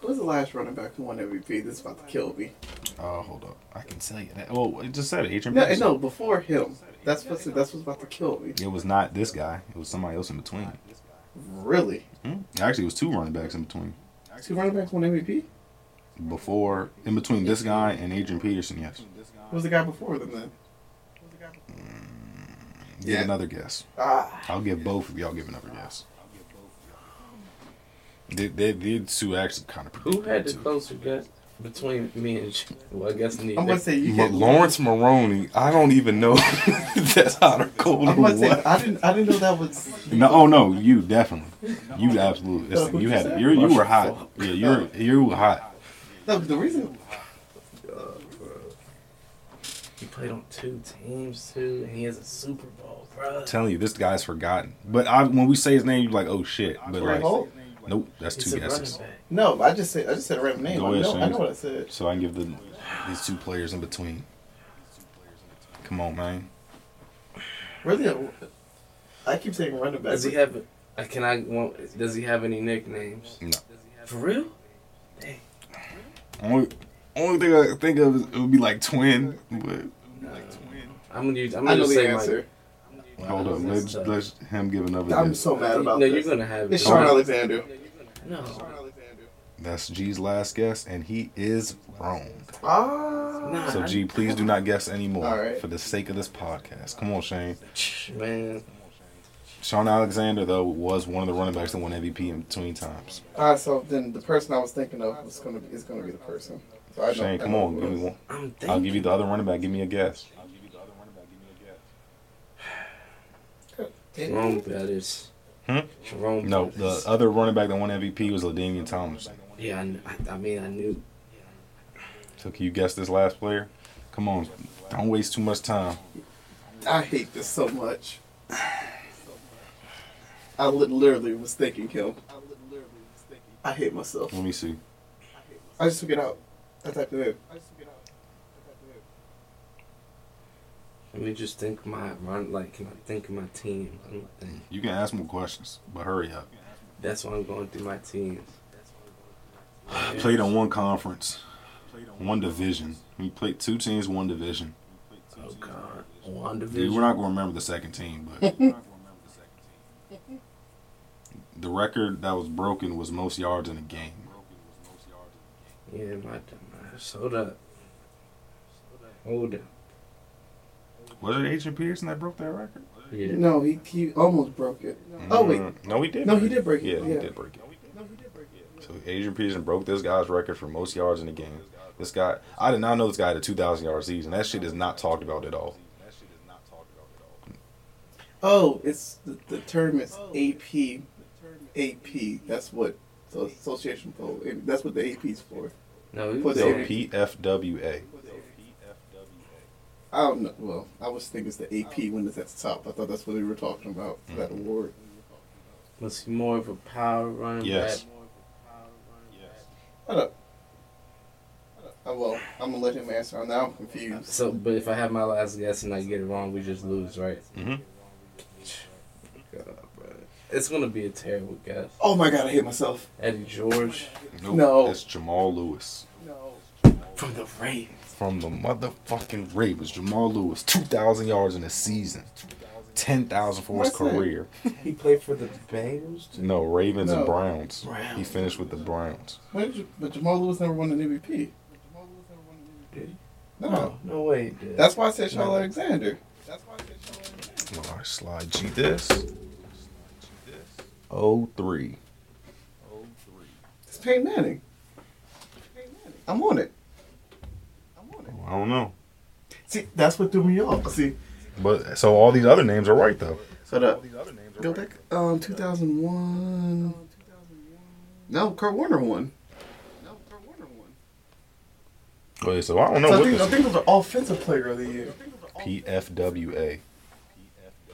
Speaker 3: Who was the last running back who won MVP? This is about to kill me.
Speaker 5: Uh, hold up. I can tell you that. Oh, it just said it. Adrian
Speaker 3: No,
Speaker 5: Peterson.
Speaker 3: no, before him. That's what's that's what's about to kill me.
Speaker 5: It was not this guy. It was somebody else in between.
Speaker 3: Really?
Speaker 5: Hmm? Actually, it was two running backs in between.
Speaker 3: Two running backs won MVP.
Speaker 5: before in between this guy and Adrian Peterson, yes.
Speaker 3: Who was the guy before them then?
Speaker 5: Give another guess.
Speaker 3: Ah,
Speaker 5: I'll give both of y'all give another guess. They, they, these two actually kind of
Speaker 4: Who had the closer gut between me and you? Well, I guess neither.
Speaker 3: I'm gonna say you
Speaker 5: but
Speaker 3: get.
Speaker 5: Lawrence Maroney, I don't even know if that's hot or cold
Speaker 3: I'm
Speaker 5: or
Speaker 3: gonna say
Speaker 5: what.
Speaker 3: I didn't I didn't know that was.
Speaker 5: No, oh no, you definitely, you absolutely, it's- you had, you you were hot. Yeah, you were, you were hot.
Speaker 3: No, the reason
Speaker 4: He played on two teams too, and he has a Super Bowl, bro.
Speaker 5: I'm telling you, this guy's forgotten. But I, when we say his name, you're like, oh shit. But
Speaker 3: Greg
Speaker 5: like,
Speaker 3: Holt.
Speaker 5: nope, that's
Speaker 4: He's
Speaker 5: two
Speaker 4: a running
Speaker 5: guesses.
Speaker 4: back.
Speaker 3: No, I just said I just said a random name.
Speaker 5: Go
Speaker 3: I
Speaker 5: ahead,
Speaker 3: know, I
Speaker 5: Shane.
Speaker 3: know what I said.
Speaker 5: So I can give the these two players in between. Come on, man.
Speaker 3: Really, I- I keep saying running back.
Speaker 4: Does he have? uh, Can I? Want, does he have any nicknames?
Speaker 5: No.
Speaker 4: For real?
Speaker 5: Only, only thing I think of is it would be like twin. But
Speaker 4: I'm gonna use. I'm
Speaker 3: I know
Speaker 4: gonna just
Speaker 3: the
Speaker 4: say
Speaker 3: answer.
Speaker 5: hold up, let's let him give another.
Speaker 3: I'm
Speaker 5: guess.
Speaker 3: so
Speaker 4: my.
Speaker 3: mad about
Speaker 4: no,
Speaker 3: this.
Speaker 4: you're gonna have.
Speaker 3: It's
Speaker 4: it.
Speaker 3: Sean Alexander.
Speaker 4: No,
Speaker 5: That's G's last guess, and he is wrong.
Speaker 3: Ah,
Speaker 4: nah,
Speaker 5: So G, please do not guess anymore
Speaker 3: All right.
Speaker 5: for the sake of this podcast. Come on, Shane.
Speaker 4: man.
Speaker 5: Sean Alexander though was one of the running backs that won MVP in between times.
Speaker 3: ah. So then the person I was thinking of was gonna be, is gonna be the person. So I know-
Speaker 5: Shane,
Speaker 3: I
Speaker 5: come
Speaker 3: know
Speaker 5: on,
Speaker 3: who it
Speaker 5: give me
Speaker 3: was.
Speaker 5: one.
Speaker 4: I'm thinking.
Speaker 5: I'll give you the other running back. Give me a guess.
Speaker 4: Jerome Bettis.
Speaker 5: Hmm?
Speaker 4: Jerome.
Speaker 5: No, the uh,
Speaker 4: Bettis.
Speaker 5: other running back that won MVP was Ladanian Tomlinson.
Speaker 4: Yeah, I, kn- I, I mean, I knew.
Speaker 5: So can you guess this last player? Come on, don't waste too much time.
Speaker 3: I hate this so much. I li- literally was thinking, Kim. I hate myself.
Speaker 5: Let me see.
Speaker 3: I just took it out. I typed it in.
Speaker 4: Let me just think my run. Like, can I think of my team? I don't think.
Speaker 5: You can ask more questions, but hurry up.
Speaker 4: That's why I'm going through my teams.
Speaker 5: Played on one conference, one division. We played two teams, one division.
Speaker 4: Oh God, one division.
Speaker 5: We're not going to remember the second team, but the record that was broken was most yards in a game.
Speaker 4: Yeah, my dumbass. Hold up. Hold up.
Speaker 5: Was it Agent Peterson that broke that record?
Speaker 4: Yeah.
Speaker 3: No, he he almost broke it. Oh wait,
Speaker 5: Mm, no, he did.
Speaker 3: No, he did break it,
Speaker 5: Yeah, he
Speaker 3: yeah.
Speaker 5: did break it. So Adrian Peterson broke this guy's record for most yards in the game. This guy, I did not know this guy had a 2,000 yard season. That shit is not talked about at all.
Speaker 3: Oh, it's the, the term is AP. AP. That's what the association poll. That's what the AP's for.
Speaker 4: No, he
Speaker 3: Put
Speaker 4: was
Speaker 5: So
Speaker 3: Yeah.
Speaker 4: AP.
Speaker 5: PFWA.
Speaker 3: I don't know. Well, I was thinking it's the AP when it's at the top. I thought that's what we were talking about for that
Speaker 5: Mm-hmm.
Speaker 3: award.
Speaker 4: Was he more of a power running
Speaker 5: Yes.
Speaker 4: back?
Speaker 3: Hold up. Oh, well, I'm gonna let him answer. I'm now confused.
Speaker 4: So, but if I have my last guess and I get it wrong, we just lose, right?
Speaker 5: Mhm.
Speaker 4: God, bro. It's gonna be a terrible guess.
Speaker 3: Oh my god, I hate myself.
Speaker 4: Eddie George
Speaker 5: Nope,
Speaker 3: No.
Speaker 5: It's Jamal Lewis.
Speaker 4: from the Ravens.
Speaker 5: From the motherfucking Ravens. Jamal Lewis, 2,000 yards in a season. 10,000 for his
Speaker 3: What's that?
Speaker 5: career.
Speaker 4: He played for the Bengals. too?
Speaker 5: No, Ravens
Speaker 3: No.
Speaker 5: and Browns.
Speaker 4: Browns.
Speaker 5: He finished with the Browns.
Speaker 3: Why did you, but Jamal Lewis never won an MVP.
Speaker 4: Did he?
Speaker 3: No,
Speaker 4: No, Oh, no way. he did.
Speaker 3: that's why I said Sean Alexander.
Speaker 5: All right, slide G this. 03.
Speaker 3: It's Peyton Manning. I'm on it.
Speaker 5: I don't know.
Speaker 3: See, that's what threw me off. See,
Speaker 5: But so all these other names are right though.
Speaker 3: shut up. Go back. Um, 2001. No, Kurt Warner won. No, Kurt Warner won.
Speaker 5: Okay, so I don't know
Speaker 3: So I
Speaker 5: Oh, what
Speaker 3: think, I
Speaker 5: this
Speaker 3: think it was an offensive player of the year.
Speaker 5: PFWA.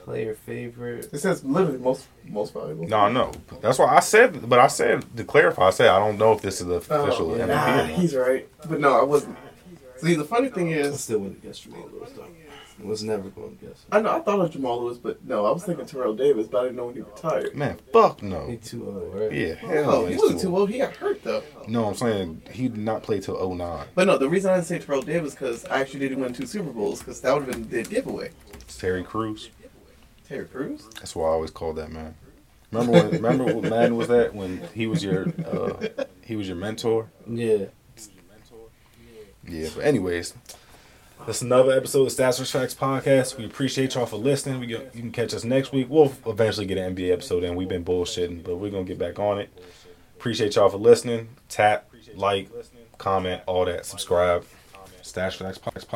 Speaker 4: Player favorite.
Speaker 3: It says literally most most valuable.
Speaker 5: No, no. That's why I said, but I said to clarify, I said I don't know if this is the
Speaker 3: Oh,
Speaker 5: official MVP.
Speaker 3: nah,
Speaker 5: or not.
Speaker 3: he's right. But no, I wasn't. See, the funny thing
Speaker 4: I
Speaker 3: is,
Speaker 4: still wouldn't guess Jamal Lewis though. I was never going to guess.
Speaker 3: I know I thought of Jamal Lewis, but no, I was thinking Terrell Davis, but I didn't know when he retired.
Speaker 5: Man, fuck
Speaker 4: He
Speaker 5: no.
Speaker 4: too old, right?
Speaker 5: Yeah,
Speaker 3: Oh,
Speaker 5: hell
Speaker 3: he
Speaker 5: he's
Speaker 3: wasn't
Speaker 5: too
Speaker 3: too
Speaker 5: old.
Speaker 3: old. He got hurt though.
Speaker 5: No, I'm saying he did not play till 09.
Speaker 3: But no, the reason I didn't say Terrell Davis because I actually didn't win two Super Bowls because that would have been the giveaway.
Speaker 5: Terry Crews.
Speaker 3: Terry Crews.
Speaker 5: That's why I always called that man. Remember when? remember what Madden was that when he was your uh, he was your mentor.
Speaker 4: Yeah.
Speaker 5: Yeah, but anyways, that's another episode of the Stats vs. Facts podcast. We appreciate y'all for listening. We get, you can catch us next week. We'll eventually get an NBA episode in. We've been bullshitting, but we're gonna get back on it. Appreciate y'all for listening. Tap, like, comment, all that. Subscribe. Stash Facts podcast.